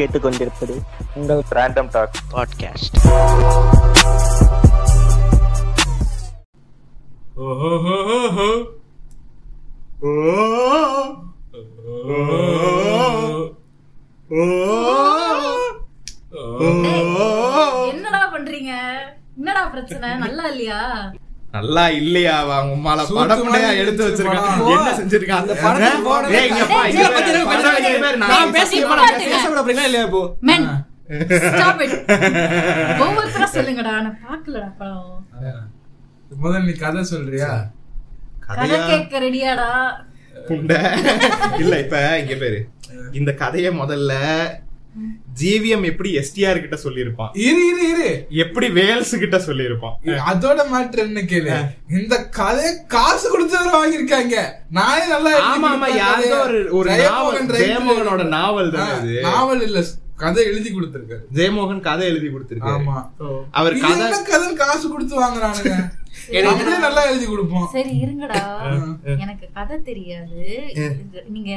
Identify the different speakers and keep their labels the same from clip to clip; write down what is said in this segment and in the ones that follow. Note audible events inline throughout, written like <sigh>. Speaker 1: கேட்டுக்கொண்டிருப்பது
Speaker 2: உங்கள் random talk
Speaker 1: podcast
Speaker 3: டேய், என்னடா பண்றீங்க என்னடா பிரச்சனை நல்லா இல்லையா
Speaker 4: நல்லா இல்லையா அவங்க உமால படம் புள்ளையா எடுத்து வச்சிருக்கான்
Speaker 5: படம்.
Speaker 4: என்ன செஞ்சிருக்கான் அந்த
Speaker 5: படத்துக்கு போனது.
Speaker 4: ஏய் இங்க பா, இங்க
Speaker 5: இதெல்லாம்
Speaker 4: பாரு,
Speaker 5: பத்தி எதுவும்
Speaker 4: படம்
Speaker 5: பேசாதீங்க.
Speaker 4: வைக்கிற பேர் நான்
Speaker 5: நான் பேசிக்க
Speaker 3: பேசிக்க
Speaker 5: மாட்டேன்.
Speaker 3: மாட்டேன்.
Speaker 5: பேச விட போறீங்களா இல்லையா இப்போ?
Speaker 3: Men, stop it. ஒவ்வொருத்தரா சொல்லுங்கடா நான் பாக்கலடா படம்
Speaker 5: முதல்ல நீ கதை சொல்றியா
Speaker 3: கதை
Speaker 4: கதையா?
Speaker 3: கேட்க ரெடியாடா
Speaker 4: புண்டை. இல்ல இப்ப இங்க பேரு இந்த கதைய முதல்ல ஜிவிஎம் எப்படி எஸ்டிஆர் கிட்ட சொல்லியிருப்பான்
Speaker 5: இரு இரு இரு
Speaker 4: எப்படி வேல்ஸ் கிட்ட சொல்லியிருப்பான்
Speaker 5: அதோட மேட்டர் என்ன கேளு இந்த கதையை காசு கொடுத்தவரை வாங்கியிருக்காங்க நானே நல்லா எழுதி
Speaker 4: ஆமா ஆமா
Speaker 5: கொடுத்த
Speaker 4: யாருக்கோ
Speaker 5: கதையை.
Speaker 4: ஒரு ஒரு
Speaker 5: ஜெயமோகன்
Speaker 4: நாவல்
Speaker 5: writer-
Speaker 4: ஜெயமோகனோட நாவல் தான்
Speaker 5: ஆ,
Speaker 4: இது
Speaker 5: நாவல் இல்ல கதை எழுதி கொடுத்திருக்காரு
Speaker 4: ஜெயமோகன் கதை எழுதி கொடுத்திருக்காரு
Speaker 5: ஆமா
Speaker 4: அவர்
Speaker 5: இது
Speaker 4: கதை
Speaker 5: என்ன கதைன்னு காசு கொடுத்து வாங்குறானுங்க நம்மளே நல்லா எழுதி கொடுப்போம்
Speaker 3: சரி இருங்கடா எனக்கு கதை தெரியாது இது- நீங்க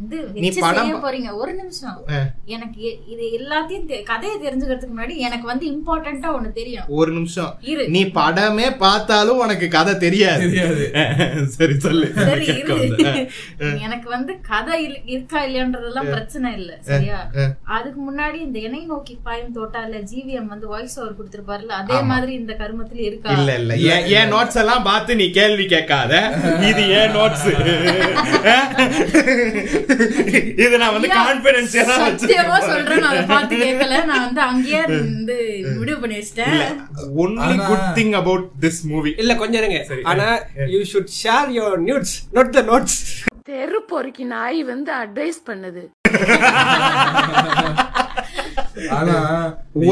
Speaker 3: வந்து
Speaker 4: நீ
Speaker 3: வச்சு
Speaker 4: படம்
Speaker 3: செய்ய
Speaker 4: பா-
Speaker 3: போறீங்க ஒரு நிமிஷம்
Speaker 4: ஆ.
Speaker 3: எனக்கு எ- இது எல்லாத்தையும் தெ- கதையை தெரிஞ்சுக்கிறதுக்கு முன்னாடி எனக்கு வந்து இம்பார்ட்டன்ட்டா ஒண்ணு தெரியும்
Speaker 4: ஒரு நிமிஷம்
Speaker 3: இரு.
Speaker 4: நீ படமே பார்த்தாலும் உனக்கு கதை தெரியாது
Speaker 5: தெரியாது.
Speaker 4: <laughs> சரி சொல்லு
Speaker 3: சரி
Speaker 4: கேட்க
Speaker 3: இரு
Speaker 4: வந்தேன்.
Speaker 3: எனக்கு வந்து கதை இல்ல- இருக்கா இல்லையான்றதெல்லாம் பிரச்சனை இல்ல <laughs> சரியா அதுக்கு முன்னாடி இந்த இணை நோக்கி பாயும் தோட்டால ஜிவிஎம் வந்து வாய்ஸ் ஓவர் கொடுத்திருப்பாருல்ல அதே மாதிரி இந்த கருமத்துல இருக்கா
Speaker 4: இல்ல இல்ல ஏன்- என் நோட்ஸ் எல்லாம் பார்த்து நீ கேள்வி கேட்காத இது ஏன் <laughs> நோட்ஸ் இது நான் வந்து
Speaker 3: ஐயா,
Speaker 4: கான்பிடன்ஸியா தான்
Speaker 3: சத்தியமா
Speaker 4: வச்சிருக்கேன்
Speaker 3: சொல்றேன் நான் அதை பார்த்து கேட்கல நான் வந்து அங்கேயே இருந்து முடிவு பண்ணி வச்சிட்டேன்
Speaker 4: ஒன்லி
Speaker 5: ஆனா-
Speaker 4: good thing about this movie
Speaker 6: இல்ல கொஞ்சம் இருங்க
Speaker 4: சரி.
Speaker 6: ஆனா you should share your nudes not the notes
Speaker 7: தெரு பொறுக்கி நாய் வந்து அட்வைஸ் பண்ணுது
Speaker 5: ஆனா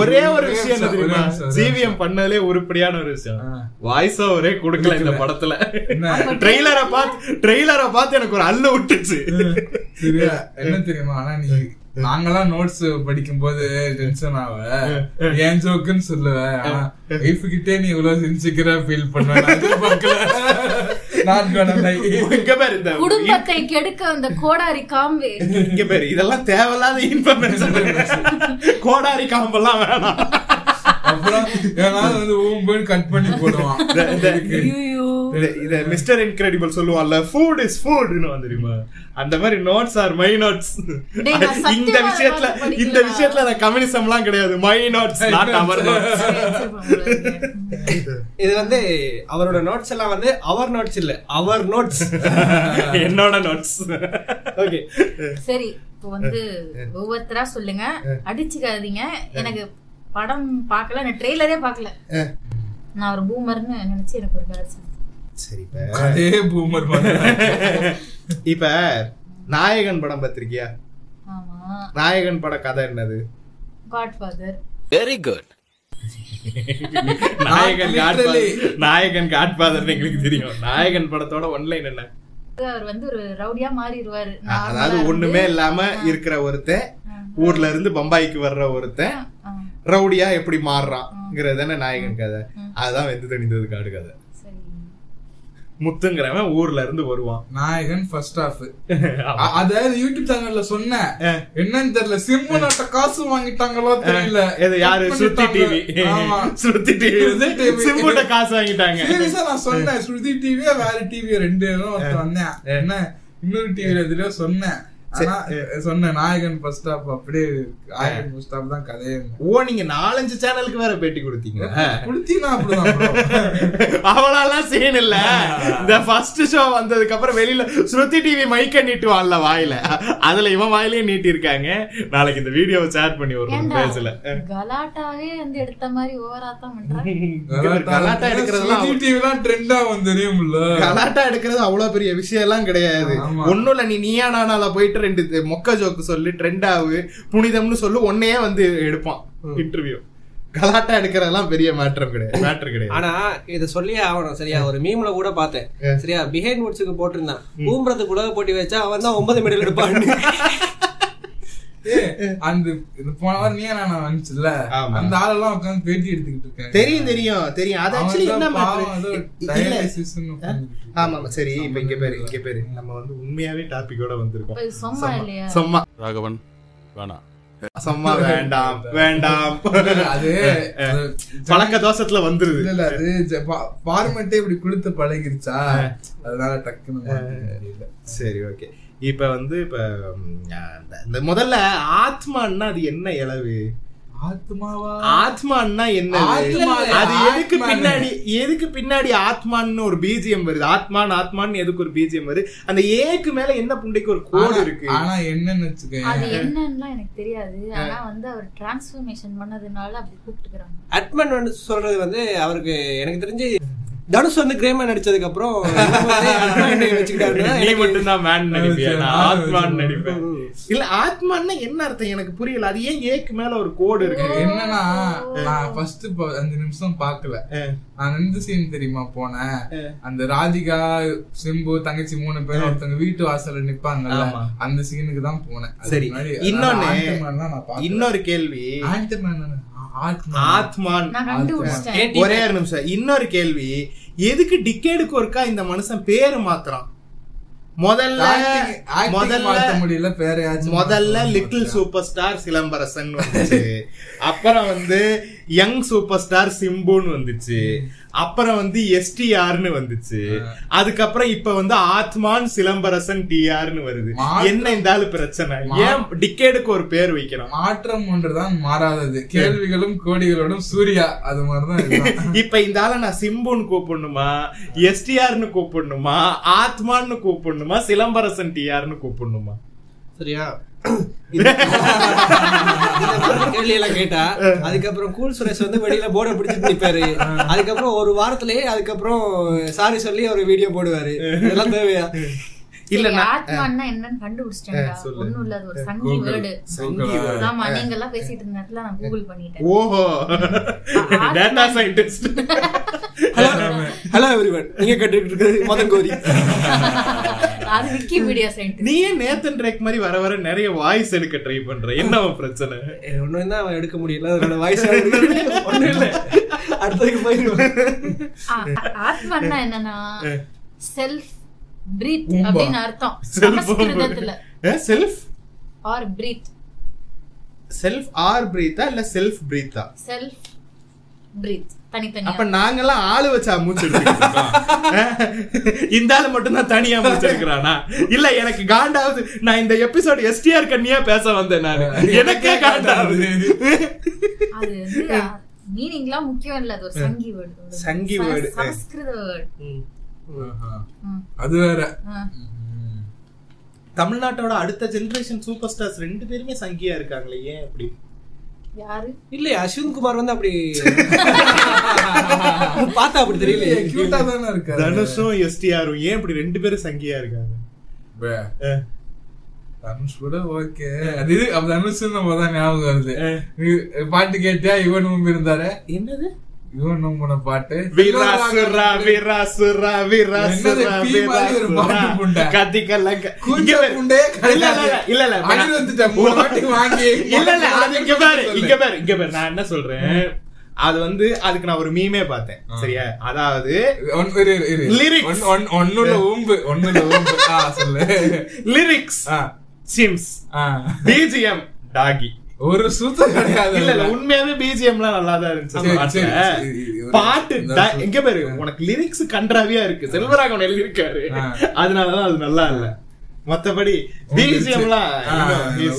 Speaker 4: ஒரே ஒரு விஷயம் என்ன
Speaker 5: ஒரே
Speaker 4: தெரியுமா
Speaker 5: நிமிஷம், ஒரே நிமிஷம்.
Speaker 4: ஜிவிஎம் பண்ணதுலே உருப்படியான ஒரு விஷயம்
Speaker 5: ஆ.
Speaker 4: வாய்ஸ் ஓவரே கொடுக்கல இந்த
Speaker 5: கொடுக்கல.
Speaker 4: படத்துல
Speaker 5: என்ன?
Speaker 4: ட்ரெய்லரை பார்த்து ட்ரெய்லரை பார்த்து எனக்கு ஒரு அல்லு விட்டுச்சு
Speaker 5: சரியா? என்ன தெரியுமா ஆனா நீ நாங்கெல்லாம் நோட்ஸ் படிக்கும் போது டென்ஷன் ஆவ ஏன் ஜோக்குன்னு சொல்லுவ ஆனா wife கிட்டே நீ இவ்வளவு சின்சிக்கரா ஃபீல் பண்ண நான் எதிர்பார்க்கல. Not gonna lie.
Speaker 4: இங்க பேர் இந்த
Speaker 3: குடும்பத்தை கெடுக்க அந்த கோடாரி
Speaker 4: <laughs>
Speaker 3: காம்பு
Speaker 4: இங்க பேர் இதெல்லாம் தேவையில்லாத இன்ஃபர்மேஷன் கோடாரி காம்பெல்லாம் வேணாம்
Speaker 5: அப்புறம் எவனாவது வந்து ஊம் போய் cut பண்ணி போடுவான். இதுக்கு.
Speaker 3: ஐயோ
Speaker 4: இத- இத மிஸ்டர் இன்கிரெடிபிள் சொல்லுவான்ல ஃபுட் இஸ் ஃபுட்னு தெரியுமா அந்த மாதிரி நோட்ஸ் ஆர் மை நோட்ஸ்
Speaker 3: டேய், நான் சத்தியமா
Speaker 4: இந்த
Speaker 3: அதை
Speaker 4: விஷயத்துல
Speaker 3: பார்த்து படிக்கல.
Speaker 4: இந்த விஷயத்துல அந்த கம்யூனிசம்லாம் கிடையாது my notes not our notes
Speaker 3: சரி, சரி, போங்க.
Speaker 6: இது வந்து அவரோட நோட்ஸ் எல்லாம் வந்து அவர் நோட்ஸ் இல்ல அவர்
Speaker 4: <laughs>
Speaker 6: நோட்ஸ்
Speaker 4: என்னோட நோட்ஸ்
Speaker 6: ஓகே
Speaker 3: சரி இப்போ வந்து ஒவ்வொருத்தரா சொல்லுங்க அடிச்சுக்காதீங்க எனக்கு படம் பார்க்கல நான் ட்ரெய்லரே பார்க்கல நான் ஒரு பூமர்னு நினைச்சு எனக்கு ஒரு கிடைச்சு
Speaker 4: சரி
Speaker 5: அதே boomer மாதிரி.
Speaker 4: இப்ப நாயகன் படம் பத்திரிக்கையா
Speaker 3: ஆமா
Speaker 4: நாயகன் பட கதை என்னது
Speaker 3: Godfather
Speaker 4: Nayakan
Speaker 5: Not
Speaker 4: Godfather
Speaker 5: literally.
Speaker 4: Nayakan Godfather எங்களுக்கு தெரியும் நாயகன் படத்தோட ஒன்லைன் என்ன
Speaker 3: அவர் வந்து ஒரு ரவுடியா மாறிடுவாரு normal-ஆ
Speaker 4: அதாவது
Speaker 3: இருந்து.
Speaker 4: ஒண்ணுமே இல்லாம இருக்கிற ஒருத்தன் ஊர்ல இருந்து பம்பாய்க்கு வர்ற ஒருத்தன்
Speaker 3: ஆ,
Speaker 4: ரவுடியா எப்படி மாறுறான்ங்கிறது தானே நாயகன் கதை அதுதான் வெந்து தணிந்தது காடு கதை
Speaker 3: சரி
Speaker 4: முத்துங்கிறவன் ஊர்ல இருந்து வருவான்
Speaker 5: நாயகன் first half. அ- அதாவது யூடியூப் சேனல்ல சொன்னேன் என்னன்னு தெரியல சிம்மு நாட்ட காசு வாங்கிட்டாங்களோ தெரியல
Speaker 4: இது யாரு
Speaker 5: cut
Speaker 4: ஸ்ருதி டிவி
Speaker 5: பண்ணிட்டாங்க. ஆமா
Speaker 4: ஸ்ருதி டிவி வந்து
Speaker 5: ஸ்ருதி TV.
Speaker 4: சிம்புட்ட காசு வாங்கிட்டாங்க
Speaker 5: சீரியஸா நான் சொன்னேன் ஸ்ருதி டிவியா வேற டிவியா ரெண்டு பேரும் ஒருத்தன் வந்தேன் என்ன இன்னொரு டிவில எதுலயோ சொன்னேன் ஆனா சொன்னேன் நாயகன் ஃபர்ஸ்ட் ஸ்டாப் அப்படியே இருக்கு. நாயகன் ஃபர்ஸ்ட் ஸ்டாப் தான் கதையே இல்லை.
Speaker 4: ஓ நீங்க நாலஞ்சு சேனலுக்கு வேற பேட்டி கொடுத்தீங்க
Speaker 5: குடுத்தீங்கன்னா அப்படிதான் bro.
Speaker 4: <laughs> அவளாலாம் சீன் இல்ல இந்த ஃபர்ஸ்ட் ஷோ வந்ததுக்கு அப்புறம் வெளியில ஸ்ருதி டிவி மைக்க நீட்டுவான்ல வாயில அதுல இவன் வாயிலே நீட்டி இருக்காங்க நாளைக்கு இந்த வீடியோவை ஷேர் பண்ணி ஒரு
Speaker 3: ஏண்டா
Speaker 4: பேசல
Speaker 3: கலாட்டாவே வந்து எடுத்த மாதிரி ஓவரா
Speaker 4: <laughs>
Speaker 3: தான் பண்றாங்க
Speaker 4: கலாட்டா எடுக்கிறதுலாம்
Speaker 5: ஸ்ருதி டிவிலாம் ட்ரெண்டா வந்து தெரியும்ல
Speaker 4: கலாட்டா எடுக்கிறது அவ்வளவு பெரிய விஷயம் எல்லாம் கிடையாது
Speaker 5: ஆமா.
Speaker 4: ஒண்ணும் இல்ல நீ நீயா நானால போயிட்டு ரெண்டு தி- மொக்க ஜோக்கு சொல்லு ட்ரெண்ட் ஆகு புனிதம்னு சொல்லு ஒன்னையே வந்து எடுப்பான் இன்டர்வியூ கலாட்டா எடுக்கிறதெல்லாம் பெரிய மேட்டர் கிடையாது மேட்டர் கிடையாது
Speaker 6: ஆனா இத சொல்லியே ஆகணும் சரியா ஒரு மீம்ல கூட பார்த்தேன் சரியா பிஹைண்ட் நோட்ஸுக்கு போட்டிருந்தான் ஊம்புறதுக்கு உலக போட்டி வச்சா அவன் தான் ஒன்பது மெடல்
Speaker 4: <laughs>
Speaker 6: எடுப்பான்
Speaker 5: ஏய், அந்த இது போன வாரம் நீ நான் வந்துச்சுல
Speaker 4: ஆமா.
Speaker 5: அந்த ஆளெல்லாம் உட்காந்து பேட்டி எடுத்துக்கிட்டு இருக்கேன்
Speaker 4: தெரியும் தெரியும் தெரியும் அது ஆக்சுவலி என்ன matter? இல்ல
Speaker 5: மேட்டர்
Speaker 4: ஆமா ஆமா, சரி இப்ப இங்க பேரு இங்க பேரு நம்ம வந்து உண்மையாவே டாபிக்கோட வந்திருக்கோம்
Speaker 3: இப்ப இது சும்மா இல்லையா
Speaker 4: சும்மா
Speaker 8: ராகவன் வேணாம்
Speaker 4: சம்மா வேண்டாம் வேண்டாம்
Speaker 5: அது
Speaker 4: பழக்க தோஷத்துல வந்துருது
Speaker 5: இல்ல இல்ல அது ஃபார்மேட்டே இப்படி கொடுத்து பழகிருச்சா அதனால டக்குன்னு மாத்திக்க முடியல
Speaker 4: சரி ஓகே இப்ப வந்து இப்ப ம், அந்த- இந்த முதல்ல ஆத்மான்னா அது என்ன இளவு
Speaker 5: ஆத்மாவா
Speaker 4: ஆத்மான்னா என்ன அது?
Speaker 5: ஆத்மா இல்ல,
Speaker 4: அது எதுக்கு
Speaker 5: ஆத்மான்னு.
Speaker 4: பின்னாடி எதுக்கு பின்னாடி ஆத்மான்னு ஒரு பிஜிஎம் வருது ஆத்மான் ஆத்மான்னு எதுக்கு ஒரு பிஜிஎம் வருது அந்த ஏக்கு மேல என்ன புண்டைக்கு ஒரு கோடு
Speaker 5: ஆனா-
Speaker 4: இருக்கு
Speaker 5: ஆனா என்னன்னு வச்சுக்க
Speaker 3: அது என்னன்னுலாம் எனக்கு தெரியாது ஆனா வந்து அவர் டிரான்ஸ்ஃபர்மேஷன் பண்ணதுனால அப்படி கூப்பிட்டுக்கிறாங்க
Speaker 6: அட்மன் வந்து சொல்றது வந்து அவருக்கு எனக்கு தெரிஞ்சு தனுஷ் வந்து கிரேமன் நடிச்சதுக்கு அப்புறம்
Speaker 4: நீ மட்டும்தான் மேன் நடிப்பியா நான்
Speaker 5: ஆமா,
Speaker 4: ஆத்மான்னு
Speaker 5: ஆமா.
Speaker 4: நடிப்பேன் இல்ல ஆத்மான்னா என்ன அர்த்தம் எனக்கு புரியல அது ஏன் ஏக்கு மேல ஒரு கோடு இருக்கு
Speaker 5: என்னன்னா நான் ஃபர்ஸ்ட் அஞ்சு நிமிஷம் பாக்கல நான் எந்த சீன் தெரியுமா போனேன் அந்த ராதிகா சிம்பு தங்கச்சி மூணு பேரும் ஒருத்தங்க வீட்டு வாசல்ல நிப்பாங்கல்ல
Speaker 4: ஆமா.
Speaker 5: அந்த சீனுக்கு தான் போனேன் அதுக்கு
Speaker 4: சரி.
Speaker 5: முன்னாடி
Speaker 4: இன்னொன்னு-
Speaker 5: நான் ஆண்டமேன்லாம் நான் பாக்கல.
Speaker 4: இன்னொரு கேள்வி
Speaker 5: ஆண்டமேன் தானே? ஆ- ஆத்மா.
Speaker 4: ஆத்மான்
Speaker 3: நான் கண்டுபிடிச்சிட்டேன்
Speaker 4: ஒரே ஒரு நிமிஷம் இன்னொரு கேள்வி எதுக்கு டிக்கெடுக்கு ஒருக்கா இந்த மனுஷன் பேரு மாத்துறான் முதல்ல
Speaker 5: Acting- acting மாத்த
Speaker 4: முதல்ல
Speaker 5: முடியல, பேரையாச்சும்
Speaker 4: முதல்ல
Speaker 5: மாத்த
Speaker 4: லிட்டில்
Speaker 5: முடியல.
Speaker 4: சூப்பர் ஸ்டார் சிலம்பரசன் வந்துச்சு அப்புறம் வந்து யங் சூப்பர் ஸ்டார் சிம்புன்னு வந்துச்சு அப்புறம் வந்து எஸ்டிஆர்னு வந்துச்சு அதுக்கப்புறம் இப்ப வந்து ஆத்மான் சிலம்பரசன் டிஆர்னு வருது
Speaker 5: மாற்றம்.
Speaker 4: என்ன இருந்தாலும் பிரச்சனை ஏன் டிக்கேடுக்கு ஒரு பேர் வைக்கிறோம்
Speaker 5: மாற்றம் ஒன்றுதான் மாறாதது கேள்விகளும் கோடிகளோடும் சூர்யா அது மாதிரிதான் இதுதான்.
Speaker 4: இப்ப இந்த ஆளை நான் சிம்புன்னு கூப்பிடணுமா எஸ்டிஆர்னு கூப்பிடணுமா ஆத்மான்னு கூப்பிடணுமா சிலம்பரசன் டிஆர்னு கூப்பிடணுமா
Speaker 6: <laughs> சரியா இந்த- இந்த மாதிரி கேள்வி எல்லாம் கேட்டா அதுக்கப்புறம் கூல் சுரேஷ் வந்து வெளியில போர்டை பிடிச்சிட்டு நிப்பாரு அதுக்கப்புறம் ஒரு வாரத்திலேயே அதுக்கப்புறம் சாரி சொல்லி ஒரு வீடியோ போடுவாரு இதெல்லாம் தேவையா
Speaker 3: இல்ல
Speaker 4: இல்ல நான்
Speaker 3: ஆத்மான்னா என்னன்னு கண்டுபிடிச்சிட்டேன்டா
Speaker 4: சொல்லு.
Speaker 3: ஒண்ணும் இல்ல அது ஒரு சங்கி
Speaker 5: Google.
Speaker 3: Word
Speaker 5: Google.
Speaker 3: ஆமா நீங்க எல்லாம் பேசிட்டு இருந்த நேரத்துல நான் கூகுள் பண்ணிட்டேன்
Speaker 4: ஓஹோ data scientist
Speaker 6: hello hello everyone நீங்க கேட்டுக்கிட்டு இருக்கிறது மதன் கோரி
Speaker 3: அது விக்கிபீடியா சைட்
Speaker 4: நீ ஏன் நேத்தன் ட்ரேக் மாதிரி வர வர நிறைய வாய்ஸ் எடுக்க ட்ரை பண்ற என்ன அவன் பிரச்சனை
Speaker 6: ஒண்ணு தான் அவன் எடுக்க முடியல அதனோட வாய்ஸ் ஒண்ணும் இல்ல அடுத்ததுக்கு போயிருவான்
Speaker 3: ஆத்மான்னா என்னன்னா செல்ஃப் பிரீத்
Speaker 5: ஊம்பா.
Speaker 3: அப்படின்னு அர்த்தம் சமஸ்கிருதத்துல
Speaker 4: self
Speaker 3: or breath
Speaker 4: self or பிரீத்தா இல்ல செல்ஃப் பிரீத்தா
Speaker 3: செல்ஃப் பிரீத்
Speaker 4: அப்ப
Speaker 3: தனித்தனியா
Speaker 4: நாங்கெல்லாம் ஆளு வச்சா மூச்சு எடுத்துக்கிட்டு இருக்கோம். இந்த ஆளு மட்டும் தான் தனியா மூச்சு எடுக்கிறானா இல்ல எனக்கு காண்டாவது நான் இந்த எபிசோட் எஸ்டிஆர் கண்ணியா பேச வந்தேன் நானு எனக்கே காண்டாவது
Speaker 3: அது மீனிங் எல்லாம் முக்கியம் இல்ல அது ஒரு சங்கி வேர்டு
Speaker 4: சங்கி word.
Speaker 3: சமஸ்கிருத வேர்டு
Speaker 5: ஆஹா. அது வேற ம்.
Speaker 4: தமிழ்நாட்டோட அடுத்த ஜெனரேஷன் சூப்பர் ஸ்டார்ஸ் ரெண்டு பேருமே சங்கியா இருக்காங்களே ஏன் அப்படி
Speaker 3: யாரு
Speaker 6: இல்லையே அஸ்வின் குமார் வந்து அப்படி பார்த்தா அப்படி தெரியல
Speaker 5: இல்லையே, cute ஆ தானே இருக்காரு.
Speaker 4: தனுஷும் எஸ்டிஆரும் ஏன் இப்படி ரெண்டு பேரும் சங்கியா இருக்காங்க
Speaker 5: பே,
Speaker 4: அஹ்,
Speaker 5: தனுஷ் கூட ஓகே அது இது அப்ப தனுஷ்ன்னு போதான் ஞாபகம் வருது இது பாட்டு கேட்டியா இவன் உம் இருந்தாரு
Speaker 4: என்னது
Speaker 5: இவன் உம்மன பாட்டு
Speaker 4: விராசுரா விராசுரா
Speaker 5: என்னது,
Speaker 4: விராசுரா
Speaker 5: பீ மாதிரி ஒரு
Speaker 4: விராசுரா
Speaker 5: மாட்டு புண்டை.
Speaker 4: கதிக்கல
Speaker 5: கூஞ்ச புண்டே
Speaker 4: இல்ல
Speaker 5: கடிதா
Speaker 4: இல்ல இல்ல இல்ல
Speaker 5: அடி வந்துட்டேன் மூணு வாட்டி வாங்கி
Speaker 4: <laughs> இல்ல இல்ல அது இங்க பாரு இங்க பாரு இங்க பாரு நான் என்ன சொல்றேன் அது வந்து அதுக்கு நான் ஒரு மீமே பார்த்தேன் சரியா அதாவது
Speaker 5: ஒன் இரு இரு, இரு
Speaker 4: Lyrics.
Speaker 5: ஒன் ஒன் ஒன்னுல ஊம்பு ஒன்னுல ஊம்பு ஆ சொல்லு
Speaker 4: லிரிக்ஸ்
Speaker 5: ஆ,
Speaker 4: சிம்ஸ்
Speaker 5: ஆ.
Speaker 4: பிஜிஎம் டாகி
Speaker 5: ஒரு சுத்தம் கிடையாது
Speaker 4: இல்ல இல்ல உண்மையாவே பிஜிஎம் எல்லாம் நல்லா தான் இருந்துச்சு அந்த
Speaker 5: சரி,
Speaker 4: பாட்டுல.
Speaker 5: சரி, சரி, சரி, ஒரு-
Speaker 4: பாட்டு
Speaker 5: இந்த
Speaker 4: da-
Speaker 5: சு-
Speaker 4: இங்க பாரு உனக்கு லிரிக்ஸ் கன்றாவியா இருக்கு செல்வராகவன் எழுதியிருக்காரு
Speaker 5: ஆ.
Speaker 4: அதனாலதான் அது நல்லா இல்ல மத்தபடி பிஜிஎம்லாம்
Speaker 5: ஆ,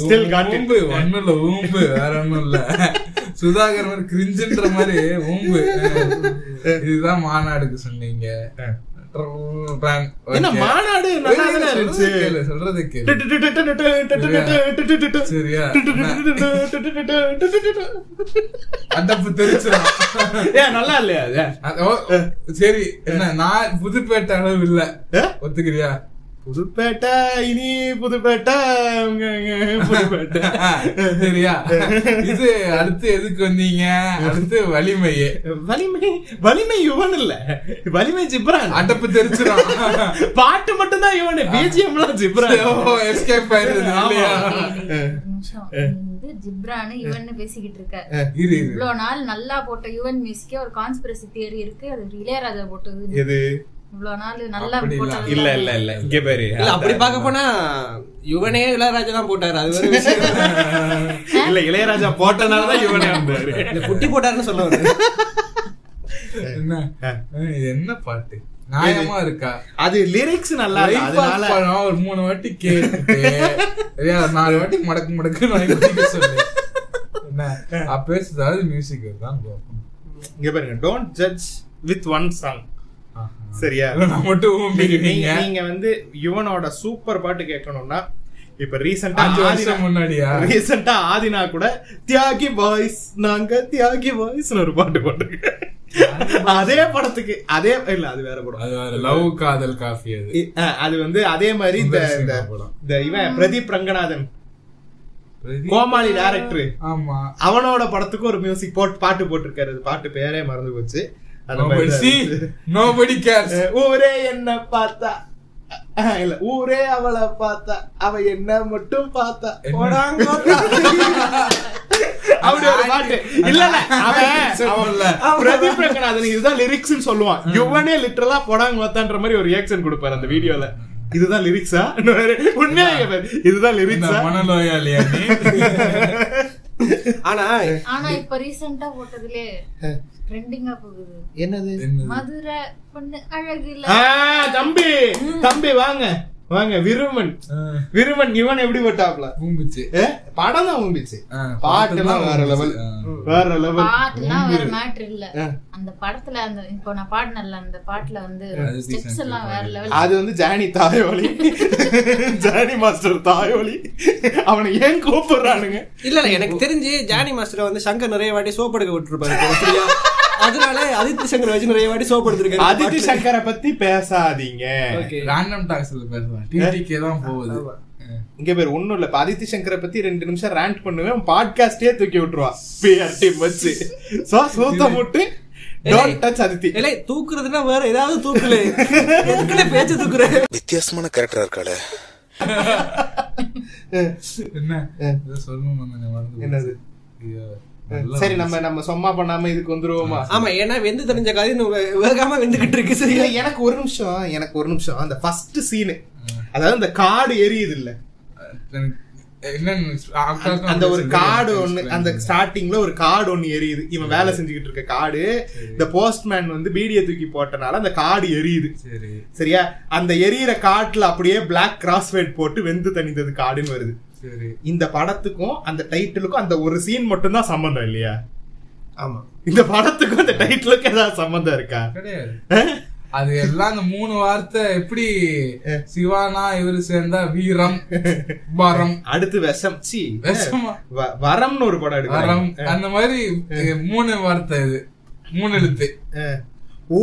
Speaker 4: ஸ்டில்
Speaker 5: ஊம்பு
Speaker 4: காட்டு
Speaker 5: ஒண்ணும் இல்ல ஊம்பு வேற ஒண்ணும் இல்ல சுதாகர் மாதிரி கிரிஞ்சுன்ற மாதிரி ஊம்பு இதுதான் மாநாடுக்கு சொன்னீங்க
Speaker 4: என்ன மாநாடு நல்லா தானே இருந்துச்சு
Speaker 5: கேளு சொல்றதை கேளு சரியா?
Speaker 4: ஏ
Speaker 5: அந்தப்பு தெரிச்சிடும்
Speaker 4: நல்லா இல்லையா அது
Speaker 5: அது- ஓ, சரி என்ன நான் புதுப்பேட்டை அளவு இல்ல
Speaker 4: ஏ?
Speaker 5: ஒத்துக்கிறியா
Speaker 4: புதுப்பேட்டை இனி புதுப்பேட்டை உங்க, உங்க, புதுப்பேட்டை
Speaker 5: சரியா இது அடுத்து எதுக்கு வந்தீங்க அடுத்து வலிமையே
Speaker 4: வலிமை வலிமை யுவன் இல்ல வலிமை ஜிப்ரான்
Speaker 5: அடப்பு தெரிச்சிடும்
Speaker 4: பாட்டு மட்டும் தான் யுவன் பிஜிஎம் எல்லாம் ஜிப்ரான்
Speaker 5: எஸ்கேப் ஆயிருது இல்லையா
Speaker 3: ஒரு நிமிஷம் வந்து ஜிப்ரானு இவன்னு பேசிக்கிட்டு இருக்க
Speaker 5: இரு இரு
Speaker 3: இவ்வளவு நாள் நல்லா போட்ட யுவன் மியூசிக்கே ஒரு கான்ஸ்பிரசி தியரி இருக்கு அது இளையராஜா போட்டது
Speaker 4: எது
Speaker 3: இவ்வளவு நாள் நல்லா
Speaker 5: அப்படி இல்ல.
Speaker 3: போட்டாங்க
Speaker 4: இல்ல இல்ல இல்ல இங்க பாரு
Speaker 6: இல்ல அப்படி பார்க்க போனா யுவனே இளையராஜா தான் போட்டாரு அது வேற விஷயம்
Speaker 4: இல்ல இளையராஜா போட்டனாலதான் இவனே வந்தாரு
Speaker 6: இந்த குட்டி போட்டாருன்னு சொல்ல வரேன்
Speaker 5: என்ன ஏய், இது என்ன பாட்டு நியாயமா இருக்கா
Speaker 4: அது லிரிக்ஸ் நல்லா இல்ல
Speaker 5: Life of
Speaker 4: அதனால
Speaker 5: படம் ஒரு மூணு வாட்டி கேட்டுட்டு சரியா, ஒரு நாலு வாட்டி மடக்கு மடக்கு நாய் குட்டிக்க சொல்லு என்ன அப்பவே ஏதாவது மியூசிக் தான் பார்ப்போம்
Speaker 4: இங்க பாருங்க don't judge with one song சரியா
Speaker 5: இல்ல, நான் மட்டும் ஊம்பிக்கிறீங்க
Speaker 4: நீங்க நீங்க வந்து யுவனோட சூப்பர் பாட்டு கேட்கணும்னா இப்ப ரீசெண்டா
Speaker 5: அஞ்சு வருஷம் முன்னாடியா
Speaker 4: ரீசெண்டா ஆதினா கூட தியாகி பாய்ஸ் நாங்க தியாகி பாய்ஸ் ஒரு பாட்டு போட்டிருக்கேன் அதே படத்துக்கு அதே இல்ல அது வேற படம்
Speaker 5: அது வேற லவ் காதல் காஃபி அது
Speaker 4: இ- அஹ், அது வந்து அதே மாதிரி இந்த
Speaker 5: சுந்தர்
Speaker 4: இந்த-
Speaker 5: சின்ஹா படம்.
Speaker 4: இந்த இவன் பிரதீப் ரங்கநாதன்
Speaker 5: பிரதி-
Speaker 4: கோமாளி டைரக்டர்
Speaker 5: ஆமா
Speaker 4: அவனோட படத்துக்கு ஒரு மியூசிக் போட்டு பாட்டு போட்டிருக்காரு அது பாட்டு பேரே மறந்து போச்சு அந்த மாதிரி
Speaker 5: Nobody
Speaker 4: தான்
Speaker 5: see,
Speaker 4: இருந்துச்சு.
Speaker 5: nobody cares.
Speaker 4: அஹ், ஊரே என்ன பார்த்தா அஹ், இல்ல ஊரே அவளை பார்த்தா அவ என்ன மட்டும் பார்த்தா போடாங்கோட்டா. அப்படி ஒரு பாட்டு இல்ல இல்ல அவன்
Speaker 5: சொல்லல.
Speaker 4: பிரதீப் ரங்கநாதன் இதுதான் லிரிக்ஸ்னு சொல்லுவான் யுவனே லிட்டரலா போடாங்கோத்தான்ற மாதிரி ஒரு ரியாக்ஷன் கொடுப்பாரு அந்த வீடியோல இதுதான் லிரிக்ஸா உண்மையா கேப்பாரு. இதுதான்
Speaker 5: இந்த
Speaker 4: லிரிக்ஸா
Speaker 5: மனநோயாளியா நீ?
Speaker 6: ஆனா
Speaker 3: ஆனா இப்ப ரீசெண்டா போட்டதுலே ட்ரெண்டிங்கா போகுது
Speaker 4: என்னது
Speaker 5: என்னது?
Speaker 3: மதுரை பொண்ணு அழகு இல்ல
Speaker 4: ஆ, தம்பி தம்பி வாங்க வாங்க விருமன்
Speaker 5: ஆ,
Speaker 4: விருமன் இவன் எப்படி போட்டாப்ல
Speaker 5: பூம்புச்சு.
Speaker 4: ஏ, படம் தான் உம்பிச்சு
Speaker 5: ஆ,
Speaker 4: பாட்டுலாம் வேற லெவல்
Speaker 5: ஆ.
Speaker 4: வேற லெவல்
Speaker 3: பாட்டுலாம் வேற மேட்டர் இல்ல அந்த படத்துல அந்த இப்போ நான் பாடினல அந்த பாட்டுல வந்து
Speaker 5: அது
Speaker 3: ஸ்டெப்ஸ்
Speaker 5: decent
Speaker 3: எல்லாம் வேற லெவல்
Speaker 4: அது வந்து ஜானி தாயோலி ஜானி மாஸ்டர் தாயோலி அவனை ஏன் கூப்பிடுறானுங்க
Speaker 6: இல்ல இல்ல எனக்கு தெரிஞ்சு ஜானி மாஸ்டர் வந்து சங்கர் நிறைய வாட்டி சோப் எடுக்க விட்டுருப்பாரு சரியா அதனால அதித்தி சங்கர் வச்சு நிறைய வாட்டி சோப்
Speaker 4: அதித்தி
Speaker 6: எடுத்திருக்காரு
Speaker 4: சங்கரை பத்தி பேசாதீங்க
Speaker 6: Okay.
Speaker 5: Random talksல பேசலாம். TTK தான் போகுது.
Speaker 4: இங்க பேர் ஒண்ணும் இல்ல இப்ப அதித்தி சங்கரை பத்தி ரெண்டு நிமிஷம் ரேண்ட் பண்ணுவேன் பாட்காஸ்டே தூக்கி விட்டுருவான் பிஆர்டி வச்சு சோ சூத்த முட்டு டோன்ட் டச் அதித்தி
Speaker 6: இல்லை தூக்குறதுன்னா வேற ஏதாவது தூக்குல எதுக்குள்ள பேச்சு தூக்குற
Speaker 1: வித்தியாசமான கேரக்டரா இருக்காளே
Speaker 5: என்ன? ஏதோ சொல்லணும்னு வந்தேனே, மறந்து போச்சு.
Speaker 4: என்னது?
Speaker 5: ஐயோ, நல்ல
Speaker 4: சரி நம்ம நம்ம சும்மா பண்ணாம இதுக்கு வந்துருவோமா
Speaker 6: ஆமா ஏன்னா வெந்து தெரிஞ்ச காது இன்னும் வே- வேகாம வெந்துகிட்டு இருக்கு சரியா
Speaker 4: இல்ல எனக்கு ஒரு நிமிஷம் எனக்கு ஒரு நிமிஷம் அந்த ஃபர்ஸ்ட் சீனு அதாவது அந்த காடு எரியுது இல்ல
Speaker 5: எனக்கு- என்னன்னு அக்கா அக்கா
Speaker 4: அந்த ஒரு
Speaker 5: சொல்லி
Speaker 4: காடு
Speaker 5: எனக்கு
Speaker 4: ஒண்ணு
Speaker 5: explain
Speaker 4: அந்த
Speaker 5: பண்ணு.
Speaker 4: ஸ்டார்டிங்ல ஒரு காடு ஒண்ணு எரியுது இவன் வேலை செஞ்சுக்கிட்டு இருக்க காடு இந்த போஸ்ட்மேன் வந்து பீடியை தூக்கி போட்டனால அந்த காடு எரியுது
Speaker 5: சரி
Speaker 4: சரியா அந்த எரியிற காட்டுல அப்படியே Black கிராஸ்வேட் போட்டு வெந்து தணிந்தது காடுன்னு வருது
Speaker 5: சரி
Speaker 4: இந்த படத்துக்கும் அந்த டைட்டிலுக்கும் அந்த ஒரு சீன் மட்டும்தான் சம்பந்தம் இல்லையா
Speaker 1: ஆமா
Speaker 4: இந்த படத்துக்கும் அந்த டைட்டிலுக்கும் ஏதாவது சம்பந்தம் இருக்கா
Speaker 5: கிடையாது
Speaker 4: அஹ்?
Speaker 5: அது எல்லாம் அந்த மூணு வார்த்தை எப்படி சிவானா இவரு சேர்ந்தா வீரம் வரம்
Speaker 4: அடுத்து விஷம் சி
Speaker 5: விஷமா
Speaker 4: வ- வரம்னு ஒரு படம்
Speaker 5: வரம்
Speaker 4: எடுக்கிறாங்க
Speaker 5: அந்த மாதிரி இது மூணு வார்த்தை இது மூணு எழுத்து E
Speaker 4: அஹ். ஓ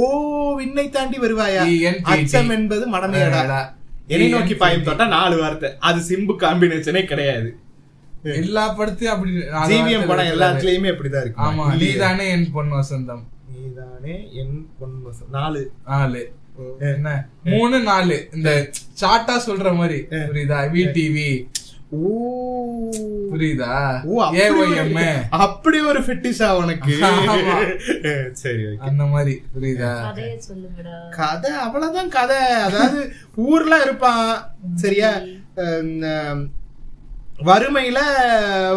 Speaker 4: விண்ணை தாண்டி வருவாயா
Speaker 5: ENTT.
Speaker 4: அச்சம் என்பது மடமையடா
Speaker 5: அடடா.
Speaker 4: என்னை நோக்கி பாயும் தொட்டா நாலு வார்த்தை அது சிம்பு காம்பினேஷனே கிடையாது
Speaker 5: எல்லா படத்தையும் அப்படி நாலு
Speaker 4: ஜிவிஎம்
Speaker 5: வார்த்தை
Speaker 4: படம்
Speaker 5: எழுதுறாரு.
Speaker 4: எல்லாத்துலயுமே அப்படிதான்
Speaker 5: ஆமா
Speaker 4: இருக்கும்
Speaker 5: நீ
Speaker 4: இல்லையா?
Speaker 5: தானே என் பொன் வசந்தம்
Speaker 4: நீதானே என் பொன் வசம். நாலு
Speaker 5: நாலு என்ன மூணு நாலு இந்த சாட்டா சொல்ற மாதிரி புரியுதா வி டிவி
Speaker 4: ஓ
Speaker 5: புரியுதா
Speaker 4: ஓ, அப்படி ஒரு-
Speaker 5: ஏஒஎம்
Speaker 4: அப்படி ஒரு ஃபிட்டிஷா உனக்கு அஹ்,
Speaker 5: ஆமா.
Speaker 4: <laughs> சரி okay.
Speaker 5: அந்த மாதிரி புரியுதா
Speaker 3: கதைய சொல்லுங்கடா
Speaker 4: கதை அவ்வளவுதான் கதை அதாவது ஊர்ல இருப்பான் சரியா அஹ் வறுமையில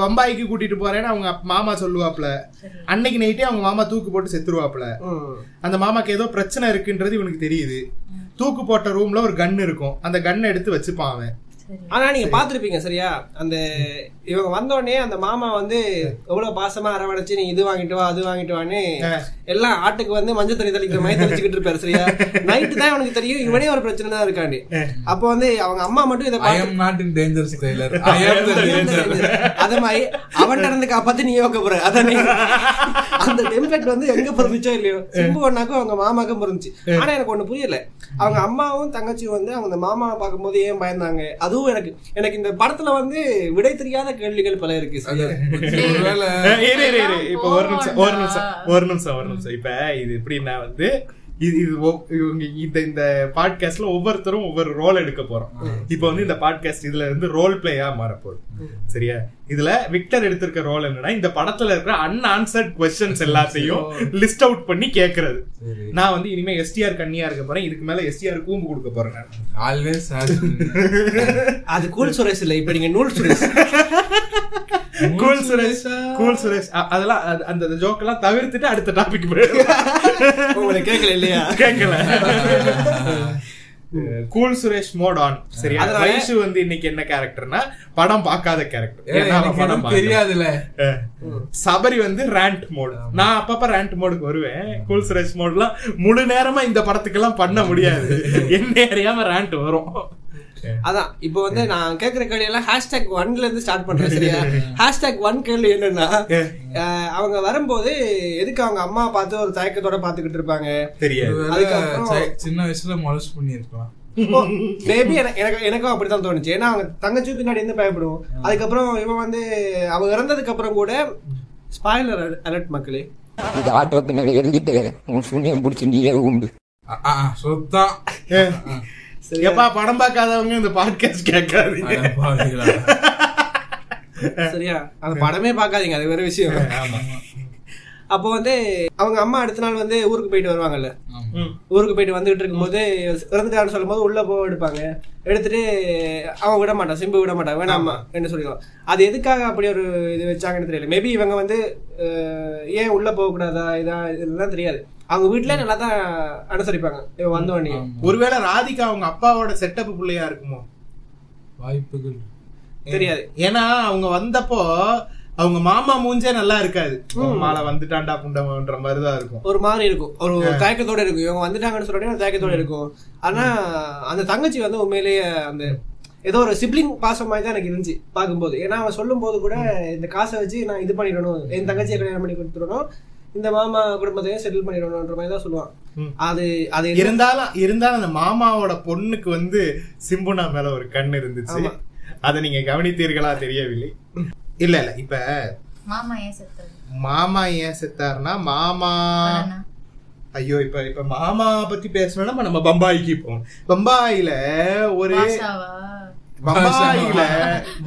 Speaker 4: வம்பாய்க்கு கூட்டிட்டு போறேன்னு அவங்க அப்ப- மாமா சொல்லுவாப்ல அன்னைக்கு நைட்டே அவங்க மாமா தூக்கு போட்டு செத்துருவாப்ல அந்த மாமாக்கு ஏதோ பிரச்சனை இருக்குன்றது இவனுக்கு தெரியுது தூக்கு போட்ட ரூம்ல ஒரு கன் இருக்கும் அந்த கன்னை எடுத்து வச்சுப்பான் அவன்
Speaker 3: சரி
Speaker 6: ஆனா நீங்க பாத்திருப்பீங்க சரியா அந்த இவங்க வந்த உடனே அந்த மாமா வந்து எவ்வளவு பாசமா அரவணைச்சு நீ இது வாங்கிட்டு வா அது வாங்கிட்டு வான்னு எல்லாம் ஆட்டுக்கு வந்து மஞ்சள் தண்ணி தெளிக்கிற மாதிரி தெளிச்சுக்கிட்டு இருப்பாரு
Speaker 4: <laughs>
Speaker 6: சரியா நைட்டு தான் இவனுக்கு தெரியும் இவனே ஒரு பிரச்சனை தான் இருக்காண்டி அப்போ வந்து அவங்க அம்மா மட்டும் இதை
Speaker 5: ஐ
Speaker 6: பார்த்து-
Speaker 5: am not in danger styler I am the danger
Speaker 6: அது மாதிரி அவன் நடந்து காப்பாத்தி நீ யோக போற அதானே அந்த டெம்ப்ளேட் வந்து எங்க பிறந்துச்சோ இல்லையோ சிம்பு அண்ணாக்கும் அவங்க மாமாக்கும் பிறந்துச்சு ஆனா எனக்கு ஒண்ணு புரியல அவங்க அம்மாவும் தங்கச்சியும் வந்து அவங்க அந்த மாமாவை பார்க்கும்போது ஏன் பயந்தாங்க அதுவும் எனக்கு எனக்கு இந்த படத்துல வந்து விடை தெரியாத கேள்விகள் பல இருக்கு சரியா?
Speaker 5: ஒருவேளை
Speaker 4: இரு, இரு, இரு. இப்ப ஒரு நிமிஷம் ஒரு நிமிஷம் ஒரு நிமிஷம் ஒரு நிமிஷம் இப்ப இது எப்படின்னா வந்து இது இது ஒவ்- இவங்க இந்த இந்த பாட்காஸ்ட்ல ஒவ்வொருத்தரும் ஒவ்வொரு ரோல் எடுக்க போறோம் இப்போ வந்து இந்த பாட்காஸ்ட் இதுல இருந்து ரோல் பிளேயா மாறப்போகுது சரியா இதுல விக்டர் எடுத்திருக்க ரோல் என்னன்னா இந்த படத்துல இருக்கிற அன்ஆன்சர்ட் கொஸ்டின்ஸ் எல்லாத்தையும் லிஸ்ட் அவுட் பண்ணி கேக்குறது நான் வந்து இனிமே எஸ்டிஆர் கண்ணியா இருக்க போறேன் இதுக்கு மேல எஸ்டிஆர் கூம்பு கொடுக்க போறேன் நான்.
Speaker 5: ஆல்வேஸ்
Speaker 4: <laughs>
Speaker 6: அது கூல் சுரேஷ் இல்ல இப்ப நீங்க நூல் சுரேஷ்
Speaker 4: கூல் சுரேஷ் கூல் சுரேஷ் அ- அதெல்லாம் அது- அந்த ஜோக் எல்லாம் தவிர்த்துட்டு அடுத்த டாபிக் போயிடும்
Speaker 6: உங்களை கேட்கல இல்லையா
Speaker 4: கேட்கல <laughs> கூல் சுரேஷ் மோட் ஆன் சரியா
Speaker 6: அதனால-
Speaker 4: வயசு வந்து இன்னைக்கு என்ன கேரக்டர்னா படம் பார்க்காத கேரக்டர் ஏன்னா அவன் படம் பார்க்கல.
Speaker 5: தெரியாதுல
Speaker 4: அஹ். சபரி வந்து ரேண்ட் மோடு நான் அப்பப்ப ரேண்ட் மோடுக்கு வருவேன் கூல் சுரேஷ் மோட்லாம் முழு நேரமா இந்த படத்துக்கெல்லாம் பண்ண முடியாது என்ன அறியாம ரேண்ட் வரும்
Speaker 6: அதான் இப்போ வந்து நான் கேக்குற கேள்வி எல்லாம் ஹேஷ்டேக் ஒன்ல இருந்து ஸ்டார்ட் பண்றேன் சரியா ஹேஷ்டேக் ஒன் கேள்வி என்னன்னா அஹ், அவங்க வரும்போது எதுக்கு அவங்க அம்மா பார்த்து ஒரு தயக்கத்தோட பாத்துக்கிட்டு இருப்பாங்க
Speaker 4: தெரியாது
Speaker 6: அதுக்கப்புறம்
Speaker 5: சி- சின்ன வயசுல மொலஸ் பண்ணிருக்கலாம்
Speaker 6: மேபி எனக்கு எனக்கும் அப்படித்தான் தோணுச்சு ஏன்னா அவங்க தங்கச்சி பின்னாடி இருந்து பயப்படுவோம் அதுக்கப்புறம் இவன் வந்து அவங்க இறந்ததுக்கு அப்புறம் கூட ஸ்பாய்லர் அலர்ட் மக்களே
Speaker 2: இது ஆட்டோத்து மேல எழுதிட்டு உன் சூனியம் பிடிச்சி நீயே உண்டு
Speaker 5: அ- அ, சொத்தான்
Speaker 4: எப்பா படம் பார்க்காதவங்க இந்த பாட்காஸ்ட் கேட்காதீங்க
Speaker 5: அட பாவிகளா.
Speaker 6: சரியா அந்த படமே பார்க்காதீங்க அது வேற விஷயம் அப்போ வந்து அவங்க அம்மா அடுத்த நாள் வந்து ஊருக்கு போயிட்டு வருவாங்கல்ல
Speaker 5: ஆமா.
Speaker 6: ஊருக்கு போயிட்டு வந்துகிட்டு இருக்கும்போது இறந்துட்டான்னு சொல்லும்போது உள்ள போக எடுப்பாங்க எடுத்துட்டு அவன் விட மாட்டான் சிம்பு விட மாட்டான் வேணாமா என்ன சொல்லிடுவான் அது எதுக்காக அப்படி ஒரு இது வச்சாங்கன்னு தெரியல மேபி இவங்க வந்து அஹ், ஏன் உள்ள போக கூடாதா இதா இதெல்லாம் தெரியாது அவங்க வீட்ல நல்லா தான் அனுசரிப்பாங்க இவன் வந்தோடனே
Speaker 4: ஒருவேளை ராதிகா அவங்க அப்பாவோட செட்டப் பிள்ளையா இருக்குமோ
Speaker 5: வாய்ப்புகள்
Speaker 6: தெரியாது
Speaker 4: ஏன்னா அவங்க வந்தப்போ அவங்க மாமா மூஞ்சே நல்லா இருக்காது மாலை வந்துட்டான்டா புண்டமன்ற மாதிரி தான் இருக்கும்
Speaker 6: ஒரு மாதிரி இருக்கும் ஒரு தயக்கத்தோட இருக்கும் இவங்க வந்துட்டாங்கன்னு சொல்ல உடனே ஒரு தயக்கத்தோட
Speaker 4: Mm.
Speaker 6: இருக்கும் ஆனா அந்த தங்கச்சி வந்து உண்மையிலேயே அந்த ஏதோ ஒரு சிப்ளிங் பாசம் மாதிரி தான் எனக்கு இருந்துச்சு பார்க்கும்போது ஏன்னா அவன் சொல்லும்போது கூட
Speaker 4: Mm.
Speaker 6: இந்த காசை வச்சு நான் இது பண்ணிடணும் என் தங்கச்சியை கல்யாணம் பண்ணி கொடுத்துடணும் இந்த மாமா குடும்பத்தையும் செட்டில் பண்ணிடணும்ன்ற மாதிரி தான் சொல்லுவான்
Speaker 4: ம்.
Speaker 6: அது அது என்ன-
Speaker 4: இருந்தாலும் இருந்தாலும் அந்த மாமாவோட பொண்ணுக்கு வந்து சிம்புனா மேல ஒரு கண் இருந்துச்சு
Speaker 6: ஆமா.
Speaker 4: அதை நீங்க கவனித்தீர்களா தெரியவில்லை இல்ல இல்ல இப்ப
Speaker 3: மாமா ஏன் செத்தது
Speaker 4: மாமா ஏன் செத்தாருன்னா மாமா
Speaker 3: வரேனா?
Speaker 4: ஐயோ இப்ப இப்ப மாமா பத்தி பேசணும்னா நம்ம- நம்ம பம்பாய்க்கு போவோம் பம்பாயில ஒரு
Speaker 3: பாஷாவா
Speaker 4: பம்பாயில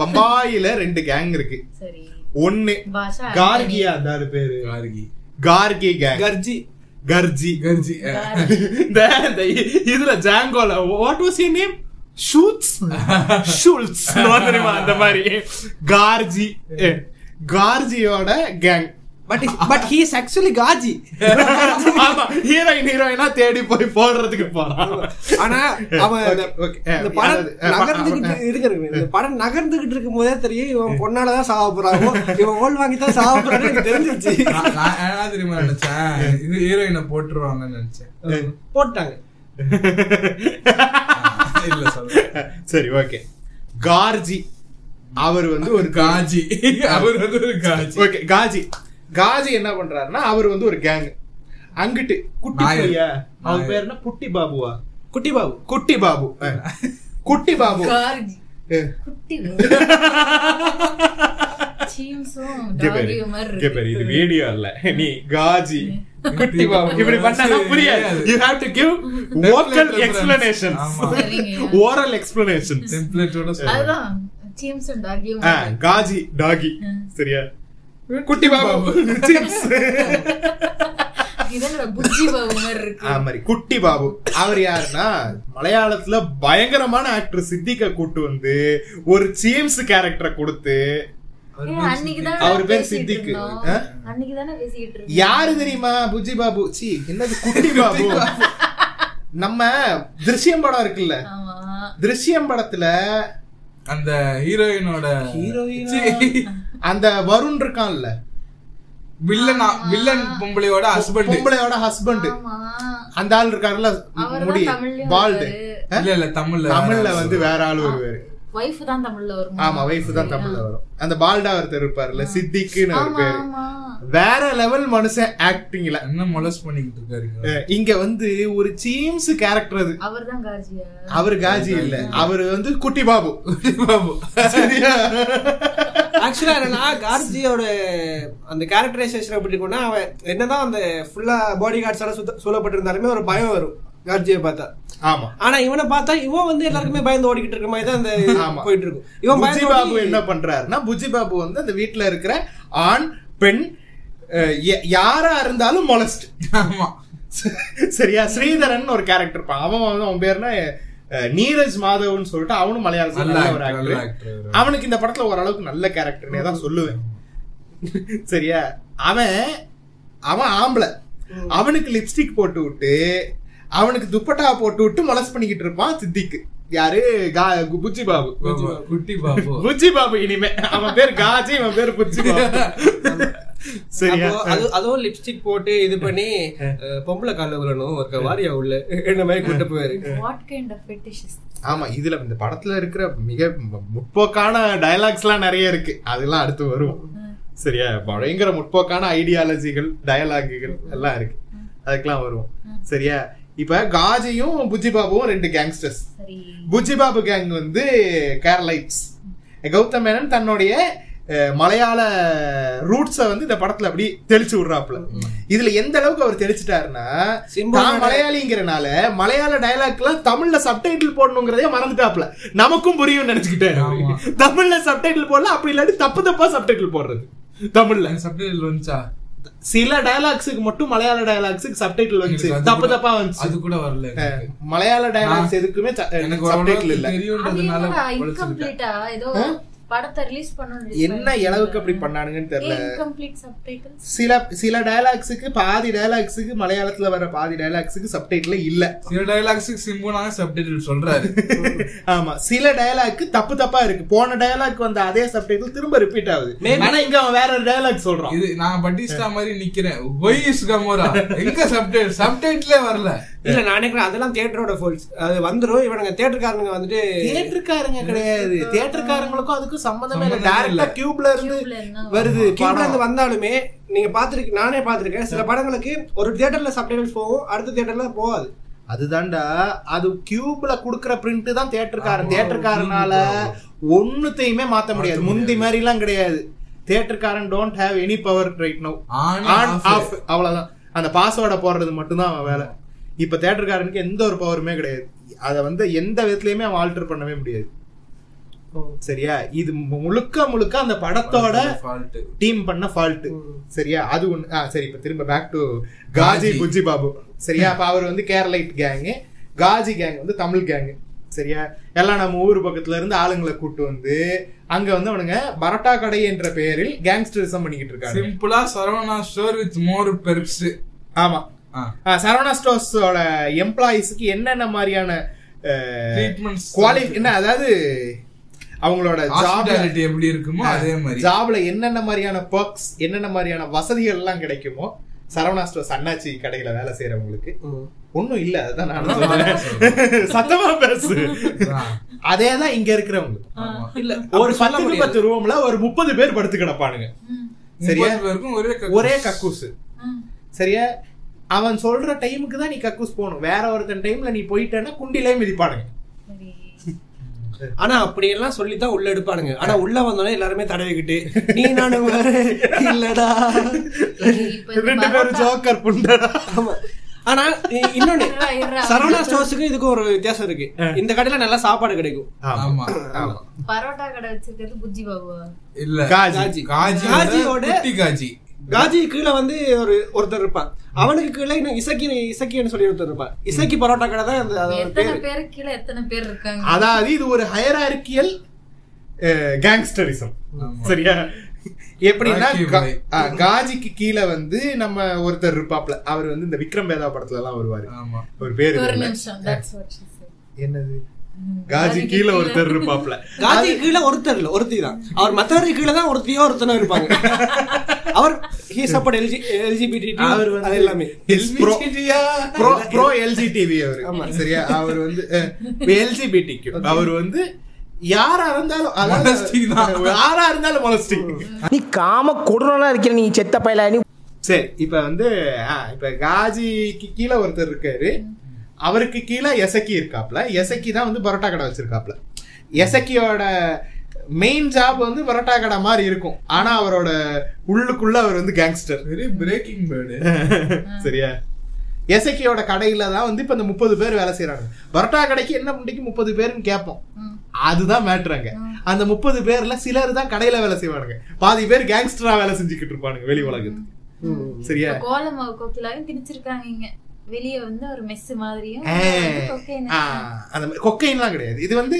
Speaker 4: பம்பாயில ரெண்டு கேங் இருக்கு
Speaker 3: சரி
Speaker 4: ஒண்ணு
Speaker 3: பாஷா
Speaker 4: கார்கியா அதாவது பேரு
Speaker 5: கார்கி
Speaker 4: கார்கி கேங்
Speaker 6: கர்ஜி
Speaker 4: கர்ஜி <laughs>
Speaker 5: கர்ஜி அ,
Speaker 3: கார்கி.
Speaker 4: இந்த இந்த இ- இதுல ஜாங்கோல what was your name shoots Schulz தெரியுமா அந்த மாதிரி கார்ஜி ஏ, கார்ஜியோட gang
Speaker 6: but but he is actually காஜி
Speaker 4: <laughs> ஆமா ஹீரோயின் ஹீரோயினா தேடி போய் போடுறதுக்கு போறான்
Speaker 6: ஆனா அவன் அந்த-
Speaker 4: Okay, okay.
Speaker 6: இந்த படம்
Speaker 4: அதாவது, அஹ்,
Speaker 6: நகர்ந்துகிட்டு
Speaker 4: அஹ்,
Speaker 6: இருக்கிறது இந்த படம் நகர்ந்துகிட்டு இருக்கும் போதே தெரியும் இவன் பொண்ணாலதான் சாவ போறாங்க இவன் ஓல் வாங்கி தான் சாவ போறான்னு எனக்கு தெரிஞ்சிருச்சு
Speaker 5: நான் நான் என்ன தெரியுமா நினைச்சேன் இது ஹீரோயினை போட்டுருவாங்கன்னு நினைச்சேன்
Speaker 6: போட்டாங்க
Speaker 5: இல்ல சொல்ல
Speaker 4: சரி ஓகே கார்ஜி அவர் வந்து ஒரு
Speaker 5: ஒரு காஜி அவர் வந்து ஒரு காஜி
Speaker 4: ஓகே காஜி காஜி என்ன பண்றாருன்னா அவர் வந்து ஒரு கேங் அங்கிட்டு குட்டி
Speaker 5: நாயர்.
Speaker 4: பையா அவன்
Speaker 5: நாயர்.
Speaker 4: பேர் என்ன குட்டி பாபுவா
Speaker 6: குட்டி பாபு
Speaker 4: குட்டி பாபு அஹ். குட்டி பாபு
Speaker 3: கார்கி.
Speaker 4: அஹ். <laughs>
Speaker 3: குட்டி சீம்ஸும்
Speaker 4: இங்க பாரு,
Speaker 3: டாகியும் மாதிரி
Speaker 4: இங்க பாரு, இது
Speaker 3: இருக்கு.
Speaker 4: வீடியோ இல்ல நீ காஜி குட்டி பாபு இப்படி பண்ணா புரியாது you have to give vocal explanation
Speaker 5: ஆமா.
Speaker 3: சரிங்க.
Speaker 4: ஓரல் எக்ஸ்பிளனேஷன்
Speaker 5: டெம்ப்ளேட்டோட
Speaker 3: அதுதான் சீம்ஸும் டாகியும் மாதிரி இருக்கு.
Speaker 4: காஜி டாகி சரியா குட்டி பாபு சிப்ஸ்
Speaker 3: இதென்னடா புஜ்ஜி பாபு மாதிரி இருக்கு
Speaker 4: ஆ, மாதிரி குட்டி பாபு அவர் யாருன்னா மலையாளத்துல பயங்கரமான ஆக்டர் சித்திக்க கூட்டு வந்து ஒரு சீம்ஸ் கேரக்டரை கொடுத்து
Speaker 3: ஏய், அன்னைக்குதானே
Speaker 4: அவர் பேர்
Speaker 3: பேசிட்டு
Speaker 4: சித்திக்கு.
Speaker 3: இருந்தோம்.
Speaker 4: ஆ?
Speaker 3: அன்னைக்குதானே பேசிட்டு இருந்தோம்.
Speaker 4: யாரு தெரியுமா புஜி பாபு சி என்னது குட்டி பாபு நம்ம திருஷ்யம் படம் இருக்குல்ல
Speaker 3: ஆமா.
Speaker 4: திருஷ்யம் படத்துல
Speaker 5: அந்த ஹீரோயினோட
Speaker 4: அந்த வருண் இருக்கான்ல
Speaker 5: வில்லன் வில்லன் பொம்பளையோட ஹஸ்பண்ட்
Speaker 4: பொம்பளையோட ஹஸ்பண்ட்
Speaker 3: ஆமா.
Speaker 4: அந்த ஆள் இருக்காருல்ல
Speaker 3: அவர்தான்
Speaker 4: முடி
Speaker 3: தமிழ்லயும்
Speaker 4: பால்டு
Speaker 3: வருவாரு.
Speaker 5: இல்ல இல்ல தமிழ்ல
Speaker 4: தமிழ்ல வந்து வேற ஆள் வருவாரு
Speaker 3: wife தான் தமிழ்ல வருமா?
Speaker 4: ஆமா வைஃப் தான் தமிழ்ல வரும் அந்த பால்டா ஒருத்தர் இருப்பாருல்ல சித்திக்குன்னு ஒரு
Speaker 3: ஆமா,
Speaker 4: பேரு
Speaker 3: ஆமா.
Speaker 4: வேற லெவல் மனுஷன் ஆக்டிங்ல
Speaker 5: என்ன மொலஸ் பண்ணிக்கிட்டு இருக்காருங்க
Speaker 4: இங்க வந்து ஒரு சீம்ஸ் கேரக்டர் அது
Speaker 3: அவர்தான் காஜியா?
Speaker 4: அவர் காஜி இல்ல அவர் வந்து குட்டி பாபு
Speaker 5: பாபு
Speaker 4: சரியா
Speaker 6: ஆக்சுவலா என்னன்னா கார்ஜியோட அந்த கேரக்டரைசேஷன் எப்படி இருக்கும்னா அவன் என்னதான் அந்த ஃபுல்லா பாடி கார்ட்ஸால சுத்த சூழப்பட்டிருந்தாலுமே ஒரு பயம் வரும் கார்ஜியை பார்த்தா
Speaker 4: ஆமா
Speaker 6: ஆனா இவனை பார்த்தா இவன் வந்து எல்லாருக்குமே பயந்து ஓடிக்கிட்டு இருக்க மாதிரி தான் அந்த இது
Speaker 4: ஆமா.
Speaker 6: போயிட்டு இருக்கும் இவன்
Speaker 4: புஜி பாபு
Speaker 6: பயந்து
Speaker 4: என்ன பண்றாருன்னா புஜி பாபு வந்து அந்த வீட்டுல இருக்கிற ஆண் பெண் அஹ், ய- யாரா இருந்தாலும் மொலஸ்ட்
Speaker 5: ஆமா
Speaker 4: சரியா ஸ்ரீதரன் ஒரு கேரக்டர் இருப்பான் அவன் வந்து அவன் பேர்னா அஹ், நீரஜ் மாதவ்னு சொல்லிட்டு அவனும் மலையாள
Speaker 5: நல்ல
Speaker 4: ஒரு
Speaker 5: actor, நல்ல
Speaker 4: ஆக்டர்
Speaker 5: actor.
Speaker 4: அவனுக்கு இந்த படத்துல ஓரளவுக்கு நல்ல கேரக்டர்னே தான் சொல்லுவேன் சரியா அவன் அவன் ஆம்பளை அவனுக்கு லிப்ஸ்டிக் போட்டு விட்டு அவனுக்கு துப்பட்டா போட்டு விட்டு மொலஸ்ட் பண்ணிக்கிட்டு இருப்பான் சித்திக்கு யாரு கா- புஜி பாபு
Speaker 5: பாபு, குட்டி பாபு
Speaker 4: புஜி பாபு இனிமே அவன் பேர் காஜி இவன் பேர் புஜி
Speaker 5: <laughs>
Speaker 4: பாபு சரியா
Speaker 6: அப்போ அது- அதுவும் லிப்ஸ்டிக் போட்டு இது பண்ணி அஹ், பொம்பளை கால விழணும் ஒரு வாரியா உள்ள என்ன மாதிரி கூட்டு போயாரு
Speaker 3: வாட் கைண்ட் ஆஃப் ஃபெட்டிஷஸ்
Speaker 4: ஆமா இதுல இந்த படத்துல இருக்கிற மிக மு- முற்போக்கான டயலாக்ஸ் எல்லாம் நிறைய இருக்கு அதெல்லாம் அடுத்து வரும் சரியா பயங்கர முற்போக்கான ஐடியாலஜிகள் டயலாகுகள் எல்லாம் இருக்கு அதுக்கெல்லாம் வரும் சரியா இப்ப காஜியும் புஜி பாபுவும் ரெண்டு கேங்ஸ்டர்ஸ்
Speaker 3: சரி
Speaker 4: புஜி பாபு கேங் வந்து கேரளைட்ஸ் கௌதம் மேனன் தன்னுடைய அஹ், மலையாள ரூட்ஸை வந்து இந்த படத்துல அப்படி தெளிச்சு விடுறாப்புல இதுல எந்த அளவுக்கு அவர் தெளிச்சிட்டாருன்னா
Speaker 6: சிம்பு
Speaker 4: நான் மலையாளிங்கிறனால மலையாள டயலாக்லாம் தமிழ்ல சப்டைட்டில் போடணுங்கிறதே மறந்துட்டாப்ல நமக்கும் புரியும் நினைச்சுக்கிட்டேன் அவரு.
Speaker 5: ஆமா.
Speaker 4: தமிழ்ல சப்டைட்டில் போடல அப்படி இல்லாட்டி தப்பு தப்பா சப்டைட்டில் போடுறது தமிழ்ல
Speaker 5: சப்டைட்டில் வந்துச்சா
Speaker 4: சில டயலாக்ஸுக்கு மட்டும் மலையாள டயலாக்ஸுக்கு சப்டைட்டில் வந்துச்சு
Speaker 5: எங்களுக்கு அது
Speaker 4: தப்பு
Speaker 5: கூட-
Speaker 4: தப்பா வந்துச்சு
Speaker 5: அது கூட வரல எனக்கு.
Speaker 4: மலையாள டயலாக்ஸ் எதுக்குமே
Speaker 5: எனக்கு
Speaker 4: சப்டைட்டில் இல்ல
Speaker 5: ஓரளவுக்கு
Speaker 3: அது
Speaker 5: தெரியுன்றதுனால
Speaker 3: என்னடா
Speaker 5: உழைச்சிருக்கேன்.
Speaker 3: இன்கம்ப்ளீட்டா ஏதோ படத்தை ரிலீஸ் பண்ணணும்
Speaker 4: என்ன இளவுக்கு அப்படி பண்ணானுங்கன்னு தெரியல
Speaker 3: இன்கம்ப்ளீட் சப்டைட்டில்ஸ்
Speaker 4: சில சில டயலாக்ஸுக்கு பாதி டயலாக்ஸுக்கு மலையாளத்துல வர பாதி டயலாக்ஸுக்கு சப்டைட்டில் இல்ல <laughs>
Speaker 5: சில டயலாக்ஸுக்கு சிம்பு நாங்க சப்டைட்டில் சொல்றாரு
Speaker 4: ஆமா சில டயலாக் தப்பு தப்பா இருக்கு போன டயலாக் வந்த அதே சப்டைட்டில் திரும்ப ரிப்பீட் ஆகுது ஆனா இங்க அவன் வேற டயலாக் சொல்றான்
Speaker 5: இது நான் பட்டிஸ்டா மாதிரி நிக்கிறேன் ஒய் இஸ் கமோரா எங்க சப்டைட்டில் சப்டைட்டிலே வரல
Speaker 6: இல்ல நான் நினைக்கிறேன் அதெல்லாம் தியேட்டரோட ஃபோல்ஸ் அது வந்துரும் இவனுங்க தியேட்டர்காரனுங்க வந்துட்டு
Speaker 4: தியேட்டருக்காரங்க கிடையாது தியேட்டருக்காரங்களுக்கும் அதுக்கும் சம்பந்தமே இல்ல
Speaker 5: சம்பந்தமே இல்ல.
Speaker 4: டைரக்டா கியூப்ல இருந்து
Speaker 3: Cubeல என்ன
Speaker 4: வருது
Speaker 6: கியூப்ல
Speaker 4: படம்
Speaker 6: இருந்து வந்தாலுமே நீங்க பாத்துருக்கு நானே பாத்திருக்கேன் சில படங்களுக்கு ஒரு தியேட்டர்ல சப்டைட்டில்ஸ் போகும் அடுத்த தியேட்டர்ல போகாது
Speaker 4: அதுதான்டா அது கியூப்ல குடுக்குற பிரிண்ட் தான் தியேட்டருக்காரன் தியேட்டருக்காரனால ஒண்ணுத்தையுமே மாத்த முடியாது முந்தி மாதிரி எல்லாம் கிடையாது தியேட்டருக்காரன் don't have any power right no
Speaker 5: On,
Speaker 4: on
Speaker 5: off.
Speaker 4: Off அவ்வளவுதான் அந்த பாஸ்வேர்டை போடுறது மட்டும்தான் அவன் வேலை இப்ப தியேட்டருக்காரனுக்கு எந்த ஒரு பவருமே கிடையாது அதை வந்து எந்த விதத்துலயுமே அவன் ஆல்டர் பண்ணவே முடியாது சரியா இது முழுக்க முழுக்க அந்த படத்தோட
Speaker 5: ஃபால்ட்
Speaker 4: டீம் பண்ண ஃபால்ட் சரியா அது ஒண்ணு ஆ, சரி இப்ப திரும்ப பேக் டு காஜி
Speaker 5: காஜி.
Speaker 4: புஜி பாபு சரியா அப்ப அவர் வந்து கேரளைட் கேங்கு காஜி கேங் வந்து தமிழ் கேங்கு சரியா எல்லாம் நம்ம ஊர் பக்கத்துல இருந்து ஆளுங்களை கூட்டு வந்து அங்க வந்து அவனுங்க பரோட்டா கடை என்ற பெயரில் கேங்ஸ்டரிசம் பண்ணிக்கிட்டு இருக்காங்க
Speaker 5: சிம்பிளா Saravana store with more perks
Speaker 4: ஆமா ஆ, சரவணா ஸ்டோர்ஸோட எம்ப்ளாயிஸ்க்கு என்னென்ன மாதிரியான
Speaker 5: ட்ரீட்மெண்ட்ஸ்
Speaker 4: குவாலி என்ன அதாவது அவங்களோட ஜாப்
Speaker 5: ஹாஸ்பிட்டாலிட்டி எப்படி இருக்குமோ அதே மாதிரி
Speaker 4: ஜாப்ல என்னென்ன மாதிரியான பர்க்ஸ் என்னென்ன மாதிரியான வசதிகள் எல்லாம் கிடைக்குமோ சரவணா ஸ்டோர்ஸ் அண்ணாச்சி கடையில வேலை செய்யறவங்களுக்கு ஒண்ணும் இல்ல அதுதான் நான் சொல்றேன் சத்தமா பேசு
Speaker 5: ஆ,
Speaker 4: அதேதான் இங்க இருக்கிறவங்க
Speaker 5: ஆமா.
Speaker 6: இல்ல
Speaker 4: ஒரு பத்து டு பத்து ரூம்ல ஒரு முப்பது பேர் படுத்து கிடப்பானுங்க சரியா?
Speaker 5: முப்பது பேருக்கும் ஒரே
Speaker 4: ஒரே கக்கூஸ் சரியா அவன் சொல்ற டைமுக்கு தான் நீ கக்கூஸ் போகணும் வேற ஒருத்தன் டைம்ல நீ போயிட்டேன்னா குண்டிலே மிதிப்பானுங்க <laughs>
Speaker 3: சரி
Speaker 6: ஆனா அப்படி எல்லாம் சொல்லித்தான் உள்ள எடுப்பானுங்க ஆனா உள்ள வந்தோடனே எல்லாருமே <laughs> தடவிக்கிட்டு நீ நானும் வேற இல்லடா
Speaker 3: இப்ப இந்த
Speaker 4: ரெண்டு பேரும்
Speaker 3: பரோட்டா-
Speaker 4: ஜோக்கர் புண்டடா
Speaker 6: ஆமா ஆனா இ- இன்னொன்னு
Speaker 3: இருடா, இருடா.
Speaker 6: சரவணா ஸ்டோர்ஸுக்கும் இதுக்கும் ஒரு வித்தியாசம் இருக்கு இந்த கடையில நல்லா சாப்பாடு கிடைக்கும்
Speaker 5: ஆமா
Speaker 4: ஆமா
Speaker 3: பரோட்டா கடை வச்சிருக்கிறது புஜ்ஜி பாபுவா
Speaker 5: இல்ல
Speaker 4: காஜி
Speaker 5: காஜி
Speaker 6: காஜியோட-
Speaker 5: குட்டி காஜி
Speaker 6: காஜி கீழே வந்து ஒரு ஒருத்தர் இருப்பான் அவனுக்கு கீழே இன்னும் இசக்கி இசக்கின்னு சொல்லி ஒருத்தர் இருப்பான் இசக்கி பரோட்டா கடை தான் அந்த அதோட
Speaker 3: எத்தனை
Speaker 6: பேரு
Speaker 3: பேரு கீழே எத்தனை பேர் இருக்காங்க
Speaker 4: அதாவது இது ஒரு ஹையரார்கியல் கேங்ஸ்டரிசம் சரியா எப்படின்னா
Speaker 5: ராக்கி
Speaker 4: கா-
Speaker 5: பாய்.
Speaker 4: ஆ, காஜிக்கு கீழே வந்து நம்ம ஒருத்தர் இருப்பாப்ல அவர் வந்து இந்த விக்ரம் வேதா படத்துல எல்லாம் வருவாரு
Speaker 5: ஆமா
Speaker 4: ஒரு பேரு
Speaker 3: ஒரு
Speaker 4: தெரியல.
Speaker 3: நிமிஷம் தட்ஸ் வாட் ஷி செட்
Speaker 4: என்னது காஜி கீழே ஒருத்தர் இருப்பாப்ல
Speaker 6: காஜி கீழே ஒருத்தர் இல்ல ஒருத்தி தான் அவர் மத்தவருக்கு கீழே தான் ஒருத்தியோ ஒருத்தனோ இருப்பாங்க அவர் ஹீ சப்போர்ட் எல்ஜி எல்ஜிபிடி
Speaker 4: அவர் வந்து
Speaker 6: அது எல்லாமே
Speaker 4: ப்ரோ ப்ரோ எல்ஜி டிவி அவர் சரியா அவர் வந்து எல்ஜிபிடி அவர் வந்து யாரா இருந்தாலும் அதாவது
Speaker 5: Molesting தான்.
Speaker 4: யாரா இருந்தாலும் மொலஸ்டிங்
Speaker 8: நீ காம கொடுறனா இருக்கிற நீ செத்த பயல நீ
Speaker 4: சரி இப்ப வந்து ஆ, இப்ப காஜிக்கு கீழே ஒருத்தர் இருக்காரு அவருக்கு கீழே எசக்கி இருக்காப்ல எசக்கி தான் வந்து பரோட்டா கடை வச்சிருக்காப்ல எசக்கியோட மெயின் ஜாப் வந்து பரோட்டா கடை மாதிரி இருக்கும் ஆனா அவரோட உள்ளுக்குள்ள அவர் வந்து கேங்ஸ்டர்
Speaker 5: வெரி பிரேக்கிங்
Speaker 4: <laughs>
Speaker 5: பேர்டு
Speaker 4: சரியா எசக்கியோட கடையில தான் வந்து இப்ப இந்த முப்பது பேர் வேலை செய்யறாங்க பரோட்டா கடைக்கு என்ன முடிக்கு முப்பது பேருன்னு கேட்போம் அதுதான் மேட்றாங்க அந்த முப்பது பேர்ல சிலர் தான் கடையில வேலை செய்வானுங்க பாதி பேர் கேங்ஸ்டரா வேலை செஞ்சுக்கிட்டு இருப்பானுங்க வெளி உலகத்துக்கு சரியா
Speaker 3: கோலமாவு கோகிலாவையும் பிரிச்சிருக்காங்க இங்க வெளிய வந்து ஒரு மெஸ் மாதிரியும்
Speaker 4: ஆ,
Speaker 3: வந்து cocaine.
Speaker 4: ஆ, அந்த மாதிரி கொக்கைன்லாம் கிடையாது இது வந்து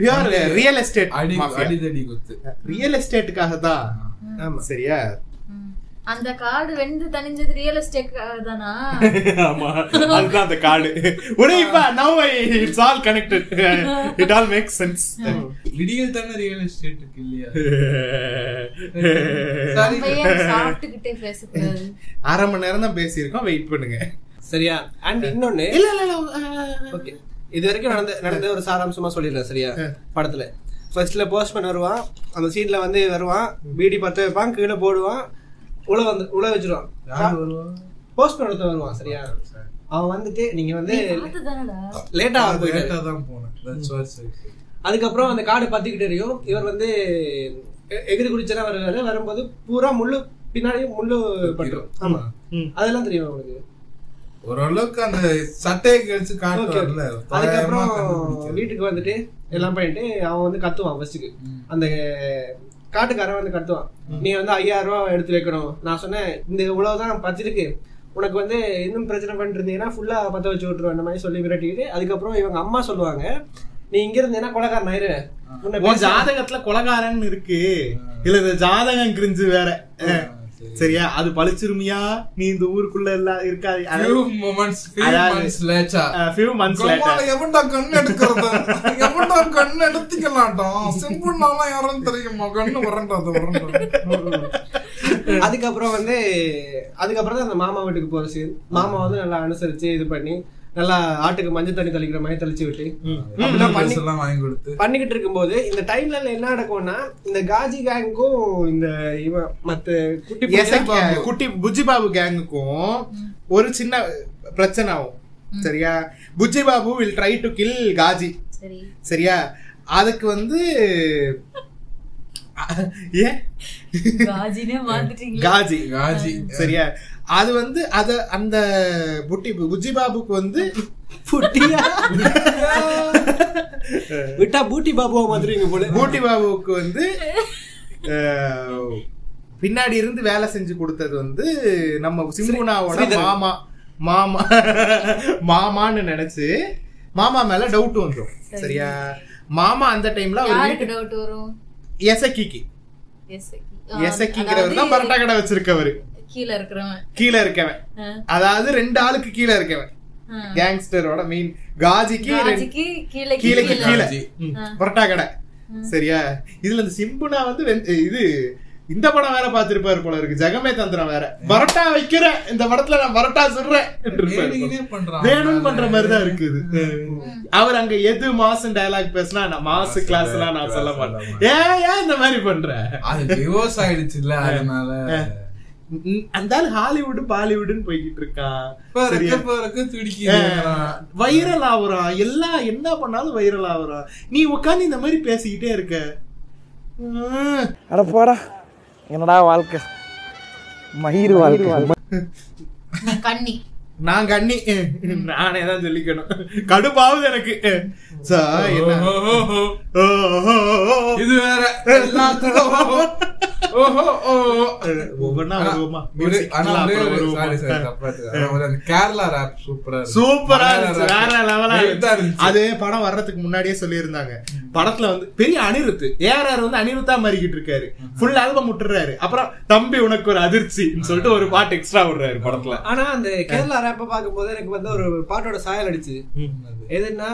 Speaker 4: பியூர் ரியல் எஸ்டேட்
Speaker 5: அடி அடிதடி குத்து
Speaker 4: ரியல் எஸ்டேட்டுக்காக தான் சரியா
Speaker 3: ம். அந்த காடு வெந்து தணிஞ்சது ரியல் எஸ்டேட்
Speaker 4: <laughs>
Speaker 3: தானா
Speaker 4: ஆமா அதுதான் அந்த காடு ஒரே இப்ப now it's all connected it all make sense
Speaker 5: விடியல் தானே ரியல் எஸ்டேட்டுக்கு இல்லையா Sorry.
Speaker 3: நம்ம ஏன் சாப்பிட்டுக்கிட்டே பேசக்கூடாது
Speaker 4: அரை மணி நேரம் தான் பேசியிருக்கோம் வெயிட் பண்ணுங்க
Speaker 6: சரியா அண்ட் இன்னொன்னு
Speaker 4: இல்ல இல்ல இல்ல
Speaker 6: ஓகே இது வரைக்கும் நடந்த நடந்த ஒரு சாராம்சமா சொல்லிடுறேன் சரியா படத்துல ஃபர்ஸ்ட்ல போஸ்ட்மேன் வருவான் அந்த சீன்ல வந்து வருவான் பீடி பத்த வைப்பான் கீழே போடுவான் உள்ள வந்து உள்ள வச்சிருவான்
Speaker 5: யார் வருவான்
Speaker 6: போஸ்ட்மேன் ஒருத்தன் வருவான் சரியா அவன் வந்துட்டு நீங்க வந்து
Speaker 3: அதுதானடா
Speaker 6: லேட்டா போயிட்டாரு
Speaker 5: லேட்டா தான் போனேன் தட்ஸ் வாட்ஸ் இருக்கு
Speaker 6: அதுக்கப்புறம் அந்த காடு பத்திக்கிட்டு இருக்கும் இவர் வந்து எ- எகிரி குடிச்சனா வருவாரு வரும்போது பூரா முள்ளு பின்னாடி முள்ளு பட்டுரும் ஆமா
Speaker 4: ம்.
Speaker 6: அதெல்லாம் தெரியும் உங்களுக்கு
Speaker 5: ஓரளவுக்கு அந்த சட்டையை கழிச்சு
Speaker 6: Okay.
Speaker 5: காட்டுவார்ல
Speaker 6: அதுக்கப்புறம்
Speaker 5: கண்டுபிடிக்கிறது
Speaker 6: வீட்டுக்கு வந்துட்டு எல்லாம் பண்ணிட்டு அவன் வந்து கத்துவான் ஃபர்ஸ்ட்டுக்கு அந்த காட்டுக்காரன் வந்து கத்துவான் நீ வந்து ஐயாயிரம் ரூபாய் எடுத்து வைக்கணும் நான் சொன்னேன் இந்த இவ்வளவுதான் பத்திருக்கு உனக்கு வந்து இன்னும் பிரச்சனை பண்ணிட்டு இருந்தீங்கன்னா ஃபுல்லா பத்த வச்சு விட்டுருவேன் இந்த மாதிரி சொல்லி விரட்டிட்டு அதுக்கப்புறம் இவங்க அம்மா சொல்லுவாங்க நீ இங்க இருந்தீங்கன்னா கொலகாரன் ஆயிரு உன்னை
Speaker 4: உன்
Speaker 6: பேச-
Speaker 4: ஜாதகத்துல கொலகாரன் இருக்கு இல்ல இந்த ஜாதகம் கிரிஞ்சு வேற அஹ். சரியா அது பழிச்சிருமியா நீ இந்த ஊருக்குள்ள எல்லாம் இருக்காது
Speaker 5: ஃபியூ மொமெண்ட்ஸ் ஃபியூ
Speaker 4: அதாவது-
Speaker 5: மந்த்ஸ் லேட்டா
Speaker 4: ஃபியூ மந்த்ஸ்
Speaker 5: கம்மால எவன்டா கண் எடுக்கிறது எவன்டா கண் எடுத்துக்கலாட்டம் சிம்பிள்னாலாம் யாரும் தெரியுமா கண்ணு வரண்டாது வரண்டாது
Speaker 6: அதுக்கப்புறம் வந்து அதுக்கப்புறம் தான் அந்த மாமா வீட்டுக்கு போற சீன் மாமா வந்து நல்லா அனுசரிச்சு இது பண்ணி நல்லா ஆட்டுக்கு மஞ்சள் தண்ணி தெளிக்கிற மாதிரி தெளிச்சு விட்டு அப்படிலாம் பண்ணி
Speaker 5: எல்லாம் வாங்கி கொடுத்து
Speaker 6: பண்ணிக்கிட்டு இருக்கும்போது இந்த டைம்ல என்ன நடக்கும்னா இந்த காஜி கேங்கும் இந்த இவன் மத்த குட்டி
Speaker 4: எசக்
Speaker 6: புள்ளைங்க-
Speaker 4: குட்டி புஜி பாபு கேங்குக்கும் ஒரு சின்ன பிரச்சனை ஆகும் சரியா புஜி Babu will try to kill Kaji
Speaker 3: சரி
Speaker 4: சரியா அதுக்கு வந்து ஏன்
Speaker 3: காஜினே மாத்திட்டீங்களா
Speaker 4: காஜி
Speaker 5: காஜி
Speaker 4: சரியா அது வந்து அத அந்த புட்டி புஜி பாபுக்கு வந்து
Speaker 6: புட்டியா விட்டா பூட்டி பாபுவா மாதிரி இங்க போல
Speaker 4: பூட்டி பாபுவுக்கு வந்து அஹ், பின்னாடி இருந்து வேலை செஞ்சு கொடுத்தது வந்து நம்ம சிம்புனாவோட
Speaker 6: ஸ்ரீதர்.
Speaker 4: மாமா மாமா மாமான்னு நினைச்சு மாமா மேல டவுட் வந்துரும் சரியா மாமா அந்த டைம்ல அவர்
Speaker 3: யாருக்கு
Speaker 4: வீட்டு
Speaker 3: டவுட் வரும்
Speaker 4: எசக்கிக்கு
Speaker 3: எசக்கி. ஆ,
Speaker 4: எசக்கிங்கிறவர் தான்
Speaker 3: அதாவது
Speaker 4: பரோட்டா கடை வச்சிருக்கவரு
Speaker 3: கீழே இருக்கிறவன்
Speaker 4: கீழே இருக்கவன்
Speaker 3: ஆ.
Speaker 4: அதாவது ரெண்டு ஆளுக்கு கீழே இருக்கவன்
Speaker 3: ஆ.
Speaker 4: கேங்ஸ்டரோட மீன் காஜிக்கு ரெண்டு-
Speaker 3: காஜிக்கு கீழே
Speaker 4: கீழே
Speaker 3: கீழே
Speaker 4: கீழே
Speaker 5: காஜி.
Speaker 4: ம், பரோட்டா கடை சரியா இதுல இந்த சிம்புனா வந்து வெந்- இது இந்த படம் வேற பார்த்திருப்பாரு போல இருக்கு ஜெகமே தந்திரம் வேற பரோட்டா வைக்கிறேன் இந்த படத்துல நான் பரோட்டா சுடுறேன் என்று இருப்பாரு போல.
Speaker 5: வேணுங்கனே பண்றான்.
Speaker 4: வேணும்னு பண்ற மாதிரி தான் இருக்குது அவர் அங்க எது மாசம் டயலாக் பேசினா நான் மாசு கிளாஸ் எல்லாம் நான் சொல்ல மாட்டேன் ஏன் ஏன் இந்த மாதிரி பண்ற
Speaker 5: அது டிவோர்ஸ் ஆயிடுச்சுல்ல அதனால
Speaker 4: ம், அந்த ஆள் ஹாலிவுட் பாலிவுட்னு போய்கிட்டு இருக்கான்
Speaker 5: இப்ப
Speaker 4: சரியா?
Speaker 5: இருக்க பிறகு துடிக்கிறான்
Speaker 4: வைரல் ஆகுறான் எல்லாம் என்ன பண்ணாலும் வைரல் ஆகுறான் நீ உட்காந்து இந்த மாதிரி பேசிக்கிட்டே இருக்க ம்.
Speaker 8: அட போடா என்னடா வாழ்க்கை மயிறு வாழ்க்கை
Speaker 3: கண்ணி
Speaker 4: நான் கண்ணி நானே தான் சொல்லிக்கணும் கடுப்பாவது எனக்கு சா, என்ன?
Speaker 5: ஓஹோ.
Speaker 4: ஓ, ஓ, ஓ, ஓ.
Speaker 5: இது வேற எல்லாத்துக்கும் ஓஹோ ஓஹோ
Speaker 4: ஒவ்வொன்னா
Speaker 5: ஆனா,
Speaker 4: வருவோமா?
Speaker 5: ஒரே-
Speaker 4: Music
Speaker 5: ஆனா
Speaker 4: எல்லாம்
Speaker 5: ஒரே
Speaker 4: அப்புறம்
Speaker 5: ஒரு-
Speaker 4: வருவோமா?
Speaker 5: sorry, sorry, தப்பா எடுத்துக்க. ஆனா ஒரு அந்த கேரளா rap சூப்பரா இருக்கு.
Speaker 4: சூப்பரா
Speaker 5: மலையாள
Speaker 4: இருந்துச்சு
Speaker 5: rap
Speaker 4: வேற லெவலா
Speaker 5: இதா
Speaker 4: இருந்துச்சு
Speaker 5: இருந்துச்சு.
Speaker 4: அது படம் வர்றதுக்கு முன்னாடியே சொல்லியிருந்தாங்க படத்துல வந்து பெரிய அனிருத் ஏஆர்ஆர் வந்து அனிருத்தா மாறிக்கிட்டு இருக்காரு ஃபுல் ஆல்பம் விட்டுறாரு அப்புறம் தம்பி உனக்கு ஒரு அதிர்ச்சின்னு சொல்லிட்டு ஒரு பாட்டு எக்ஸ்ட்ரா விடுறாரு படத்துல
Speaker 6: ஆனா அந்த கேரளா ரேப்ப பார்க்கும்போது எனக்கு வந்து ஒரு பாட்டோட சாயல் அடிச்சு எதுன்னா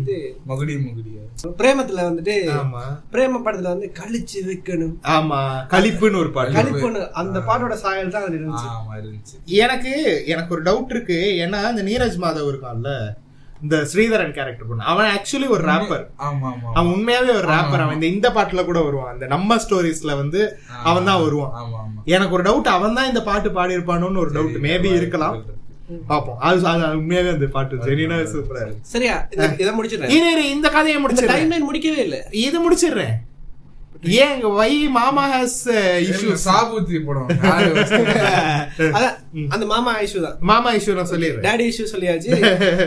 Speaker 6: இது
Speaker 5: மகுடி மகுடியா.
Speaker 6: பிரேமத்துல வந்துட்டு
Speaker 4: ஆமா
Speaker 6: பிரேம படத்துல வந்து கழிச்சு வைக்கணும்
Speaker 4: ஆமா களிப்புன்னு ஒரு பாட்டு
Speaker 6: கழிப்புன்னு அந்த பாட்டோட சாயல் தான் அதுல இருந்துச்சு
Speaker 5: ஆமா, இருந்துச்சு.
Speaker 4: எனக்கு எனக்கு ஒரு டவுட் இருக்கு ஏன்னா இந்த நீரஜ் மாதவ் இருக்கான்ல இந்த ஸ்ரீதரன் கேரக்டர் பண்ண அவன் ஆக்சுவலி ஒரு ரேப்பர்
Speaker 5: ஆமா, ஆமா, ஆமா.
Speaker 4: அவன் உண்மையாவே ஒரு ரேப்பர் அவன் இந்த இந்த பாட்டுல கூட வருவான் அந்த நம்ம ஸ்டோரிஸ்ல வந்து அவன் தான் வருவான்
Speaker 5: ஆமா, ஆமா.
Speaker 4: எனக்கு ஒரு டவுட் அவன் தான் இந்த பாட்டு பாடியிருப்பானோன்னு ஒரு டவுட் மேபி இருக்கலாம் பாப்போம் அது அது அது உண்மையாவே அந்த பாட்டு ஜெனினா சூப்பரா இருக்கு
Speaker 6: சரியா இந்த- இதை முடிச்சிடறேன்
Speaker 4: இரு, இரு, இந்த கதையை
Speaker 6: இந்த
Speaker 4: முடிச்சிடுறேன்
Speaker 6: டைம் லைன் முடிக்கவே இல்ல
Speaker 4: இது முடிச்சிடுறேன் ஏன் வை மாமா uh, ஹாஸ்
Speaker 5: இஷ்யூ
Speaker 4: இஷ்யூ
Speaker 5: சாபூத்தி
Speaker 4: <laughs>
Speaker 5: போடுவாங்க
Speaker 6: அதான், அந்த மாமா இஷ்யூ தான்
Speaker 4: மாமா இஷ்யூ நான் சொல்லிடுறேன்
Speaker 6: டாடி இஷ்யூ <laughs> சொல்லியாச்சு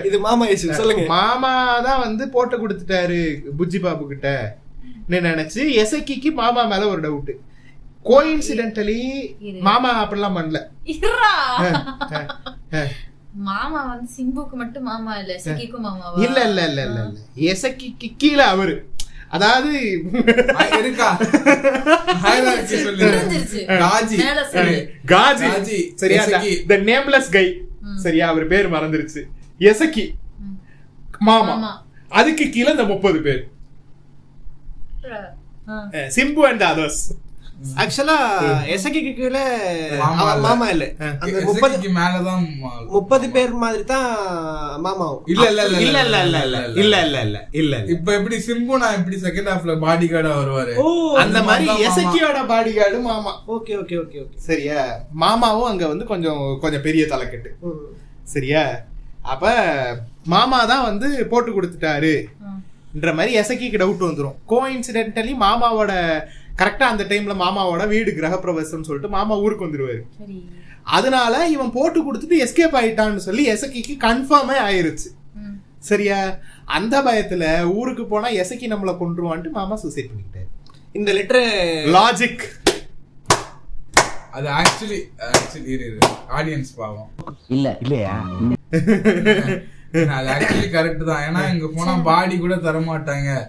Speaker 6: இது மாமா இஷ்யூ சொல்லுங்க
Speaker 4: மாமா தான் வந்து போட்டு கொடுத்துட்டாரு புஜ்ஜி பாபு கிட்ட நினைச்சு எசக்கிக்கு மாமா மேல ஒரு டவுட் கோயின்சிடென்டலி
Speaker 3: இரு.
Speaker 4: மாமா அப்படிலாம் பண்ணல
Speaker 3: இருடா.
Speaker 4: அஹ், அஹ்.
Speaker 3: மாமா வந்து சிம்புக்கு மட்டும் மாமா இல்ல சிக்கிக்கும் மாமாவா
Speaker 4: இல்ல இல்ல இல்ல இல்ல இல்ல எசக்கிக்கு கீழே அவரு அதாவது
Speaker 5: இருக்கா ஹைரார்கி சொல்லு
Speaker 3: புரிஞ்சிருச்சு.
Speaker 5: ராஜி
Speaker 3: மேல சொல்லு.
Speaker 4: காஜி
Speaker 5: காஜி,
Speaker 4: சரியா
Speaker 5: எசக்கி.
Speaker 4: த நேம்லெஸ் கை சரியா அவர் பேர் மறந்துருச்சு எசக்கி மாமா
Speaker 3: மாமா.
Speaker 4: அதுக்கு கீழே இந்த முப்பது பேர்
Speaker 3: ஆ.
Speaker 4: அஹ், சிம்பு அண்ட் அதர்ஸ்
Speaker 6: ஆக்சுவலா எசகிக்கு கீழே
Speaker 5: மாமா
Speaker 6: அவன்
Speaker 5: இல்ல.
Speaker 6: மாமா இல்ல அந்த முப்பது
Speaker 5: எசக்கிக்கு மேலதான் மா-
Speaker 6: முப்பது பேர் மாதிரி தான் மாமாவும்
Speaker 5: இல்ல இல்ல
Speaker 4: இல்ல இல்ல இல்ல இல்ல இல்ல இல்ல இல்ல இல்ல இல்ல
Speaker 5: இப்ப எப்படி சிம்பு நான் எப்படி செகண்ட் ஹாஃப்ல பாடி கார்டா வருவாரு
Speaker 6: ஓ
Speaker 4: அந்த மாதிரி எசக்கியோட பாடிகார்டு மாமா
Speaker 6: ஓகே ஓகே ஓகே ஓகே
Speaker 4: சரியா மாமாவும் அங்க வந்து கொஞ்சம் கொஞ்சம் பெரிய தலைக்கட்டு சரியா அப்ப மாமா தான் வந்து போட்டு கொடுத்துட்டாரு என்ற மாதிரி எசக்கிக்கு டவுட் வந்துரும் கோ இன்சிடென்டலி மாமாவோட கரெக்டா அந்த டைம்ல மாமாவோட வீடு கிரகப்பிரவேசம்னு சொல்லிட்டு மாமா ஊருக்கு வந்துருவாரு
Speaker 3: சரி
Speaker 4: அதனால இவன் போட்டு கொடுத்துட்டு எஸ்கேப் ஆயிட்டான்னு சொல்லி எசக்கிக்கு கன்ஃபார்மே ஆயிருச்சு
Speaker 3: ம்.
Speaker 4: சரியா அந்த பயத்துல ஊருக்கு போனா எசக்கி நம்மளை கொண்டுருவான்ட்டு மாமா சூசைட் பண்ணிக்கிட்டாரு
Speaker 6: இந்த லெட்டர்
Speaker 4: லாஜிக்
Speaker 5: அது ஆக்சுவலி ஆக்சுவலி இரு ஆடியன்ஸ் பாவம்
Speaker 2: இல்ல இல்லையா
Speaker 5: அது ஆக்சுவலி கரெக்ட் தான் ஏன்னா இங்க போனா பாடி கூட தர மாட்டாங்க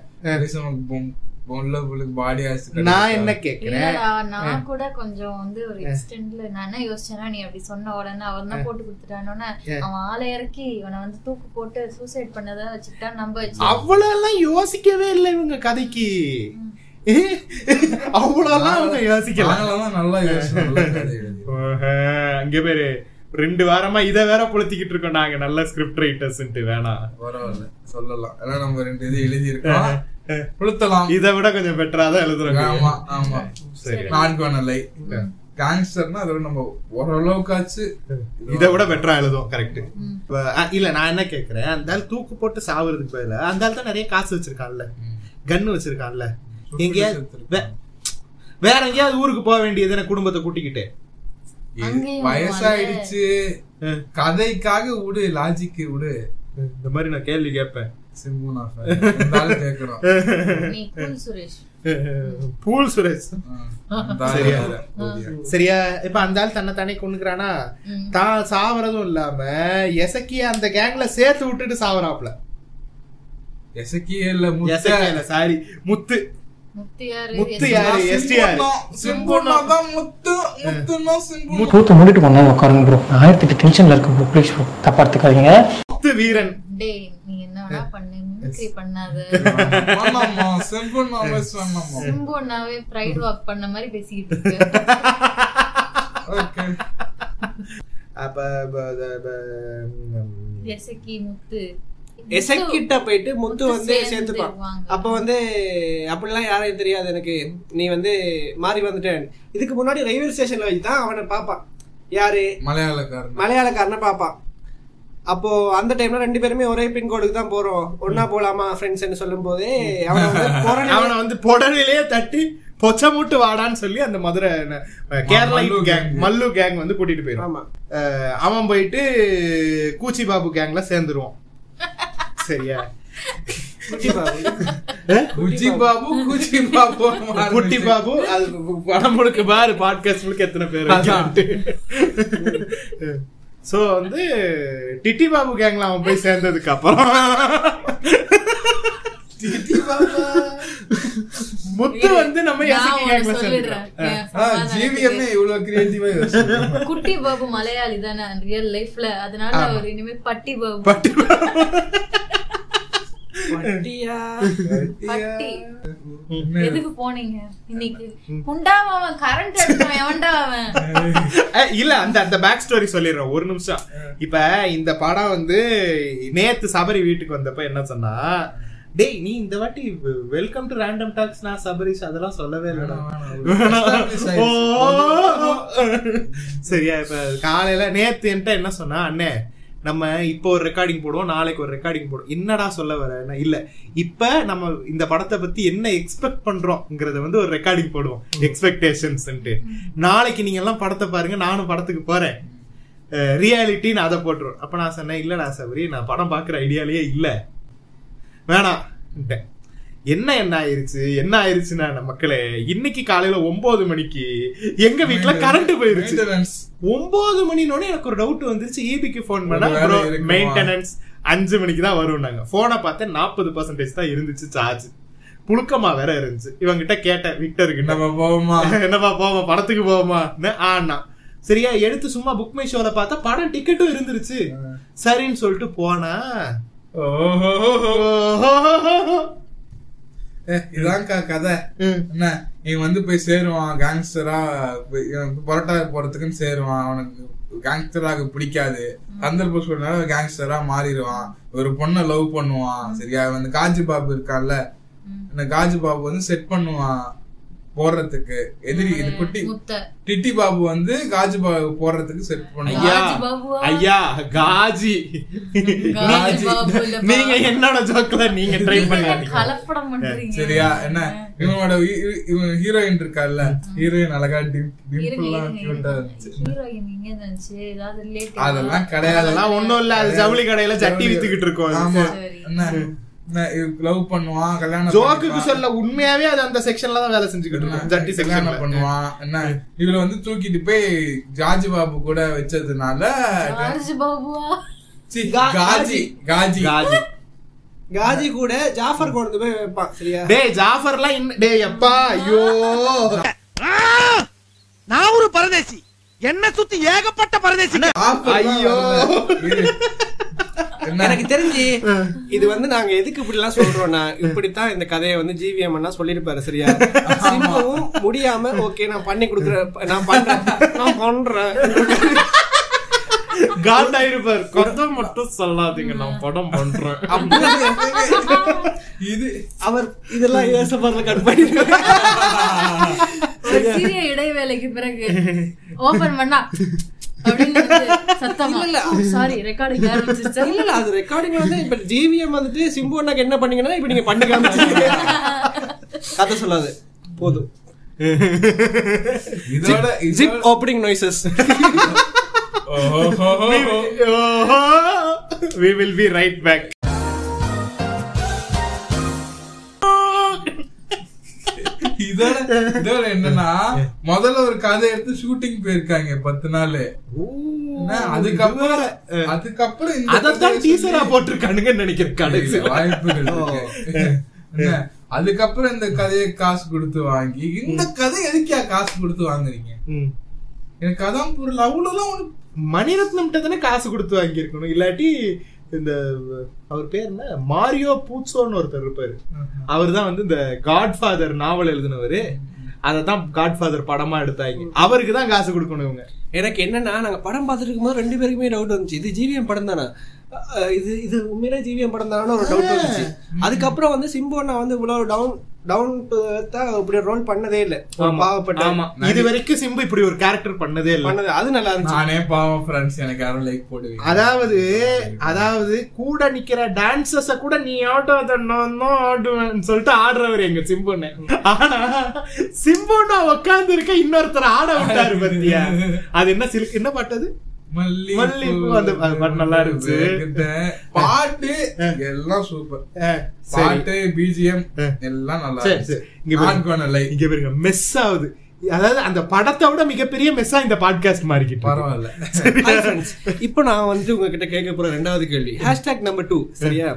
Speaker 5: பாடி
Speaker 4: நான் என்ன கேக்குறேன்
Speaker 3: இல்லடா, நான் கூட கொஞ்சம் வந்து ஒரு எக்ஸ்டெண்ட்ல நான் என்ன யோசிச்சேன்னா நீ அப்படி சொன்ன உடனே அவன் தான் போட்டு கொடுத்துட்டானோன்னு அவன் ஆளை இறக்கி இவனை வந்து தூக்கு போட்டு சூசைட் பண்ணதா வச்சுட்டா நம்ப
Speaker 4: <laughs>
Speaker 3: வச்சு
Speaker 4: அவ்வளவு எல்லாம் யோசிக்கவே இல்லை இவங்க கதைக்கு அவ்வளவு எல்லாம் அவங்க யோசிக்கலாம்
Speaker 5: நாங்களாம் நல்லா யோசிச்சோம், நல்லா கதை எழுதி.
Speaker 4: அங்க பேரு ரெண்டு வாரமா இத வேற புலத்திக்கிட்டு இருக்கோம் நாங்க நல்ல ஸ்கிரிப்ட் ரைட்டர்ஸ் வேணாம்
Speaker 5: பரவாயில்ல சொல்லலாம் ஏன்னா நம்ம ரெண்டு இது எழுதி இருக்கோம் புழுத்தலாம்
Speaker 4: இதை விட கொஞ்சம் பெட்டரா தான் எழுதுறோம்
Speaker 5: ஆமா ஆமா
Speaker 4: சரி
Speaker 5: நான்கோனலை கேங்ஸ்டர்னா அதோட நம்ம ஓரளவுக்காச்சு
Speaker 4: இதை விட பெட்டரா எழுதுவோம் கரெக்ட் இல்ல நான் என்ன கேக்குறேன் அந்த ஆள் தூக்கு போட்டு சாவுறதுக்கு பதிலா அந்த ஆள் தான் நிறைய காசு வச்சிருக்கான்ல கன்னு வச்சிருக்கான்ல எங்கேயாவது வே- வேற எங்கேயாவது ஊருக்கு போக வேண்டியது குடும்பத்தை கூட்டிக்கிட்டு
Speaker 5: இது
Speaker 3: அங்கேயும்
Speaker 5: வயசாயிடுச்சு கதைக்காக விடு லாஜிக்கு விடு
Speaker 4: இந்த மாதிரி நான் கேள்வி கேட்பேன்
Speaker 5: சிம்புனா இருந்தாலும் கேட்கணும்
Speaker 3: நீ கூல் சுரேஷ்
Speaker 4: பூல் சுரேஷ் சரியா?
Speaker 5: இருந்தாலும்
Speaker 4: சரியா இப்ப அந்த ஆள் தன்னை தானே கொண்டுக்கிறானா தான் சாவறதும் இல்லாம எசக்கிய அந்த கேங்ல சேர்த்து விட்டுட்டு சாவறாப்ல
Speaker 5: எசக்கியல்ல
Speaker 4: எசக்கியல சாரி முத்து
Speaker 3: முத்து யாரு
Speaker 4: முத்து யாரு எஸ்டிஆர்
Speaker 5: சிம்புனா தான் முத்து முத்துனா சிம்பு
Speaker 9: தூத்து மூடிட்டு போனாலும் உட்காருங்க ப்ரோ நான் ஆயிரத்தி எட்டு டென்ஷன்ல இருக்கேன் ப்ரோ ப்ளீஸ் ப்ரோ தப்பா எடுத்துக்காதீங்க
Speaker 4: முத்து வீரன்
Speaker 3: டேய் நீ என்ன வேணா பண்ணு மிமிக்ரி பண்ணாத
Speaker 4: <laughs>
Speaker 5: ஆமாமா சிம்புனா சொன்னமா
Speaker 3: சிம்புனாவே பிரைட் வாக் பண்ண மாதிரி பேசிக்கிட்டு
Speaker 4: <laughs>
Speaker 3: இருக்க
Speaker 5: ஓகே
Speaker 4: அப்ப ப- ப- ப- ம்,
Speaker 3: எசக்கி முத்து
Speaker 6: எசக்கிட்ட போயிட்டு முத்து வந்து
Speaker 3: சேர்ந்து
Speaker 6: சேர்த்துப்பான்
Speaker 3: வாங்க.
Speaker 6: அப்ப வந்து அப்படிலாம் யாரையும் தெரியாது எனக்கு நீ வந்து மாறி வந்துட்டேன் இதுக்கு முன்னாடி ரயில்வே ஸ்டேஷன்ல வச்சு தான் அவனை பார்ப்பான் யாரு
Speaker 5: மலையாளக்காரன்
Speaker 6: மலையாளக்காரனை பார்ப்பான் அப்போ அந்த டைம்ல ரெண்டு பேருமே ஒரே பின்கோடுக்கு தான் போறோம் ஒன்னா போலாமா ஃப்ரெண்ட்ஸ் சொல்லும் போதே அவனை வந்து
Speaker 4: <laughs>
Speaker 6: போறேன்னு
Speaker 4: அவனை வந்து புடனிலேயே தட்டி பொச்ச மூட்டு வாடான்னு சொல்லி அந்த மதுரை ந- கேரளா
Speaker 5: மல்லு
Speaker 4: கேங்
Speaker 5: gang.
Speaker 4: மல்லு கேங் வந்து கூட்டிட்டு போயிடும்
Speaker 6: ஆமா
Speaker 4: அஹ் அவன் போயிட்டு கூச்சி பாபு கேங்ல சேர்ந்துருவான் சரியா
Speaker 6: குட்டி பாபு.
Speaker 5: குஜி பாபு குஜி பாபு
Speaker 4: குட்டி பாபு அது படம் முழுக்க பாரு பாட்காஸ்ட் முழுக்க எத்தனை பேர் சோ வந்து டிட்டி பாபு கேங்ல அவன் போய் சேர்ந்ததுக்கு அப்புறம் முத்து வந்து நம்ம
Speaker 3: நான்
Speaker 4: எசக்கி
Speaker 3: உனக்கு
Speaker 4: கேங்ல
Speaker 3: சொல்லிடுறேன்
Speaker 4: சேர்ந்துருவான்
Speaker 3: என் சமாதானம்
Speaker 5: ஜிவிஎம்ஏ இவ்வளவு கிரியேட்டிவா யோசிச்சு
Speaker 3: எனக்கு. குட்டி பாபு மலையாளி தானே ரியல் லைஃப்ல அதனால அவர் இனிமே பட்டி பாபு
Speaker 6: பட்டியா?
Speaker 3: பட்டி எதுக்கு போனீங்க இன்னைக்கு குண்டாவன் அவன் கரண்ட் எடுப்பான் எவன்டா அவன்
Speaker 4: <laughs> அஹ் இல்ல அந்த அந்த பேக் ஸ்டோரி சொல்லிடுறேன் ஒரு நிமிஷம் இப்ப இந்த படம் வந்து நேத்து சபரி வீட்டுக்கு வந்தப்ப என்ன சொன்னா டேய் நீ இந்த வாட்டி வெல்கம் டு ரேண்டம் டாக்ஸ் நான் சபரிஷ் அதெல்லாம் சொல்லவே இல்லடா <laughs> ஓ, <laughs> ஓ, ஓ. சரியா இப்ப காலையில நேத்து என்கிட்ட என்ன சொன்னா அண்ணே நம்ம இப்போ ஒரு ரெக்கார்டிங் போடுவோம் நாளைக்கு ஒரு ரெக்கார்டிங் போடுவோம் என்னடா சொல்ல வர நான் இல்ல இப்ப நம்ம இந்த படத்தை பத்தி என்ன எக்ஸ்பெக்ட் பண்றோம்ங்கறத வந்து ஒரு ரெக்கார்டிங் போடுவோம் எக்ஸ்பெக்டேஷன்ஸ் நாளைக்கு நீங்க எல்லாம் படத்தை பாருங்க நானும் படத்துக்கு போறேன் ரியாலிட்டி நான் அதை போட்டுருவேன் அப்ப நான் சொன்னேன் இல்லடா சபரி நான் படம் பாக்குற ஐடியாலேயே இல்ல வேணாம் என்ன என்ன ஆயிருச்சு என்ன ஆயிருச்சுன்னா மக்களே இன்னைக்கு காலையில ஒன்பது மணிக்கு எங்க வீட்டுல கரண்ட் போயிருச்சு
Speaker 5: Maintenance.
Speaker 4: ஒன்பது மணினோட எனக்கு ஒரு டவுட் வந்துருச்சு E ஏபிக்கு ஃபோன் பண்ணா
Speaker 5: ஒரு வேலை
Speaker 4: bro,
Speaker 5: இருக்குமா?
Speaker 4: maintenance அஞ்சு மணிக்கு தான் வரும்னாங்க போனை பார்த்தேன் நாற்பது பர்சன்டேஜ் தான் இருந்துச்சு சார்ஜ் புழுக்கமா வேற இருந்துச்சு இவங்கிட்ட கேட்டேன் விக்டர்கிட்ட
Speaker 5: நம்ம போவோமா
Speaker 4: <laughs> என்னப்பா போவோமா படத்துக்கு போவோமா ஆனா சரியா எடுத்து சும்மா புக் மை ஷோல பார்த்தா படம் டிக்கெட்டும் இருந்துருச்சு சரின்னு சொல்லிட்டு போனா ஓஹோ
Speaker 5: ஏ, இதான்க்கா கதை என்ன இவன் வந்து போய் சேருவான் கேங்ஸ்டரா பரோட்டா போறதுக்குன்னு சேருவான் அவனுக்கு கேங்ஸ்டராக பிடிக்காது சந்தர்ப்ப சூழ்நிலை கேங்ஸ்டரா மாறிடுவான் ஒரு பொண்ணை லவ் பண்ணுவான் சரியா இவன் அந்த காஜி பாபு இருக்கான்ல அந்த காஜி பாபு வந்து செட் பண்ணுவான் போடுறதுக்கு எதிரி இது குட்டி
Speaker 3: முத்தை
Speaker 5: டிட்டி பாபு வந்து காஜி பாபு போடுறதுக்கு செட் பண்ணுவான்
Speaker 4: ஐயா
Speaker 3: காஜி பாபுவா?
Speaker 4: ஐயா காஜி
Speaker 3: காஜி பாபு இல்லப்பா.
Speaker 4: நீங்க என்னோட ஜோக்ல நீங்க ட்ரை பண்ணாதீங்க
Speaker 3: கலப்படம் பண்றீங்க
Speaker 5: சரியா என்ன இவனோட இ- இ- இவன் ஹீரோயின் இருக்கால்ல ஹீரோயின் அழகா
Speaker 3: இருங்க,
Speaker 5: டிம்பிள்லாம்
Speaker 3: இருங்க,
Speaker 5: கியூட்டா
Speaker 3: இருங்க.
Speaker 5: இருந்துச்சு
Speaker 3: ஹீரோயின் எங்க இருந்துச்சு? ஏதாவது relative ஆ?
Speaker 5: அதெல்லாம் கிடையாது
Speaker 4: அதெல்லாம் ஒண்ணும் இல்ல அது ஜவுளி கடையில சட்டி வித்துக்கிட்டு இருக்கோம் அது.
Speaker 5: ஆமா
Speaker 3: சரி.
Speaker 5: என்ன லவ் பண்ணுவான் கல்யாணம்
Speaker 4: ஜோக்குக்கு
Speaker 5: பண்ணிப்பான்.
Speaker 4: சொல்ல உண்மையாவே அது அந்த செக்ஷன்ல தான் வேலை செஞ்சுக்கிட்டு
Speaker 5: என்ன,
Speaker 4: இருக்கோம் சட்டி
Speaker 5: கல்யாணம்
Speaker 4: செக்ஷன்
Speaker 5: பண்ணுவான் என்ன இவள வந்து தூக்கிட்டு போய் ஜாஜி பாபு கூட வச்சதுனால
Speaker 3: காஜி பாபுவா?
Speaker 5: சி,
Speaker 6: கா-
Speaker 5: காஜி காஜி
Speaker 4: காஜி
Speaker 6: காஜி கூட ஜாஃபர் கொண்டு போய் வைப்பான் சரியா
Speaker 4: டேய் ஜாஃபர்லாம் இன்ன- டேய் அப்பா ஐயோ
Speaker 8: நான் ஒரு பரதேசி என்ன சுத்தி ஏகப்பட்ட பரதேசி
Speaker 5: ஆப்பெல்லாம்
Speaker 4: ஐயோ.
Speaker 5: வருது. இரு. என்ன?
Speaker 6: எனக்கு தெரிஞ்சு இது வந்து நாங்க எதுக்கு இப்படி எல்லாம் சொல்றோம்னா இப்படித்தான் இந்த கதையை வந்து ஜிவிஎம் அண்ணா சொல்லிருப்பாரு சரியா சிம்பவும் முடியாம ஓகே நான் பண்ணி கொடுக்குறேன் நான் பண்றேன் நான்
Speaker 4: <laughs>
Speaker 6: பண்றேன்
Speaker 4: காண்டாயிருப்பார் கொத்த மட்டும் சொல்லாதீங்க நான் படம் பண்றேன் <laughs>
Speaker 5: இது
Speaker 6: அவர் இதெல்லாம் ஏசப்பார்ல கட் பண்ணிருக்காரு
Speaker 3: ஒரு சிறிய இடைவேளைக்கு பிறகு ஓபன் பண்ணா அப்படின்னு வந்து சத்தமா Oh,
Speaker 6: இல்ல, இல்ல.
Speaker 3: சாரி ரெக்கார்டிங் ஆரம்பிச்சிருச்சா
Speaker 6: இல்ல இல்ல அது ரெக்கார்டிங் வந்து இப்ப ஜிவிஎம் வந்துட்டு சிம்பு அண்ணாக்கு என்ன பண்ணீங்கன்னா இப்ப நீங்க பண்ணி காமிச்சிருக்கீங்க கதை சொல்லாது போதும்
Speaker 5: இதோட
Speaker 6: ஜிப்
Speaker 5: இதோட-
Speaker 6: ஓப்பனிங் நாய்ஸஸ்
Speaker 5: ஓஹோஹோஹோ.
Speaker 4: We will be right back
Speaker 5: இதோட இதோட என்னன்னா முதல்ல ஒரு கதை எடுத்து ஷூட்டிங் போயிருக்காங்க பத்து நாள் என்ன, அதுக்கப்புறம் அதுக்கப்புறம் இந்த
Speaker 4: அதத்தான்
Speaker 5: கதையை
Speaker 4: டீசரா
Speaker 5: சொல்லி-
Speaker 4: போட்டிருக்கானுங்கன்னு நினைக்கிறேன் கடைசி
Speaker 5: இல்ல, வாய்ப்புகள் இருக்கு. என்ன, அதுக்கப்புறம் இந்த கதையை காசு கொடுத்து வாங்கி இந்த கதை எதுக்கியா காசு கொடுத்து வாங்குறீங்க
Speaker 4: ம்.
Speaker 5: எனக்கு அதான் புரியல அவ்வளவுலாம் உனக்கு
Speaker 4: மணிரத்னம்கிட்ட தானே காசு கொடுத்து வாங்கியிருக்கணும் இல்லாட்டி இந்த அவர் பேர் என்ன மாரியோ பூச்சோன்னு ஒருத்தர் இருப்பாரு அவர் தான் வந்து இந்த காட்ஃபாதர் நாவல் எழுதினவரு அதை தான் காட்ஃபாதர் படமா எடுத்தாங்க அவருக்கு தான் காசு கொடுக்கணும் இவங்க
Speaker 6: எனக்கு என்னன்னா நாங்க படம் பார்த்துட்டு இருக்கும்போது ரெண்டு பேருக்குமே டவுட் வந்துச்சு இது ஜிவிஎம் படம் தானா அஹ் இது இது உண்மையிலே ஜிவிஎம் படம் தானே ஒரு டவுட் வந்துச்சு அதுக்கப்புறம் வந்து சிம்பு அண்ணா வந்து இவ்வளவு டவுன் டவுன் இப்படி ரோல் பண்ணதே இல்ல ஒரு
Speaker 4: ஆமா.
Speaker 6: பாவப்பட்ட
Speaker 4: ஆமா இது வரைக்கும் சிம்பு இப்படி ஒரு கேரக்டர் பண்ணதே இல்லை
Speaker 6: பண்ணது அது நல்லா இருந்துச்சு
Speaker 5: நானே பாவம் ஃப்ரெண்ட்ஸ் எனக்கு யாரும் லைக் போடுவீங்க
Speaker 4: அதாவது அதாவது கூட நிக்கிற டான்சஸ கூட நீ ஆடுவத நான் தான் ஆடுவேன்னு சொல்லிட்டு ஆடுறவர் எங்க சிம்புன்னு ஆனா சிம்புன்னா உட்கார்ந்து இருக்க இன்னொருத்தர் ஆட விட்டாரு பத்தியா அது என்ன சில என்ன பாட்டது
Speaker 5: மல்லி
Speaker 4: மல்லிகைப்பூ அந்த பா- பாட்டு நல்லா இருந்துச்சு.
Speaker 5: வேகுதேன். பாட்டு எல்லாம் சூப்பர்
Speaker 4: சரி
Speaker 5: பாட்டு பிஜிஎம்
Speaker 4: ஆ.
Speaker 5: எல்லாம் நல்லா
Speaker 4: சரி,
Speaker 5: இருந்துச்சு.
Speaker 4: சரி. இங்க பாரு.
Speaker 5: நான் gonna like.
Speaker 4: இங்க பாருங்க மெஸ் ஆகுது அதாவது அந்த படத்தை விட மிகப்பெரிய மெஸ்ஸா இந்த பாட்காஸ்ட் மாறிக்கிட்டு இருக்கு.
Speaker 5: பரவாயில்ல
Speaker 6: Hi friends. இப்போ நான் வந்து உங்ககிட்ட கேட்க போற ரெண்டாவது கேள்வி ஹேஷ்டாக் நம்பர் டூ சரியா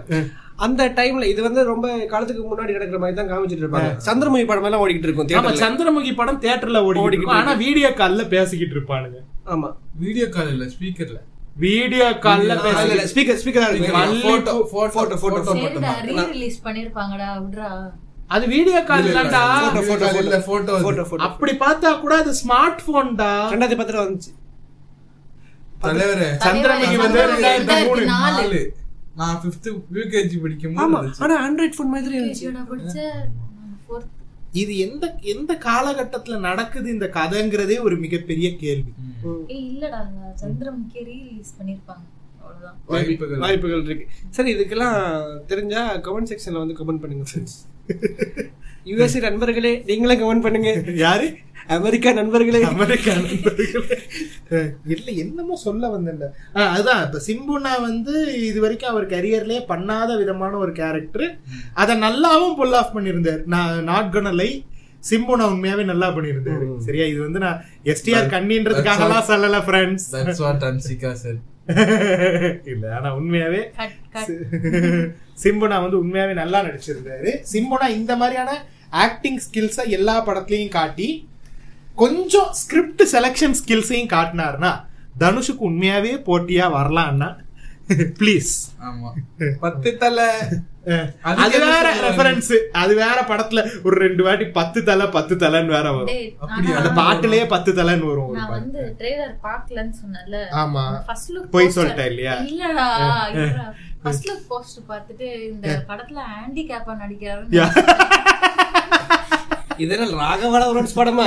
Speaker 6: அந்த டைம்ல இது வந்து ரொம்ப காலத்துக்கு முன்னாடி நடக்கிற மாதிரி தான் காமிச்சிட்டு இருப்பாங்க சந்திரமுகி படம் எல்லாம் ஓடிக்கிட்டு இருக்கும்
Speaker 4: ஆமா
Speaker 6: theatreல.
Speaker 4: சந்திரமுகி படம் தியேட்டர்ல ஓடிக்கிட்டு இருக்கும். ஆனா வீடியோ கால்ல பேசிக்கிட்டு இருப்பானுங்க
Speaker 6: ஆமா
Speaker 5: வீடியோ கால் இல்ல ஸ்பீக்கர்ல
Speaker 4: வீடியோ கால்ல பேசிக்கிட்டு
Speaker 6: ஸ்பீக்கர் ஸ்பீக்கர்
Speaker 4: மல்லிகைப்பூ-
Speaker 5: போட்டோ போட்டோ போட்டோ
Speaker 3: சரிடா ரீரிலீஸ் பண்ணிருப்பாங்கடா விட்றா
Speaker 4: அது வீடியோ கால் தான்டா
Speaker 5: இல்ல போட்டோ
Speaker 6: போட்டோ போட்டோ
Speaker 4: அப்படி பார்த்தா கூட அது ஸ்மார்ட் போன்டா
Speaker 6: ரெண்டாவது பத்திரம் வந்துச்சு
Speaker 5: தலைவரே
Speaker 4: சந்திரமுகி வந்து ரெண்டாயிரத்தி மூணு
Speaker 3: ரெண்டாயிரத்தி நாலு.
Speaker 5: நாலு நான் பிப்த் யூகேஜி படிக்கும்
Speaker 6: ஆமா
Speaker 5: போது
Speaker 6: ஆனா ஆண்ட்ராய்ட் ஃபோன் மாதிரி இருந்துச்சு
Speaker 3: கேஜியோட படிச்ச fourth
Speaker 4: இது எந்த எந்த காலகட்டத்துல நடக்குது இந்த கதைங்கிறதே ஒரு மிகப்பெரிய கேள்வி
Speaker 3: ஏய் இல்லடா சந்திரமுகி ரீரிலீஸ் பண்ணிருப்பாங்க
Speaker 6: ஓ
Speaker 3: அவ்வளவுதான்
Speaker 5: வாய்ப்புகள்.
Speaker 6: வாய்ப்புகள் வாய்ப்புகள் இருக்கு சரி இதுக்கெல்லாம் தெரிஞ்சா கமெண்ட் செக்ஷன்ல வந்து கமெண்ட் பண்ணுங்க ஃப்ரெண்ட்ஸ் யுஎஸ்ஏ நண்பர்களே நீங்களே கமெண்ட் பண்ணுங்க
Speaker 4: யாரு
Speaker 6: அமெரிக்கா நண்பர்களே
Speaker 4: அமெரிக்கா நண்பர்களே. அஹ் இல்ல என்னமோ சொல்ல வந்தேன்ல அஹ் அதான் இப்ப சிம்புனா வந்து இது வரைக்கும் அவர் கரியர்லயே பண்ணாத விதமான ஒரு கேரக்டர் அத நல்லாவும் புல் ஆஃப் பண்ணியிருந்தார் நான் நாட் கனலை சிம்புனா உண்மையாவே நல்லா பண்ணியிருந்தாரு சரியா இது வந்து நான் எஸ்டிஆர் கண்ணின்றதுக்காகலாம் சொல்லல friends
Speaker 5: That's what Anshika said.
Speaker 4: இல்ல ஆனா உண்மையாவே
Speaker 3: கட் கட்
Speaker 4: சிம்புனா வந்து உண்மையாவே நல்லா நடிச்சிருந்தாரு சிம்புனா இந்த மாதிரியான ஆக்டிங் ஸ்கில்ஸை எல்லா படத்துலயும் காட்டி கொஞ்சம் ஸ்கிரிப்ட் செலெக்ஷன் ஸ்கில்ஸையும் காட்டினாருன்னா தனுஷுக்கு உண்மையாவே போட்டியா வரலாம்னா ப்ளீஸ்
Speaker 5: ஆமா. பத்து தலை.
Speaker 4: அது
Speaker 5: அதுக்கு என்ன
Speaker 4: வேற
Speaker 5: சொல்றாங்க?
Speaker 4: ரெஃபரன்ஸ் அது வேற படத்துல ஒரு ரெண்டு வாட்டி பத்து தலை பத்து தலைன்னு வேற வரும்
Speaker 3: டேய்,
Speaker 5: அப்படியா?
Speaker 3: ஆனா
Speaker 4: அந்த பாட்டுலயே பத்து தலைன்னு வரும் ஒரு
Speaker 3: நான்
Speaker 4: பாட்டு.
Speaker 3: வந்து ட்ரெய்லர் பாக்கலன்னு சொன்னேன்ல
Speaker 4: ஆமா.
Speaker 3: ஃபர்ஸ்ட் லுக்
Speaker 4: பொய் சொல்லிட்டேன் இல்லையா?
Speaker 3: இல்லடா ஃபர்ஸ்ட் லுக் போஸ்ட் பார்த்துட்டு இந்த படத்துல ஹேண்டிகேப்பா நடிக்கிறாரு
Speaker 4: யா.
Speaker 6: இதெல்லாம் ராகவாட ரோட்ஸ் படமா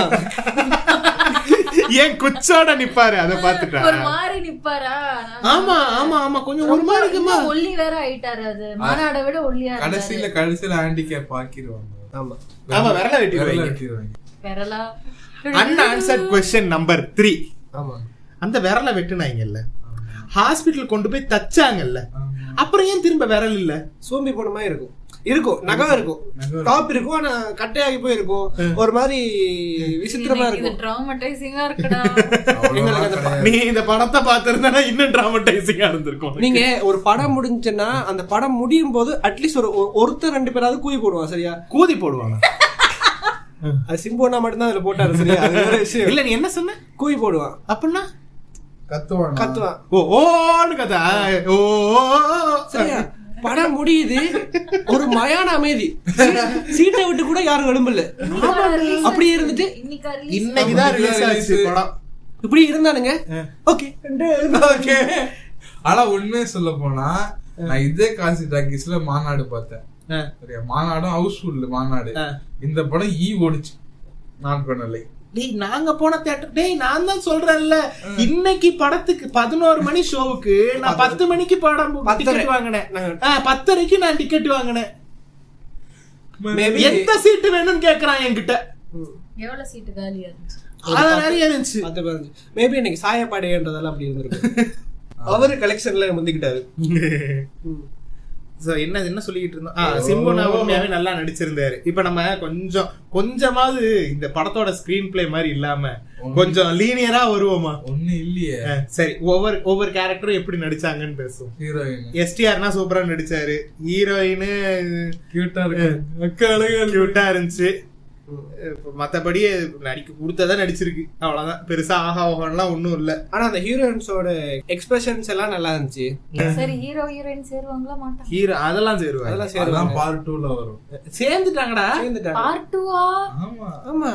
Speaker 4: ஏன் குச்சோட நிப்பாரு அதை பாத்துட்டா
Speaker 3: ஒரு மாதிரி நிப்பாரா நான்
Speaker 4: ஆமா ஆமா ஆமா கொஞ்சம் ஒரு மாதிரி இருக்குமா
Speaker 3: இன்னும் ஒல்லி வேற ஆயிட்டாரு அது மாநாட விட ஒல்லியா
Speaker 5: கடைசியில
Speaker 3: இருந்தாரு
Speaker 5: கடைசியில ஹேண்டிகேப் ஆக்கிடுவாங்க
Speaker 6: ஆமா
Speaker 4: ஆமா விரல வெட்டி
Speaker 5: விரல வெட்டிடுவாங்க.
Speaker 3: பெறலா
Speaker 4: அன்ஆன்சர்ட் கொஸ்டின் நம்பர் த்ரீ
Speaker 6: ஆமா
Speaker 4: அந்த விரலை வெட்டுனாங்கல்ல ஹாஸ்பிட்டல் கொண்டு போய் தச்சாங்கல்ல
Speaker 5: ஆமா.
Speaker 4: அப்புறம் ஏன் திரும்ப விரல் இல்ல
Speaker 6: சோம்பி போன மாதிரி இருக்கும் இருக்கும் நகம் இருக்கும்
Speaker 5: நகம்
Speaker 6: டாப் இருக்கும் ஆனா கட்டையாகி போயிருக்கும் ஒரு மாதிரி விசித்திரமா
Speaker 3: எனக்கு இது
Speaker 6: இருக்கும்
Speaker 3: ட்ராமடைசிங்கா இருக்குடா
Speaker 5: அவ்வளவா
Speaker 6: எங்களுக்கு அந்த
Speaker 5: கிடையாது.
Speaker 4: நீ இந்த படத்தை பாத்திருந்தா இன்னும் டிராமடைசிங்கா இருந்திருக்கும்
Speaker 6: நீங்க ஒரு படம் முடிஞ்சுன்னா அந்த படம் முடியும் போது அட்லீஸ்ட் ஒரு ஒரு- ஒருத்தர் ரெண்டு பேராவது கூவி போடுவான் சரியா
Speaker 4: கூதி <laughs> போடுவாங்க
Speaker 6: அது சிம்போனா மட்டும்தான் அதுல போட்டாரு சரியா அது வேற விஷயம்
Speaker 4: இல்ல நீ என்ன சொன்ன
Speaker 6: கூவி போடுவான்
Speaker 4: அப்படின்னா
Speaker 5: கத்துவானா?
Speaker 6: கத்துவான்
Speaker 4: ஓ ஓன்னு கதை ஆ, ஓ ஓ, ஓ.
Speaker 6: சரியா படம் முடியுது ஒரு மயான அமைதி சீட்டை விட்டு கூட யாரும் எழும்பல அப்படியே இருந்துட்டு
Speaker 3: இன்னைக்கு
Speaker 4: இன்னைக்குதான் ரிலீஸ் ஆச்சு படம்
Speaker 6: இப்படி இருந்தானுங்க ஓகே
Speaker 5: Okay. ஆனா உண்மையை சொல்ல போனா நான் இதே காசி டாக்கிஸ்ல மாநாடு பார்த்தேன் சரியா மாநாடும் ஹவுஸ்ஃபுல் மாநாடு இந்த படம் E ஈ ஓடிச்சு நான் கொண்டலை
Speaker 4: டேய் நாங்க போன தியேட்டர் டேய் நான் தான் சொல்றேன்ல இன்னைக்கு படத்துக்கு பதினோரு மணி ஷோவுக்கு நான் பத்து மணிக்கு படம்
Speaker 6: பத்தரை.
Speaker 4: டிக்கெட் வாங்கினேன் ஆ, பத்தரைக்கு நான் டிக்கெட் வாங்கினேன்
Speaker 6: Maybe-
Speaker 4: எந்த சீட்டு வேணும்னு கேக்குறான் என்கிட்ட
Speaker 3: எவ்வளவு சீட்டு காலியா இருந்துச்சு
Speaker 4: அது நிறைய இருந்துச்சு
Speaker 6: பத்து பதினஞ்சு மேபி இன்னைக்கு சாயப்பாடையன்றதால
Speaker 4: <laughs>
Speaker 6: அப்படி இருந்திருக்கு அவரு கலெக்ஷன்ல வந்துகிட்டாரு
Speaker 4: So, என்ன என்ன சொல்லிக்கிட்டு இருந்தோம் ஆ, சிம்புனாவும் உண்மையாவே நல்லா நடிச்சிருந்தாரு இப்ப நம்ம கொஞ்சம் கொஞ்சமாவது இந்த படத்தோட ஸ்கிரீன் பிளே மாதிரி இல்லாம கொஞ்சம் லீனியரா வருவோமா
Speaker 5: ஒண்ணு இல்லையே
Speaker 4: ஆ, சரி ஒவ்வொரு ஒவ்வொரு கேரக்டரும் எப்படி நடிச்சாங்கன்னு பேசுவோம்
Speaker 5: ஹீரோயின்
Speaker 4: எஸ்டிஆர்னா சூப்பரா நடிச்சாரு ஹீரோயின்
Speaker 5: கியூட்டா இருக்கு அக்கா அழகா இருக்கு.
Speaker 4: கியூட்டா இருந்துச்சு இப்ப மத்தபடி நடிக்க கொடுத்ததா நடிச்சிருக்கு அவ்வளவுதான் பெருசா ஆஹா ஓஹோன்லாம் ஒண்ணும் இல்ல
Speaker 6: ஆனா அந்த ஹீரோயின்ஸோட எக்ஸ்பிரஷன்ஸ் எல்லாம் நல்லா இருந்துச்சு
Speaker 3: சரி ஹீரோ ஹீரோயின் சேருவாங்களா மாட்டாங்க
Speaker 4: ஹீரோ அதெல்லாம் சேருவாங்க
Speaker 6: அதெல்லாம் சரி
Speaker 5: அதான் பார்ட் டூல வரும்
Speaker 4: சேர்ந்துட்டாங்கடா
Speaker 6: சேர்ந்துட்டாங்க
Speaker 3: பார்ட் டூவா
Speaker 5: ஆமா
Speaker 6: ஆமா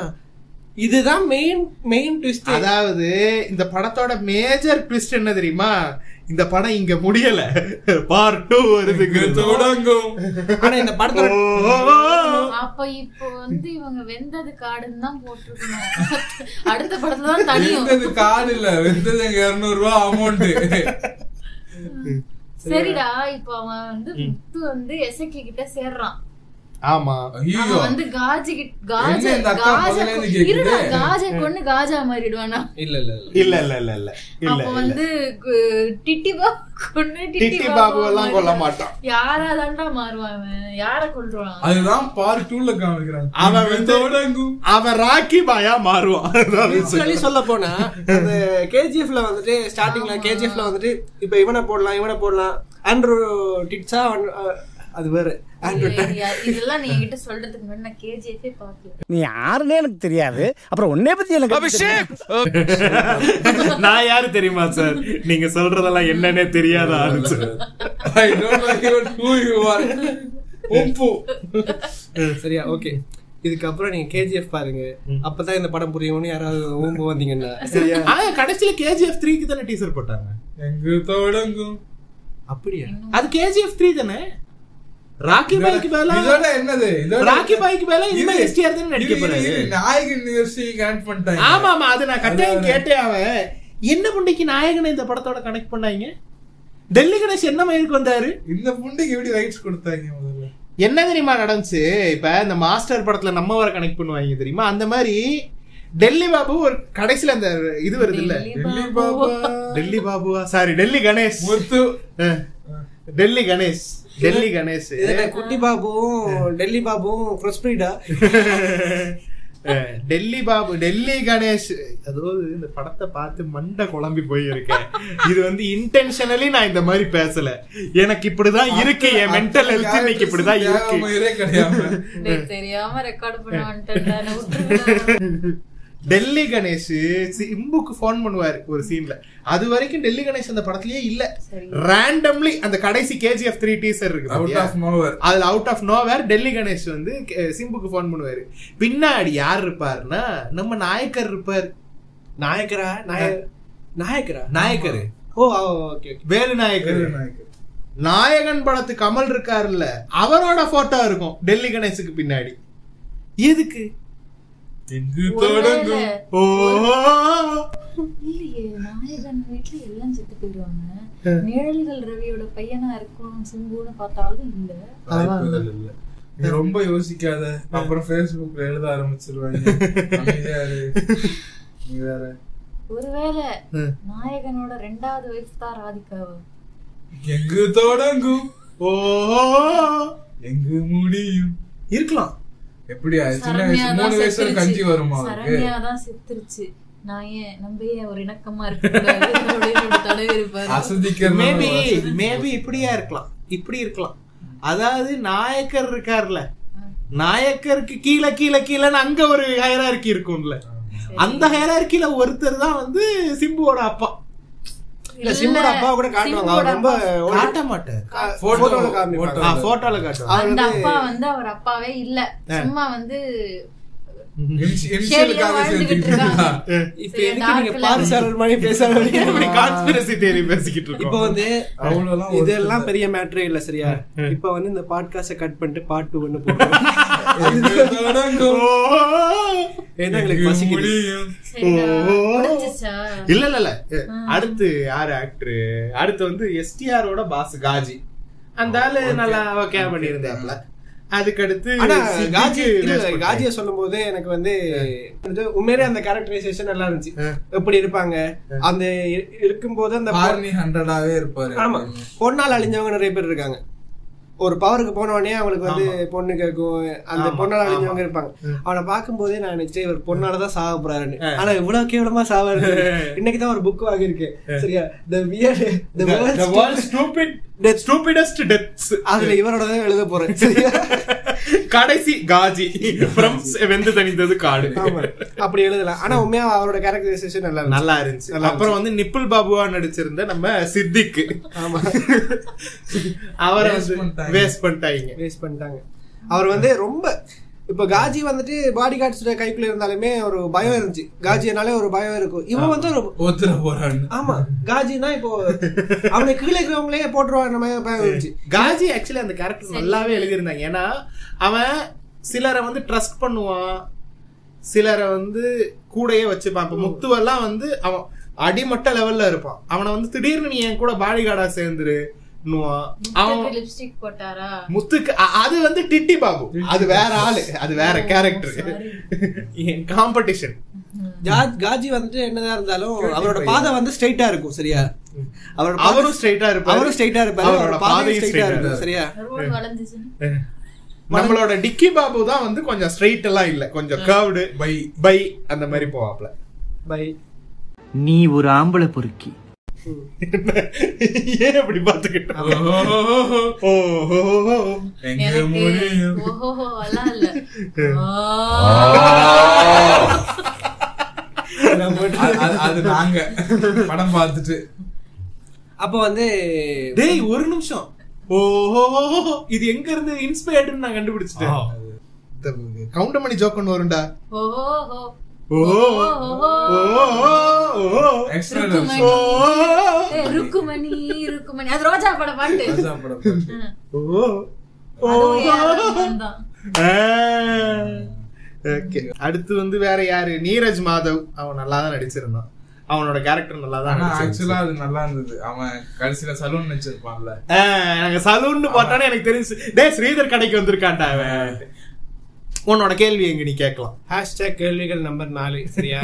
Speaker 6: இதுதான் மெயின் மெயின் ட்விஸ்ட்
Speaker 4: அதாவது இந்த படத்தோட மேஜர் ட்விஸ்ட் என்ன தெரியுமா இந்த படம் இங்க முடியல பார்ட் டூ வருதுக்கு
Speaker 5: தொடங்கும்
Speaker 6: ஆனா இந்த படத்தோட
Speaker 3: அப்ப இப்போ வந்து இவங்க வெந்தது காடுன்னு தான் போட்டிருக்கணும் <laughs> அடுத்த படத்துல தான் தனியும்
Speaker 5: வெந்தது காடு இல்ல வெந்தது எங்க இருநூறு ரூபா அமௌண்ட்
Speaker 3: சரிடா இப்போ அவன் வந்து முத்து வந்து எசக்கி கிட்ட சேர்றான்
Speaker 4: ஆமா
Speaker 5: ஐயோ
Speaker 3: அவன் வந்து காஜி கிட்ட- காஜ
Speaker 5: என்ன இந்த அக்கா
Speaker 3: காஜ
Speaker 5: முதல்ல இருந்து கேக்குது?
Speaker 3: இருடா காஜ கொண்டு காஜா மாறிடுவானா
Speaker 6: இல்ல இல்ல இல்ல.
Speaker 4: இல்ல இல்ல இல்ல இல்ல இல்ல
Speaker 3: அப்ப
Speaker 4: இல்ல
Speaker 3: வந்து கு- டிட்டி பாபு கொண்டு டிட்டி
Speaker 4: டிட்டி
Speaker 3: பாபு
Speaker 4: பாபு எல்லாம் கொல்ல மாட்டான்
Speaker 3: யாரா தாண்டா மாறுவான் அவன்? யார கொல்றான்
Speaker 5: அதுதான் பார்ட் டூல காமிக்கிறாங்க
Speaker 4: அவன்
Speaker 5: இங்க
Speaker 4: வந்து-
Speaker 5: தொடங்கும்
Speaker 4: அவன் ராக்கி பாயா மாறுவான் அதாவது
Speaker 6: Actually சொல்ல போனா அந்த கேஜிஎஃப்ல வந்துட்டு ஸ்டார்டிங்ல கேஜிஎஃப்ல வந்துட்டு இப்ப இவனை போடலாம் இவனை போடலாம் ஆண்ட்ரூ டிட்ஸா அது வேற ஆண்ட்ரூ
Speaker 3: இல்ல, இல்ல, இதெல்லாம் நீ என்கிட்ட சொல்றதுக்கு முன்னாடி நான் கேஜிஎஃபே பாக்கல
Speaker 8: நீ யாருன்னே எனக்கு தெரியாது அப்புறம் உன்னை பத்தி எனக்கு அபிஷேக்
Speaker 4: நான் யாரு தெரியுமா சார் நீங்க சொல்றதெல்லாம் என்னன்னே தெரியாத ஆளு sir
Speaker 5: I don't like your who you
Speaker 6: <laughs>
Speaker 5: are உப்பு
Speaker 6: சரியா ஓகே இதுக்கப்புறம் நீங்க கேஜிஎஃப் பாருங்க அப்பதான் இந்த படம் புரியும்னு யாராவது ஓம்பு வந்தீங்கன்னா
Speaker 4: ஆனா கடைசியில கேஜிஎஃப் த்ரீக்கு தானே டீசர் போட்டாங்க
Speaker 5: எங்கு தொடங்கும்
Speaker 6: அப்படியா
Speaker 4: அது கேஜிஎஃப் த்ரீ தானே ராக்கி பாய்க்கு
Speaker 5: இதோட
Speaker 4: பதிலா
Speaker 5: என்னது இதோட
Speaker 4: ராக்கி பாய்க்கு பதிலா இனிமே
Speaker 5: இது-
Speaker 4: எஸ்டிஆர் தானே நடிக்க
Speaker 5: இது-
Speaker 4: போறாரு
Speaker 5: இது நாயகன் யூனிவர்சிட்டி கனெக்ட் பண்ணிட்டாங்க
Speaker 4: ஆமா ஆமா அது நான் கட்டாயம்
Speaker 5: அதான்.
Speaker 4: கேட்டே அவன் என்ன புண்டைக்கு நாயகனை இந்த படத்தோட கனெக்ட் பண்ணாங்க டெல்லி கணேஷ் என்ன மயிருக்கு வந்தாரு
Speaker 5: இந்த புண்டைக்கு எப்படி ரைட்ஸ் கொடுத்தாங்க முதல்ல
Speaker 4: என்ன தெரியுமா நடந்துச்சு இப்ப இந்த மாஸ்டர் படத்துல நம்ம வர கனெக்ட் பண்ணுவாங்க தெரியுமா அந்த மாதிரி டெல்லி பாபு ஒரு கடைசியில அந்த இது வருது இல்ல
Speaker 5: டெல்லி பாபா
Speaker 4: டெல்லி பாபுவா சாரி டெல்லி கணேஷ்
Speaker 5: முத்து
Speaker 4: அஹ், டெல்லி கணேஷ் டெல்லி கணேஷ்
Speaker 6: இதுல குட்டி பாபுவும் டெல்லி பாபுவும் cross breed ஆ?
Speaker 4: அஹ், டெல்லி பாபு டெல்லி கணேஷ் அதாவது இந்த படத்தை பார்த்து மண்டை குழம்பி போய் இருக்கேன் இது வந்து இன்டென்ஷனலி நான் இந்த மாதிரி பேசல எனக்கு இப்படிதான் இருக்கு என் மென்டல் ஹெல்த் இன்னைக்கு இப்படிதான் இருக்கு
Speaker 5: தேவமயிரே கிடையாது
Speaker 3: டேய், தெரியாம ரெக்கார்ட் பண்ண வந்துட்டேன்
Speaker 4: டெல்லி கணேஷ் சிம்புக்கு ஃபோன் பண்ணுவாரு ஒரு சீன்ல அது வரைக்கும் டெல்லி கணேஷ் அந்த படத்துலயே இல்ல ரேண்டம்லி அந்த கடைசி கேஜிஎஃப் த்ரீ டீசர் இருக்கு
Speaker 5: அவுட்
Speaker 4: பாத்தியா?
Speaker 5: ஆஃப் மோவர்
Speaker 4: அதுல out of nowhere Delhi Ganesh வந்து அஹ், சிம்புக்கு ஃபோன் பண்ணுவாரு பின்னாடி யார் இருப்பாருன்னா நம்ம நாயக்கர் இருப்பார்
Speaker 6: நாயக்கரா நாய- நாயக்கரா
Speaker 4: நாயக்கர்
Speaker 6: ஓ ஓகே
Speaker 4: வேலு நாயக்கர் நாயகன் படத்து கமல் இருக்காருல்ல அவரோட போட்டோ இருக்கும் டெல்லி கணேஷுக்கு பின்னாடி எதுக்கு
Speaker 5: இங்கு தொடங்கும்
Speaker 4: ஓ
Speaker 3: இல்லையே நாயகன் வீட்டுல எல்லாம் செத்து போயிடுவாங்க நிழல்கள் ரவியோட பையனா இருக்கும் சிம்புன்னு பார்த்தாலும் இல்ல
Speaker 5: வாய்ப்புகள் இல்ல நீ ரொம்ப யோசிக்காத அப்புறம் Facebookல எழுத ஆரம்பிச்சிருவாங்க அமைதியா இரு. நீ வேற
Speaker 3: ஒருவேளை
Speaker 4: ம்.
Speaker 3: நாயகனோட ரெண்டாவது வைஃப் தான் ராதிகாவா
Speaker 5: எங்கு தொடங்கும்
Speaker 4: ஓ
Speaker 5: எங்கு முடியும்
Speaker 4: இருக்கலாம்
Speaker 5: எப்படி அது சின்ன
Speaker 3: சரண்யா
Speaker 5: வயசு
Speaker 3: தான்
Speaker 5: மூணு வயசுல
Speaker 3: செத்துருச்சு.
Speaker 5: கஞ்சி வருமா அவருக்கு
Speaker 3: சரண்யா தான் செத்துருச்சு நான் ஏன் நம்ம ஏன் ஒரு இணக்கமா இருக்க தலைவர் இருப்பாரு
Speaker 4: மேபி
Speaker 5: அசதிக்கிறது
Speaker 4: மேபி இப்படியா இருக்கலாம் இப்படி இருக்கலாம் அதாவது நாயக்கர் இருக்கார்ல நாயக்கருக்கு கீழே கீழே கீழேன்னு அங்க ஒரு ஹயரார்கி இருக்கும்ல அந்த ஹயரார்கில ஒருத்தர் தான் வந்து சிம்புவோட அப்பா
Speaker 6: இல்ல சிம்மோட அப்பா கூட காட்டுவாங்க அவர் ரொம்ப
Speaker 4: காட்ட மாட்டார்
Speaker 6: போட்டோல காமிப்பாங்க
Speaker 4: ஆ, போட்டோல காட்டுவாங்க
Speaker 3: அந்த அப்பா வந்து அவர் அப்பாவே இல்ல சும்மா வந்து ஷேடியா
Speaker 5: இன்சியலுக்காக
Speaker 3: வாழ்ந்துகிட்டு
Speaker 5: சேர்த்துக்கிட்டா
Speaker 3: இருக்காங்க
Speaker 6: இப்ப எதுக்கு நீங்க பாரிசாரர் மாதிரி பேச
Speaker 4: <laughs> இப்படி கான்ஸ்பிரசி தேரி பேசிக்கிட்டு
Speaker 6: இப்ப
Speaker 4: இருக்கோம்
Speaker 6: வந்து
Speaker 5: அவ்வளவுலாம் ஒரு-
Speaker 6: இதெல்லாம் பெரிய மேட்டரே இல்ல சரியா இப்ப வந்து இந்த பாட்காஸ்ட கட் பண்ணிட்டு பார்ட் டூ ஒண்ணு போடுறோம்
Speaker 5: எங்கு தொடங்கும்
Speaker 4: ஓ.
Speaker 6: ஏன்னா எங்களுக்கு
Speaker 5: எங்கு
Speaker 6: பசிக்குது
Speaker 5: முடியும்
Speaker 3: சரிடா,
Speaker 4: ஓ.
Speaker 3: முடிஞ்சிச்சா?
Speaker 4: இல்ல இல்ல இல்ல அடுத்து யாரு ஆக்டர் அடுத்து வந்து எஸ்டிஆர் ஓட பாஸ் காஜி அந்த ஆளு நல்லா ஓகே பண்ணியிருந்தாப்ல அதுக்கடுத்து
Speaker 6: ஆனா
Speaker 4: சித்திக்கு
Speaker 6: காஜி இல்ல,
Speaker 4: respect.
Speaker 6: காஜிய சொல்லும் போது எனக்கு வந்து வந்து உண்மையிலே அந்த கேரக்டரைசேஷன் நல்லா இருந்துச்சு
Speaker 4: ஆ.
Speaker 6: எப்படி இருப்பாங்க அந்த இ- இருக்கும்போது அந்த பொ-
Speaker 5: ஆர்னி ஹண்ட்ரடாவே இருப்பாரு
Speaker 6: ஆமா பொண்ணால் அழிஞ்சவங்க நிறைய பேர் இருக்காங்க ஒரு பவருக்கு போனவனே அவங்களுக்கு வந்து பொண்ணு கேட்கும் அந்த
Speaker 4: ஆமா,
Speaker 6: பொண்ணால்
Speaker 4: ஆமா.
Speaker 6: அழிஞ்சவங்க இருப்பாங்க அவனை பார்க்கும்போதே நான் நெக்ஸ்ட் இவர் பொண்ணால தான் சாக போறாருன்னு ஆனா இவ்வளவு கேவலமா சாவாரு இன்னைக்கு தான் ஒரு புக் வாங்கியிருக்கு சரியா the wear the
Speaker 4: The- the world's stupid
Speaker 6: Death.
Speaker 4: stupidest deaths
Speaker 6: அதுல இவரோட தான் எழுத போறேன்
Speaker 4: <laughs>
Speaker 6: சரியா
Speaker 4: கடைசி காஜி from வெந்து தணிந்தது காடு
Speaker 6: ஆமா அப்படி எழுதலாம் ஆனா உண்மையா அவரோட கேரக்டரைசேஷன் நல்லா இருந்துச்சு.
Speaker 4: நல்லா இருந்துச்சு அப்புறம் வந்து நிப்புல் பாபுவா நடிச்சிருந்த நம்ம சித்திக்கு
Speaker 6: ஆமா
Speaker 4: அவரை
Speaker 5: Waste
Speaker 4: வந்து
Speaker 5: பண்ணிட்டாங்க.
Speaker 4: வேஸ்ட் பண்ணிட்டாங்க
Speaker 6: வேஸ்ட் பண்ணிட்டாங்க அவர் வந்து ரொம்ப இப்ப காஜி வந்துட்டு பாடி கார்ட்ஸ் கைக்குள்ள இருந்தாலுமே ஒரு பயம் இருந்துச்சு காஜினாலே ஒரு பயம் இருக்கும் இவன் வந்து ஒரு
Speaker 5: ஒத்துற போறான்னு
Speaker 6: ஆமா காஜினா இப்போ அவனை கீழே இருக்கிறவங்களே போட்டுருவாங்க மாதிரி பயம் இருந்துச்சு
Speaker 4: காஜி ஆக்சுவலி அந்த கேரக்டர் நல்லாவே எழுதியிருந்தாங்க ஏன்னா அவன் சிலரை வந்து ட்ரஸ்ட் பண்ணுவான் சிலரை வந்து கூடயே வச்சுப்பான் இப்ப முத்துவெல்லாம் வந்து அவன் அடிமட்ட லெவல்ல இருப்பான் அவனை வந்து திடீர்னு நீ என் கூட பாடி கார்டா சேர்ந்துருவான் அவன்
Speaker 3: முத்துக்கு லிப்ஸ்டிக் போட்டாரா
Speaker 4: முத்துக்கு அ- அது வந்து டிட்டி பாபு அது வேற ஆளு அது வேற கேரக்டர் என் காம்படிஷன்
Speaker 6: ஜா- காஜி வந்துட்டு என்னதான் இருந்தாலும் அவரோட பாதை வந்து ஸ்ட்ரைட்டா இருக்கும் சரியா அவரோட பாதை-
Speaker 4: அவரும் ஸ்ட்ரைட்டா இருப்பாரு
Speaker 6: அவரும் ஸ்ட்ரைட்டா இருப்பாரு அவரோட பாதையும் ஸ்ட்ரைட்டா இருக்கும் சரியா
Speaker 3: ரோடு வளைஞ்சிச்சுன்னு
Speaker 4: நம்மளோட டிக்கி பாபு தான் வந்து கொஞ்சம் ஸ்ட்ரைட் எல்லாம் இல்ல கொஞ்சம் கர்வ்டு பை பை அந்த மாதிரி போவாப்ல
Speaker 6: பை
Speaker 8: நீ ஒரு ஆம்பளை பொறுக்கி
Speaker 4: ஏன் அப்படி பாத்துக்கிட்டோம்
Speaker 5: ஓஹோஹோஹோ.
Speaker 4: ஓஹோ
Speaker 5: எங்கு முடியும்
Speaker 3: எனக்கு ஓஹோ எல்லாம் இல்ல ஆ.
Speaker 5: அது- அது- அது நாங்க படம் பார்த்துட்டு
Speaker 6: அப்ப வந்து
Speaker 4: டேய் ஒரு நிமிஷம் ஓஹோ இது எங்க இருந்து இன்ஸ்பயர்டுன்னு நான் கண்டுபிடிச்சிட்டேன் கவுண்டமணி மணி ஜோக் ஒன்று வரும்டா
Speaker 3: ஓஹோஹோ.
Speaker 4: ஓ
Speaker 3: ஓஹோஹோ.
Speaker 5: எக்ஸ்ட்ரா
Speaker 3: ருக்குமணி. ஏய், ருக்குமணி ருக்குமணி அது ரோஜா பட பாட்டு
Speaker 5: படம்
Speaker 3: அதுவும் ஏ ஆர் ரஹ்மான் தான்.
Speaker 4: ஓகே அடுத்து வந்து வேற யாரு நீரஜ் மாதவ் அவன் நல்லா தான் நடிச்சிருந்தான் அவனோட கேரக்டர் நல்லா தான்
Speaker 5: ஆனா
Speaker 4: இருந்துச்சு.
Speaker 5: ஆக்சுவலா அது நல்லா இருந்தது அவன் கடைசியில சலூன் வச்சிருப்பான்ல
Speaker 4: ஆ, எனக்கு சலூன்னு போட்டானே எனக்கு தெரிஞ்சு டே ஸ்ரீதர் கடைக்கு வந்திருக்கான்டா அவன் உன்னோட கேள்வி எங்க நீ கேட்கலாம்
Speaker 6: ஹேஷ்டேக் கேள்விகள் நம்பர் நாலு சரியா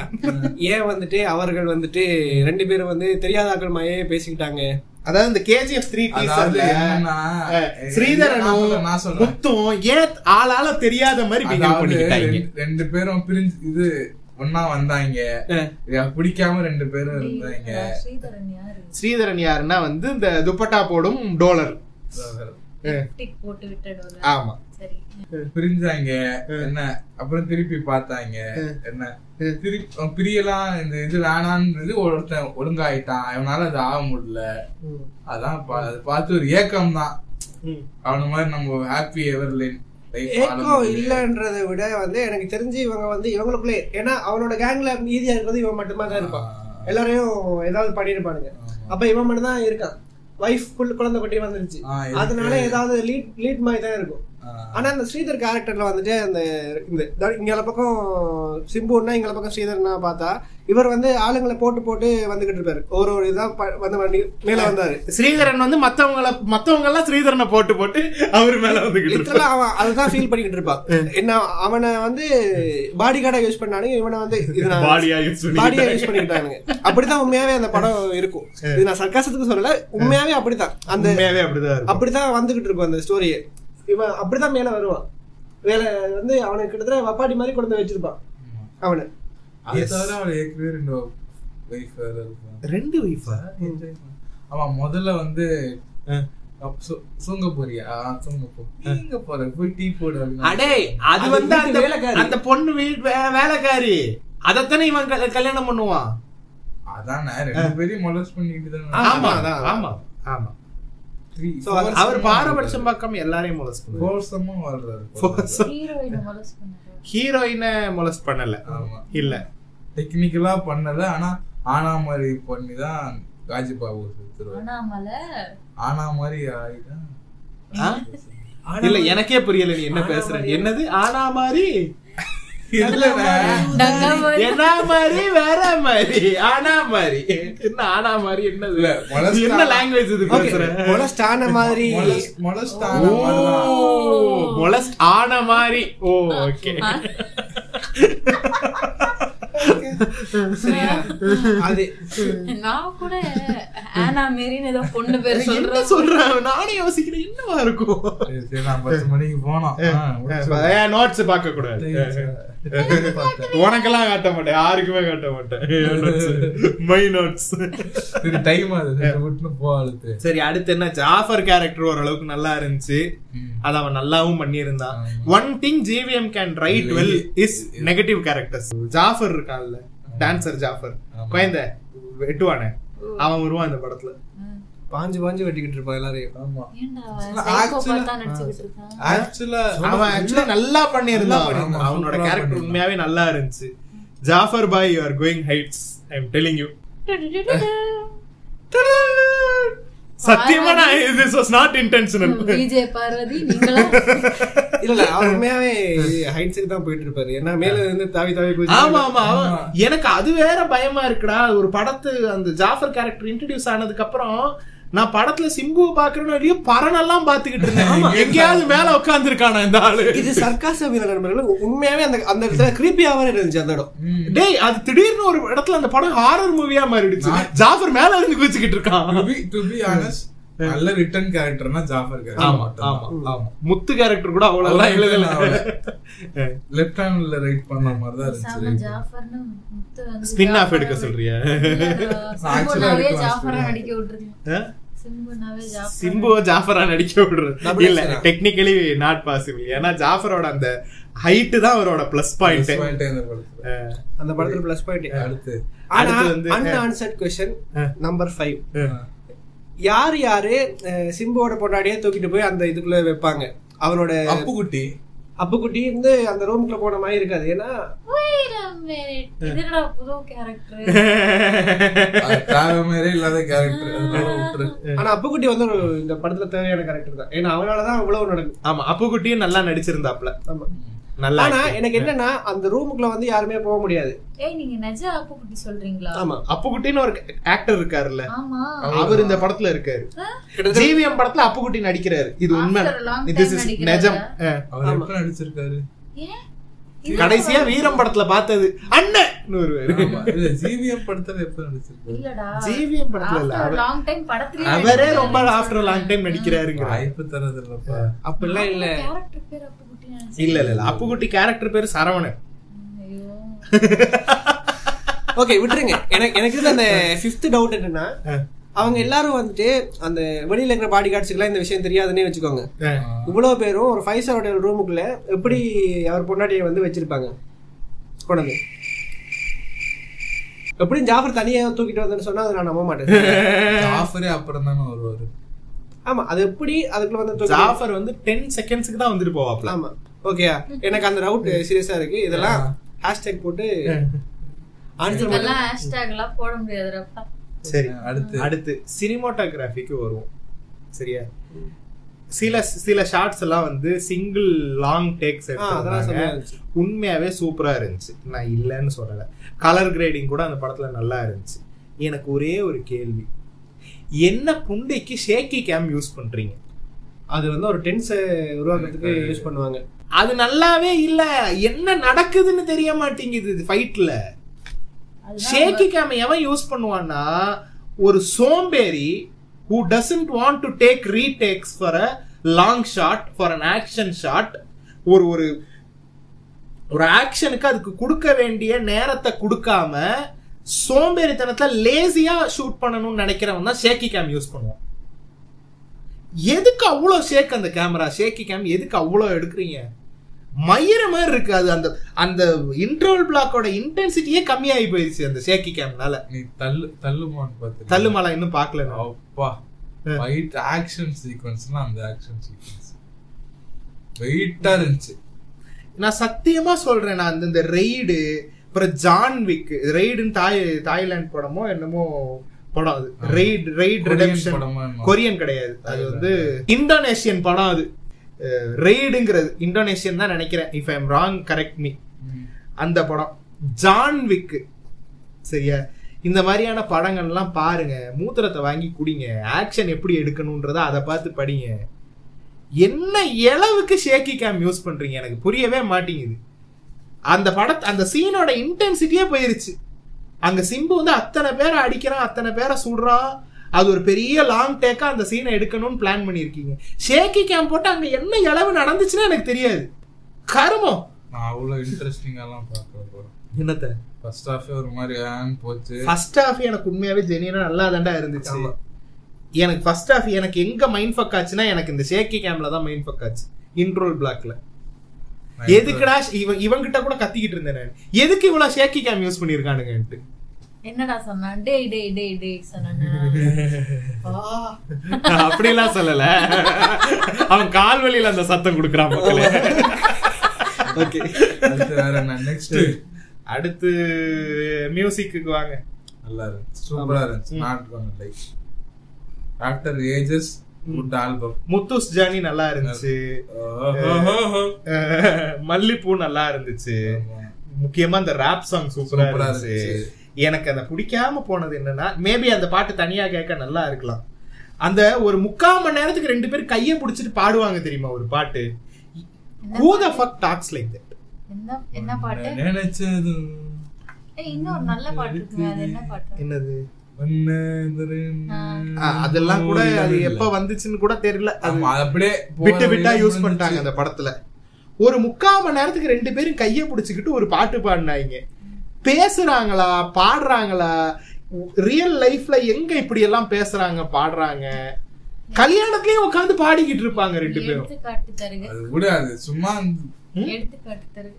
Speaker 6: ஏன் வந்துட்டு அவர்கள் வந்துட்டு ரெண்டு பேரும் வந்து தெரியாத ஆக்கள் மாயே பேசிக்கிட்டாங்க
Speaker 4: அதாவது இந்த கேஜிஎஃப் த்ரீ
Speaker 5: அதாவது என்னன்னா,
Speaker 4: ஸ்ரீதரனும்
Speaker 5: நான் சொல்றேன்.
Speaker 4: முத்தும் ஏன் ஆளால தெரியாத மாதிரி பிஹேவ்
Speaker 5: அதாவது
Speaker 4: பண்ணிக்கிட்டாங்க
Speaker 5: ரெண்டு- ரெண்டு பேரும் பிரிஞ்சு இது ஒன்னா வந்தாங்க இத பிடிக்காம ரெண்டு பேரும் இருந்தாங்க
Speaker 3: ஸ்ரீதரன் யாரு
Speaker 4: ஸ்ரீதரன் யாருன்னா வந்து இந்த துப்பட்டா போடும் டோலர்
Speaker 3: டிக் போட்டு விட்டுடுவாரு
Speaker 4: ஆமா
Speaker 3: சரி
Speaker 5: பிரிஞ்சாங்க என்ன அப்புறம் திருப்பி பார்த்தாங்க என்ன திருப்பி பிரியலாம் இந்த இது வேணான்றது ஒருத்தன் ஒழுங்காயிட்டான் அவனால அது ஆக முடியல அதான் பா- அது பார்த்து ஒரு ஏக்கம் தான்
Speaker 4: ம்.
Speaker 5: அவன மாதிரி நம்ம ஹாப்பி எவர்லின் life வாழ
Speaker 6: ஏக்கம்
Speaker 5: முடியல.
Speaker 6: இல்லன்றதை விட வந்து எனக்கு தெரிஞ்சு இவங்க வந்து இவங்களுக்குள்ளே ஏன்னா அவனோட கேங்ல மீதியா இருக்கிறது இவன் மட்டுமா தான் இருப்பான் எல்லாரையும் ஏதாவது பண்ணிருப்பானுங்க அப்ப இவன் மட்டும் தான் இருக்கான் வைஃப் குழந்தை குட்டி வந்துருச்சு
Speaker 5: ஆ, இருக்கு.
Speaker 6: அதனால ஏதாவது லீட் லீட் மாதிரி தான் இருக்கும் ஆனா அந்த ஸ்ரீதர் கேரக்டர்ல வந்துட்டு அந்த இந்த தா- இங்கல பக்கம் சிம்புன்னா இங்கல பக்கம் ஸ்ரீதர்னா பார்த்தா இவர் வந்து ஆளுங்களை போட்டு போட்டு வந்துகிட்டு இருப்பாரு ஒரு ஒரு இதா ப- வந்து பண்ணி மேல வந்தாரு
Speaker 4: ஸ்ரீதரன் வந்து மத்தவங்கள மத்தவங்க எல்லாம் ஸ்ரீதரனை போட்டு போட்டு அவர் மேல வந்துகிட்டு இருப்பாரு.
Speaker 6: லிட்டரலா அவன் அதுதான் ஃபீல் பண்ணிக்கிட்டு இருப்பான் என்ன அவனை வந்து பாடி கார்டா யூஸ் பண்ணானுங்க இவனை வந்து இது நான்
Speaker 4: Body ஆ use
Speaker 6: பாடியா
Speaker 4: பண்ணிக்கிட்டாங்க.
Speaker 6: யூஸ் பண்ணிக்கிட்டானுங்க அப்படிதான் உண்மையாவே அந்த படம் இருக்கும் இது நான் சர்க்காசத்துக்கு சொல்லல உண்மையாவே அப்படிதான் அந்த
Speaker 4: உண்மையாவே அப்படிதான் இருக்கும்.
Speaker 6: அப்படிதான் வந்துகிட்டு இருக்கும் அந்த ஸ்டோரியே இவன் அப்படிதான் மேல வருவான் வேலை வந்து அவனுக்கு கிட்டத்தட்ட வப்பாடி மாதிரி கொண்டு வந்து வச்சிருப்பான் அவனு
Speaker 5: அது தவிர அவள் ஏற்கனவே ரெண்டு wife வேற இருப்பான்.
Speaker 4: ரெண்டு வைஃபா
Speaker 5: ஆமா முதல்ல வந்து அப் சு- தூங்க போறியா ஆ, தூங்க போ தூங்க போற போய் டீ போடு அப்படின்னா.
Speaker 4: அடே அது
Speaker 6: அது
Speaker 4: வந்து
Speaker 6: வீட்டு
Speaker 4: அந்த
Speaker 6: வேலைக்காரி.
Speaker 4: அந்த பொண்ணு வீட்டு வே- வேலைக்காரி அதத்தானே இவன் கல்- கல்யாணம் பண்ணுவான்
Speaker 5: அதானே ரெண்டு பேரையும் மொலஸ் பண்ணிட்டு
Speaker 4: ஆமா
Speaker 5: தானே
Speaker 4: அதான் ஆமா ஆமா
Speaker 5: Three-
Speaker 4: So, அது- அவர்
Speaker 5: foursome-ஆ
Speaker 4: பாரபட்சம் பார்க்காம எல்லாரையும் மொலஸ்ட்
Speaker 5: வர்றாரு.
Speaker 4: பண்ணுவார்
Speaker 5: foursome-ஆ வர்றாரு.
Speaker 3: ஹீரோயின் மனசு பண்ணாரு
Speaker 4: ஹீரோயினை மொலஸ்ட் பண்ணல
Speaker 5: ஆமா.
Speaker 4: இல்ல
Speaker 5: டெக்னிக்கலா பண்ணல ஆனா ஆனா மாதிரி பண்ணி தான் காஜிபாபு சுத்துருவாரு
Speaker 3: அண்ணாமல
Speaker 5: ஆனா மாதிரி ஆயிதான்
Speaker 4: ஆ? இல்ல எனக்கே புரியல நீ என்ன பேசுற என்னது ஆனா மாதிரி
Speaker 5: இல்ல
Speaker 4: என்ன மாதிரி வேற மாதிரி ஆனா மாதிரி என்ன ஆனா மாதிரி என்னது
Speaker 5: இல்ல, molest
Speaker 4: என்ன
Speaker 5: ஆனா-
Speaker 4: லாங்குவேஜ் இது பேசுற
Speaker 6: மொலஸ்ட் ஆன மாதிரி
Speaker 5: மொலஸ்ட்
Speaker 4: ஓ
Speaker 5: ஆன மாதிரிதான்
Speaker 4: மொலஸ்ட் ஆன மாதிரி ஓ ஓகே
Speaker 6: சரியா அது
Speaker 3: நான் கூட ஆனா மேரின்னு ஏதோ பொண்ணு பேர்
Speaker 4: என்ன
Speaker 3: சொல்றேன்
Speaker 4: சொல்றேன் நானே யோசிக்கிறேன் என்னவா இருக்கும்
Speaker 5: சரி, சரி, நான் பத்து மணிக்கு போனோம் ஆ, முடிச்சிருவோம்.
Speaker 4: நோட்ஸ் பார்க்க கூடாது உனக்கெல்லாம் காட்ட மாட்டேன் யாருக்குமே காட்ட மாட்டேன் மை நோட்ஸ்
Speaker 5: சரி டைம் ஆகுது சரி, விட்டுன்னு போ அழுத்து
Speaker 4: சரி அடுத்து என்ன ஜாஃபர் கேரக்டர் ஓரளவுக்கு நல்லா இருந்துச்சு அது அவன் நல்லாவும் பண்ணியிருந்தான் one thing GVM can write well is negative characters Jaffer இருக்கான்ல டான்சர் ஜாஃபர் குழந்தை வெட்டுவானே அவன் வருவான் இந்த படத்துல
Speaker 6: பாஞ்சு பாஞ்சு வெட்டிக்கிட்டு இருப்பான் எல்லாரையும்
Speaker 5: ஆமா
Speaker 3: ஏன்டா சைக்கோ பார்த்தா நடிச்சுக்கிட்டு இருக்கான்
Speaker 5: ஆக்சுவலா
Speaker 4: அவன் ஆக்சுவலா நல்லா பண்ணியிருந்தான்
Speaker 5: பண்ணியிருந்தான்.
Speaker 4: அவனோட
Speaker 5: சூப்பரா
Speaker 4: கேரக்டர்
Speaker 5: பண்ணியிருந்தான்.
Speaker 4: உண்மையாவே நல்லா இருந்துச்சு ஜாஃபர் பாய் you are going heights I am telling you சத்தியமா நான் this was not
Speaker 3: <laughs>
Speaker 4: intentional
Speaker 3: Vijay Parvathi
Speaker 4: <laughs>
Speaker 3: நீங்களா
Speaker 6: இல்ல இல்ல அவர் உண்மையாவே ஹைட்ஸுக்கு தான் போயிட்டு இருப்பாரு ஏன்னா மேல இருந்து தாவி தாவி
Speaker 4: ஆமா
Speaker 6: போய்
Speaker 4: ஆமா ஆமா. எனக்கு அது வேற பயமா இருக்குடா ஒரு படத்து அந்த ஜாஃபர் கேரக்டர் இன்ட்ரடியூஸ் ஆனதுக்கு அப்புறம் நான் படத்துல சிம்புவை பாக்குறேன்னு வெளியே பரணெல்லாம் பாத்துக்கிட்டு இருந்தேன் எங்கேயாவது மேல உட்காந்துருக்கானா இந்த ஆளு
Speaker 6: இது சர்க்காசம் இல்ல நண்பர்கள் உண்மையாவே அந்த அந்த இடத்துல கிரீப்பியா வேற இருந்துச்சு அந்த இடம்
Speaker 4: டேய் அது திடீர்னு ஒரு இடத்துல அந்த படம் ஹாரர் மூவியா மாறிடுச்சு ஜாஃபர் மேல இருந்து குதிச்சுக்கிட்டு இருக்கான்
Speaker 5: டு பி ஆனஸ்ட் நல்ல ரிட்டர்ன் கேரக்டர்னா ஜாஃபர்
Speaker 4: ஆமா ஆமா ஆமா முத்து கேரக்டர் கூட அவ்வளவு எழுதல
Speaker 5: லெஃப்ட் ஹேண்ட்ல ரைட் பண்ண மாதிரி தான் இருந்துச்சு
Speaker 3: சாம ஜாஃபர்னு முத்து வந்து
Speaker 4: ஸ்பின் ஆஃப்
Speaker 3: ஜாஃபர்
Speaker 4: எடுக்க
Speaker 3: வந்து-
Speaker 4: சொல்றியா
Speaker 3: இல்லடா, சிம்புனாவே
Speaker 5: எடுக்கலாம்,
Speaker 3: ஜாஃபரா
Speaker 5: சிம்பு.
Speaker 3: நடிக்க விட்டுருங்க
Speaker 4: ஆ?
Speaker 3: சிம்புனாவே ஜாஃபர்
Speaker 4: சிம்புவ ஜாஃபரா நடிக்க விடுறது
Speaker 6: Double
Speaker 4: இல்ல
Speaker 6: action-ஆ?
Speaker 4: டெக்னிக்கலி நாட் பாசிபிள் ஏன்னா ஜாஃபரோட அந்த ஹைட் தான் அவரோட பிளஸ் பாயிண்ட்
Speaker 5: பாயிண்ட் இந்த படத்துல
Speaker 6: அந்த படத்துல பிளஸ் பாயிண்ட்
Speaker 5: அடுத்து
Speaker 6: ஆனா
Speaker 4: அடுத்து வந்து-
Speaker 6: அன்ஆன்சர்ட் கொஸ்டின் நம்பர் ஃபைவ் யார் யாரு அஹ், சிம்புவோட பொண்டாடியே தூக்கிட்டு போய் அந்த இதுக்குள்ள வைப்பாங்க அவனோட
Speaker 5: அப்புக்குட்டி
Speaker 6: அப்புக்குட்டி இருந்து அந்த ரூம்குள்ள போன மாதிரி இருக்காது ஏன்னா
Speaker 3: Wait a minute. இது என்னடா புது கேரக்டர்
Speaker 5: அது தேவை மாதிரியே இல்லாத கேரக்டர் அதனால விட்டுரு
Speaker 6: ஆனா அப்புக்குட்டி வந்து ஒரு இந்த படத்துல தேவையான கேரக்டர் தான் ஏன்னா அவனாலதான் இவ்வளவு நடக்கும்
Speaker 4: ஆமா அப்பு குட்டியும் நல்லா நடிச்சிருந்தாப்ல
Speaker 6: ஆமா
Speaker 4: நல்லா
Speaker 6: ஆனா
Speaker 4: இருக்கு.
Speaker 6: எனக்கு என்னன்னா அந்த ரூமுக்குள்ள வந்து யாருமே போக முடியாது
Speaker 3: ஏய் நீங்க நெஜ அப்பு குட்டி சொல்றீங்களா
Speaker 6: ஆமா
Speaker 4: அப்புக்குட்டின்னு ஒரு ஆக்டர் இருக்காருல்ல
Speaker 3: ஆமா
Speaker 4: அவர் இந்த படத்துல இருக்காரு ஜிவிஎம் படத்துல அப்புக்குட்டி நடிக்கிறாரு இது உண்மை
Speaker 3: After a long time
Speaker 4: this is
Speaker 3: நடிக்கிறாரா?
Speaker 4: நிஜம் ஆ.
Speaker 5: அவர் எப்ப நடிச்சிருக்காரு
Speaker 3: ஏன் இது
Speaker 4: கடைசியா வீரம் படத்துல பார்த்தது அண்ணன் ஒருவர்
Speaker 5: ஆமா, இல்ல ஜிவிஎம் படத்துல எப்ப நடிச்சிருக்காரு
Speaker 3: இல்லடா
Speaker 4: ஜிவிஎம் படத்துல இல்ல அவர்
Speaker 3: லாங் டைம் படத்துல
Speaker 4: அவரே ரொம்ப ஆஃப்டர் லாங் டைம் நடிக்கிறாருங்கிற
Speaker 5: வாய்ப்பு தரது இல்லப்பா
Speaker 4: அப்படிலாம் இல்ல
Speaker 3: கேரக்டர் பேர் அப்பு குட்டி நினைச்சேன்.
Speaker 4: இல்ல இல்ல இல்ல அப்புக்குட்டி கேரக்டர் பேரு சரவணன்
Speaker 3: ஐயோ
Speaker 6: ஓகே விட்டுருங்க எனக்கு எனக்கு இருந்த அந்த ஃபிஃப்த் டவுட் என்னன்னா அவங்க எல்லாரும் வந்துட்டு அந்த வெளியில இருக்கிற பாடி கார்ட்ஸுக்குலாம் இந்த விஷயம் தெரியாதுன்னே வச்சுக்கோங்க இவ்வளவு பேரும் ஒரு ஃபைவ் ஸ்டார் ஹோட்டல் ரூமுக்குள்ள எப்படி அவர் பொண்டாட்டியை வந்து வச்சிருப்பாங்க கொண்டாந்து எப்படியும் ஜாஃபர் தனியா தூக்கிட்டு வந்தேன்னு சொன்னா அதை நான் நம்ப மாட்டேன்
Speaker 5: ஆஃபரே அப்புறம் தானே வருவாரு
Speaker 6: ஆமா அது எப்படி அதுக்குள்ள வந்து தூக்கி-
Speaker 4: ஜாஃபர் வந்து டென் செகண்ட்ஸ்க்கு தான் வந்துட்டு போவாப்ல
Speaker 6: ஆமா ஓகேயா எனக்கு அந்த ரவுட் சீரியஸா இருக்கு இதெல்லாம்
Speaker 4: <laughs>
Speaker 6: ஹேஷ்டேக் போட்டு ஆன்சர் பண்ண
Speaker 3: இதெல்லாம் ஹேஷ்டேக் எல்லாம் போட முடியாதுடா
Speaker 4: சரி
Speaker 5: அடுத்து
Speaker 4: அடுத்து சினிமாட்டோகிராஃபிக்கு வருவோம் சரியா சில சில ஷார்ட்ஸ் எல்லாம் வந்து சிங்கிள் லாங் டேக்ஸ்
Speaker 6: அதெல்லாம்
Speaker 4: எடுத்தாங்க
Speaker 6: செம்மையா இருந்துச்சு.
Speaker 4: உண்மையாவே சூப்பரா இருந்துச்சு நான் இல்லைன்னு சொல்லல கலர் கிரேடிங் கூட அந்த படத்துல நல்லா இருந்துச்சு எனக்கு ஒரே ஒரு கேள்வி என்ன புண்டைக்கு ஷேக்கி கேம் யூஸ் பண்றீங்க
Speaker 6: அது வந்து ஒரு டென்ஸ் உருவாக்குறதுக்கு யூஸ் பண்ணுவாங்க
Speaker 4: அது நல்லாவே இல்ல என்ன நடக்குதுன்னு தெரிய மாட்டேங்குது ஃபைட்ல ஷேக்கி கேம் எவன் யூஸ் பண்ணுவான்னா ஒரு சோம்பேறி who doesn't want to take retakes for a long shot for an action shot ஒரு ஒரு ஒரு ஆக்ஷனுக்கு அதுக்கு கொடுக்க வேண்டிய நேரத்தை கொடுக்காம சோம்பேறித்தனத்தை லேசியா ஷூட் பண்ணணும்னு நினைக்கிறவன் தான் ஷேக்கி கேம் யூஸ் பண்ணுவான் எதுக்கு அவ்வளோ ஷேக் அந்த கேமரா ஷேக்கி கேம் எதுக்கு அவ்வளோ எடுக்கிறீங்க மயிர மாதிரி இருக்கு அது அந்த அந்த இன்டர்வல் பிளாக்கோட இன்டென்சிட்டியே கம்மியாகி போயிடுச்சு அந்த ஷேக்கி கேம்னால
Speaker 5: நீ தள்ளு தள்ளுமான்னு பாத்து
Speaker 4: தள்ளுமலை இன்னும் பார்க்கல நான்.
Speaker 5: அப்பா ஃபைட் ஆக்ஷன் சீக்வன்ஸ்னா அந்த ஆக்ஷன் சீக்வன்ஸ் வெயிட்டா இருந்துச்சு
Speaker 4: நான் சத்தியமா சொல்றேன் நான் அந்த- இந்த ரெய்டு அப்புறம் ஜான் விக் ரெய்டுன்னு தாய் தாய்லாந்து படமோ என்னமோ படம் அது ரெய்டு ரெய்ட்
Speaker 5: கொரியன்
Speaker 4: ரிடெம்ஷன்
Speaker 5: படமா என்னமோ.
Speaker 4: கொரியன் கிடையாது அது வந்து இந்தோனேஷியன் படம் அது ரெய்டுங்கிறது இந்தோனேஷியன் தான் நினைக்கிறேன் if I'm wrong correct me அந்த படம் ஜான் விக்கு சரியா இந்த மாதிரியான படங்கள்லாம் பாருங்க மூத்திரத்தை வாங்கி குடிங்க ஆக்ஷன் எப்படி எடுக்கணுன்றத அதை பார்த்து படிங்க என்ன அளவுக்கு ஷேக்கி கேம் யூஸ் பண்றீங்க எனக்கு புரியவே மாட்டேங்குது அந்த பட அந்த சீனோட இன்டென்சிட்டியே போயிருச்சு அங்க சிம்பு வந்து அத்தனை பேரை அடிக்கிறான் அத்தனை பேரை சுடுறான் அது ஒரு பெரிய லாங் டேக்கா அந்த சீனை எடுக்கணும்னு பிளான் பண்ணியிருக்கீங்க ஷேக்கி கேம் போட்டு அங்க என்ன இளவு நடந்துச்சுன்னா எனக்கு தெரியாது கருமம்
Speaker 5: நான் அவ்வளவு இன்ட்ரெஸ்டிங்காலாம் பார்க்க போறேன்
Speaker 4: என்னத்தை
Speaker 5: ஃபர்ஸ்ட் ஹாஃபே ஒரு மாதிரி ஆன் போச்சு
Speaker 4: ஃபர்ஸ்ட் ஹாஃப் எனக்கு உண்மையாவே ஜெனியனா நல்லா தாண்டா இருந்துச்சு எனக்கு ஃபர்ஸ்ட் ஹாஃப் எனக்கு எங்க மைண்ட் ஃபக் ஆச்சுன்னா எனக்கு இந்த ஷேக்கி கேம்ல தான் மைண்ட் ஃபக் ஆச்சு இன்ட்ரோல் பிளாக்ல எதுக்குடா இவன் இவங்கிட்ட கூட கத்திக்கிட்டு இருந்தேன் நான் எதுக்கு இவ்வளவு ஷேக்கி கேம் யூஸ் பண்ணிருக்கானுங்கன்ட்டு
Speaker 3: என்னடா சொன்னான் டேய் டேய் டேய் டேய்
Speaker 4: <laughs>
Speaker 3: சொன்னானா
Speaker 4: அப்படிலாம் சொல்லல அவன் கால் வழியில அந்த சத்தம் கொடுக்குறான் மக்களே
Speaker 6: ஓகே
Speaker 5: அடுத்து வேற என்ன நெக்ஸ்ட்
Speaker 4: அடுத்து மியூசிக்கு வாங்க
Speaker 5: நல்லா இருந்துச்சு சூப்பரா இருந்துச்சு not gone like after ages good album
Speaker 4: முத்துஸ் ஜானி நல்லா இருந்துச்சு மல்லிப்பூ நல்லா இருந்துச்சு முக்கியமா அந்த ரேப் சாங் சூப்பரா
Speaker 5: சூப்பரா
Speaker 4: இருந்துச்சு
Speaker 5: இருந்துச்சு.
Speaker 4: எனக்கு அந்த பிடிக்காம போனது என்னன்னா மேபி அந்த பாட்டு தனியா கேட்க நல்லா இருக்கலாம் அந்த ஒரு முக்கால் மணி நேரத்துக்கு ரெண்டு பேரும் கையை பிடிச்சிட்டு பாடுவாங்க தெரியுமா ஒரு பாட்டு who the fuck talks like that
Speaker 3: என்ன என்ன பாட்டு
Speaker 5: நினைச்சதும்
Speaker 3: ஏய் இன்னொரு நல்ல பாட்டு இருக்குமே அது என்ன பாட்டு
Speaker 4: என்னது
Speaker 5: ஒண்ணு, இந்த ரெண்டு.
Speaker 4: ஆ, அதெல்லாம் கூட அது எப்ப வந்துச்சுன்னு கூட தெரியல அது
Speaker 5: ஆமா, அது அப்படியே போற
Speaker 4: விட்டு விட்டா
Speaker 5: வழியில
Speaker 4: யூஸ் பண்ணிட்டாங்க
Speaker 5: முடிஞ்சுச்சு.
Speaker 4: அந்த படத்துல ஒரு முக்கால் மணி நேரத்துக்கு ரெண்டு பேரும் கையை பிடிச்சிக்கிட்டு ஒரு பாட்டு பாடினாங்க பேசுறாங்களா பாடுறாங்களா ரியல் லைஃப்ல எங்க இப்படி எல்லாம் பேசுறாங்க பாடுறாங்க கல்யாணத்துலயும் உட்காந்து பாடிக்கிட்டு இருப்பாங்க ரெண்டு பேரும்
Speaker 3: எடுத்து காட்டு தருங்க
Speaker 5: அது கூட அது சும்மா அந்த-
Speaker 3: எடுத்து காட்டு தருங்க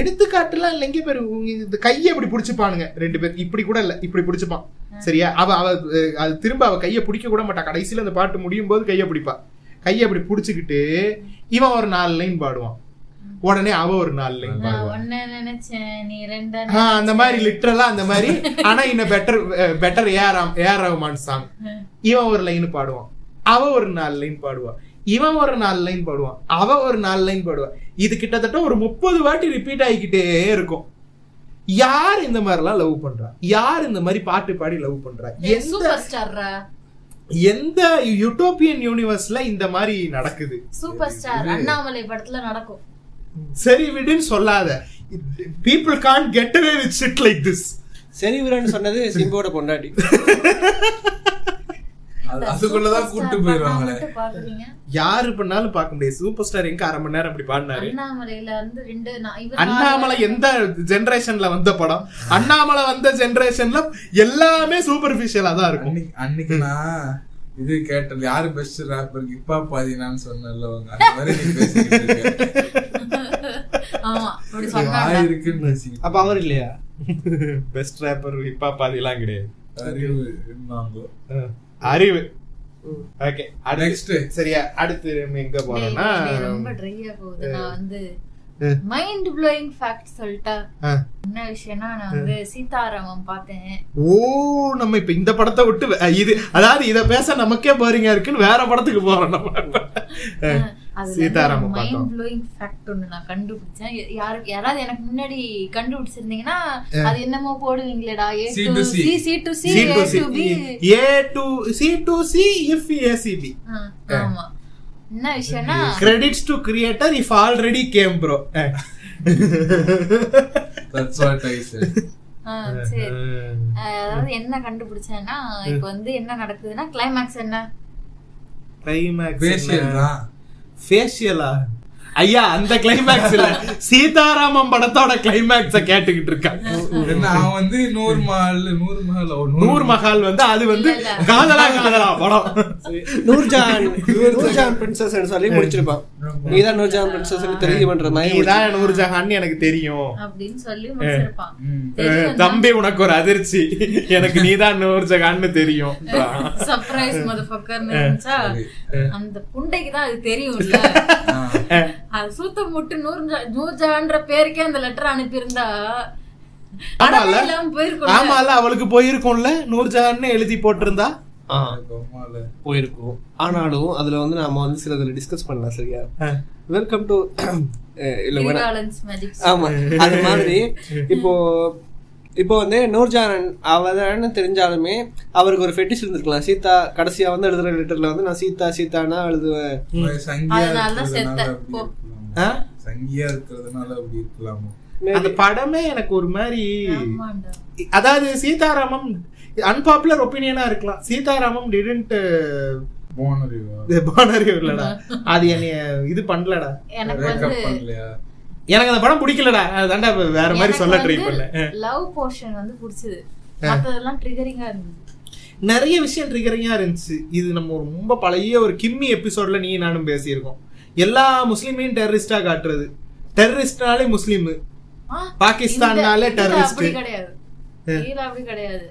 Speaker 4: எடுத்துக்காட்டுலாம் இல்லைங்க பேரு இவங்க இந்த கையை இப்படி பிடிச்சிப்பானுங்க ரெண்டு பேரும் இப்படி கூட இல்ல இப்படி பிடிச்சிப்பான் சரியா அவ அவ அஹ், அது திரும்ப அவ கையை பிடிக்க கூட மாட்டா கடைசியில அந்த பாட்டு முடியும் போது கையை பிடிப்பா கையை அப்படி பிடிச்சிக்கிட்டு இவன் ஒரு நாலு லைன் பாடுவான் உடனே அவ ஒரு நாலு லைன்
Speaker 3: நான்
Speaker 4: பாடுவான்
Speaker 3: ஒன்ன நினைச்சேன் நீ ரெண்டா
Speaker 4: ஆ, அந்த மாதிரி லிட்டரலா அந்த மாதிரி ஆனா இன்னும் better better AR AR Rahman song இவன் ஒரு லைன் பாடுவான் அவ ஒரு நாலு லைன் பாடுவா இவன் ஒரு நாலு லைன் பாடுவான் அவன் ஒரு நாலு லைன் பாடுவான் இது கிட்டத்தட்ட ஒரு முப்பது வாட்டி ரிப்பீட் ஆகிக்கிட்டே இருக்கும் யார் இந்த மாதிரிலாம் லவ் பண்றா யார் இந்த மாதிரி பாட்டு பாடி லவ் பண்றா எந்த
Speaker 3: சூப்பர் ஸ்டார்ரா
Speaker 4: எந்த யூட்டோப்பியன் யூனிவர்ஸ்ல இந்த மாதிரி நடக்குது
Speaker 3: சூப்பர் ஸ்டார் அண்ணாமலை படத்துல நடக்கும்
Speaker 4: சரி விடுன்னு சொல்லாத people can get away with shit like this
Speaker 6: சரி விரான்னு சொன்னது சிம்போட பொண்டாட்டி
Speaker 5: அது- அதுக்குள்ளதான் கூட்டு
Speaker 3: Superstar
Speaker 5: போயிருவாங்களே.
Speaker 3: படம் மட்டும் பாக்குறீங்க
Speaker 4: யாரு பண்ணாலும் பார்க்க முடியாது சூப்பர் ஸ்டார் எங்க அரை மணி நேரம் அப்படி பாடினாரு
Speaker 3: அண்ணாமலையில வந்து ரெண்டு நான் இவர்
Speaker 4: அண்ணாமலை எந்த ஜெனரேஷன்ல வந்த படம் அண்ணாமலை வந்த ஜெனரேஷன்ல எல்லாமே சூப்பர்ஃபிஷியலா தான் இருக்கும்
Speaker 5: அன்னைக்கு அன்னைக்கு நான் இது கேட்டது யாரு பெஸ்ட் ராப்பர் இப்பா பாதினான்னு சொன்னல அவங்க அந்த மாதிரி நீ பேசிக்கிட்டு இருக்க.
Speaker 3: ஆமா அப்படி
Speaker 5: வாய்
Speaker 3: சொன்னாங்க
Speaker 5: இருக்குன்னு பேசிக்கிட்டு
Speaker 6: அப்ப அவர் இல்லையா
Speaker 4: பெஸ்ட் ரேப்பர் ஹிப்பா பாதிலாம் கிடையாது
Speaker 5: அறிவு இருந்தாங்க
Speaker 4: அஹ், அறிவு ஓகே
Speaker 5: Next.
Speaker 4: சரியா அடுத்து நம்ம எங்க போறோம்னா
Speaker 3: ரொம்ப ட்ரையா போகுது நான் வந்து
Speaker 4: ஆ.
Speaker 3: மைண்ட் ப்ளோயிங் ஃபேக்ட் சொல்லிட்டா
Speaker 4: ஆ.
Speaker 3: என்ன விஷயம்னா நான் வந்து சீதாராமம் பார்த்தேன்
Speaker 4: ஓ நம்ம இப்ப இந்த படத்தை விட்டு வே- இது அதாவது இத பேச நமக்கே போரிங்கா இருக்குன்னு வேற படத்துக்கு போறோம் நம்ம அஹ், சீதாராமம்
Speaker 3: மைண்ட்
Speaker 4: பார்த்தோம்
Speaker 3: ப்ளோயிங் ஃபேக்ட் ஒன்னு நான் கண்டுபிடிச்சேன் யா- யாரு யாராவது எனக்கு முன்னாடி கண்டுபிடிச்சிருந்தீங்கன்னா அது என்னமோ போடுவீங்களேடா A
Speaker 5: C
Speaker 3: to
Speaker 5: to
Speaker 3: C
Speaker 5: C.
Speaker 3: C to C
Speaker 4: C
Speaker 3: A
Speaker 4: to C
Speaker 3: to B
Speaker 4: A to C to C if ACB
Speaker 3: ஆமா என்ன விஷயம்னா
Speaker 4: credits to creator if already game bro
Speaker 5: that's what I
Speaker 3: <laughs>
Speaker 5: set
Speaker 3: ah, சரி அதாவது என்ன கண்டுபிடிச்சேன்னா இப்ப வந்து என்ன நடக்குதுன்னா கிளைமேக்ஸ் என்ன
Speaker 5: பேசியல் தான்
Speaker 4: ஃபேஷியலா ஐயா அந்த கிளைமேக்ஸ் இல்ல சீதாராமம் படத்தோட கிளைமேக்ஸ கேட்டுக்கிட்டு இருக்காங்க
Speaker 5: என்ன, அவன் வந்து நூறு மால் நூறு மால் ஓ,
Speaker 4: நூர் மஹால் வந்து அது வந்து
Speaker 3: இல்ல, இல்ல.
Speaker 4: காதலா காதலா படம்
Speaker 6: நூர்ஜான் நூர்ஜான் பிரின்சஸ் சொல்லி முடிச்சிருப்பான் நீதான் நூர்ஜான் பிரின்சஸ் தெரியும் பண்ற மாதிரி
Speaker 4: நீதான் நூர் ஜஹான் எனக்கு தெரியும்
Speaker 3: அப்படின்னு சொல்லி முடிச்சிருப்பான்
Speaker 5: ம்.
Speaker 3: தெரியும் தான்.
Speaker 4: தம்பி உனக்கு ஒரு அதிர்ச்சி எனக்கு நீதான் நூர் ஜஹான்னு தெரியும்
Speaker 3: <laughs> சர்ப்ரைஸ் மதஃபக்கர்னு
Speaker 4: Eh.
Speaker 3: இருந்துச்சா அந்த புண்டைக்கு தான் அது தெரியும்ல
Speaker 4: <laughs> Ah. Eh.
Speaker 3: அது சுத்த முட்டு நூறு நூஜான்ற பேருக்கே அந்த லெட்டர் அனுப்பியிருந்தா
Speaker 4: ஆமால
Speaker 3: அடவே இல்லாம போயிருக்கும்
Speaker 4: ஆமால அவளுக்கு போயிருக்கும்ல நூர் ஜஹான்னு எழுதி போட்டிருந்தா
Speaker 5: கோமால.
Speaker 6: போயிருக்கும் ஆனாலும் அதுல வந்து நாம வந்து சில இதுல டிஸ்கஸ் பண்ணலாம் சரியா வெல்கம் <clears throat> டு இல்ல வேணாம்.
Speaker 3: Balance magic
Speaker 4: Ah.
Speaker 6: ஆமா அது மாதிரி இப்போ இப்போ வந்து நூர்ஜான் அவதான்னு தெரிஞ்சாலுமே அவருக்கு ஒரு ஃபெட்டிஷ் இருந்திருக்கலாம் சீதா கடைசியா வந்து எழுதுற லெட்டர்ல வந்து நான் சீதா சீதானா எழுதுவேன்
Speaker 5: ஒரு சங்கியா
Speaker 3: அதனால தான்
Speaker 5: இருக்கிறதுனால
Speaker 3: செத்தேன்.
Speaker 5: அப்படி
Speaker 3: போ.
Speaker 5: இருக்கலாமோ.
Speaker 4: ஆ?
Speaker 5: சங்கியா இருக்கிறதுனால அப்படி இருக்கலாமோ
Speaker 4: அந்த படமே எனக்கு ஒரு மாதிரி அதாவது சீதாராமம் அன்பாப்புலர் ஒப்பீனியனா இருக்கலாம் சீதாராமம் டிடன்ட்
Speaker 5: போனறிவா
Speaker 4: பானரி இல்லடா அது என்னைய இது பண்ணலடா
Speaker 3: எனக்கு வந்து
Speaker 5: பிரேக்கப் பண்ணலையா
Speaker 4: எனக்கு அந்த படம் பிடிக்கலடா அதுதான்டா இப்ப வேற மாதிரி சொல்ல ட்ரை பண்ணேன்
Speaker 3: லவ் போர்ஷன் வந்து பிடிச்சது
Speaker 4: Eh.
Speaker 3: மத்ததெல்லாம் ட்ரிகரிங்கா இருந்தது
Speaker 4: நிறைய விஷயம் ட்ரிகரிங்கா இருந்துச்சு இது நம்ம ஒரு ரொம்ப பழைய ஒரு கிம்மி எபிசோட்ல நீ நானும் பேசியிருக்கோம் எல்லா முஸ்லீமையும் டெரரிஸ்டா காட்டுறது டெரரிஸ்ட்னாலே முஸ்லீம்
Speaker 3: ஆ,
Speaker 4: பாகிஸ்தான்னாலே
Speaker 3: இந்த- இந்த
Speaker 4: terrorist. Eh.
Speaker 3: அப்படி கிடையாது இதுல அப்படி கிடையாது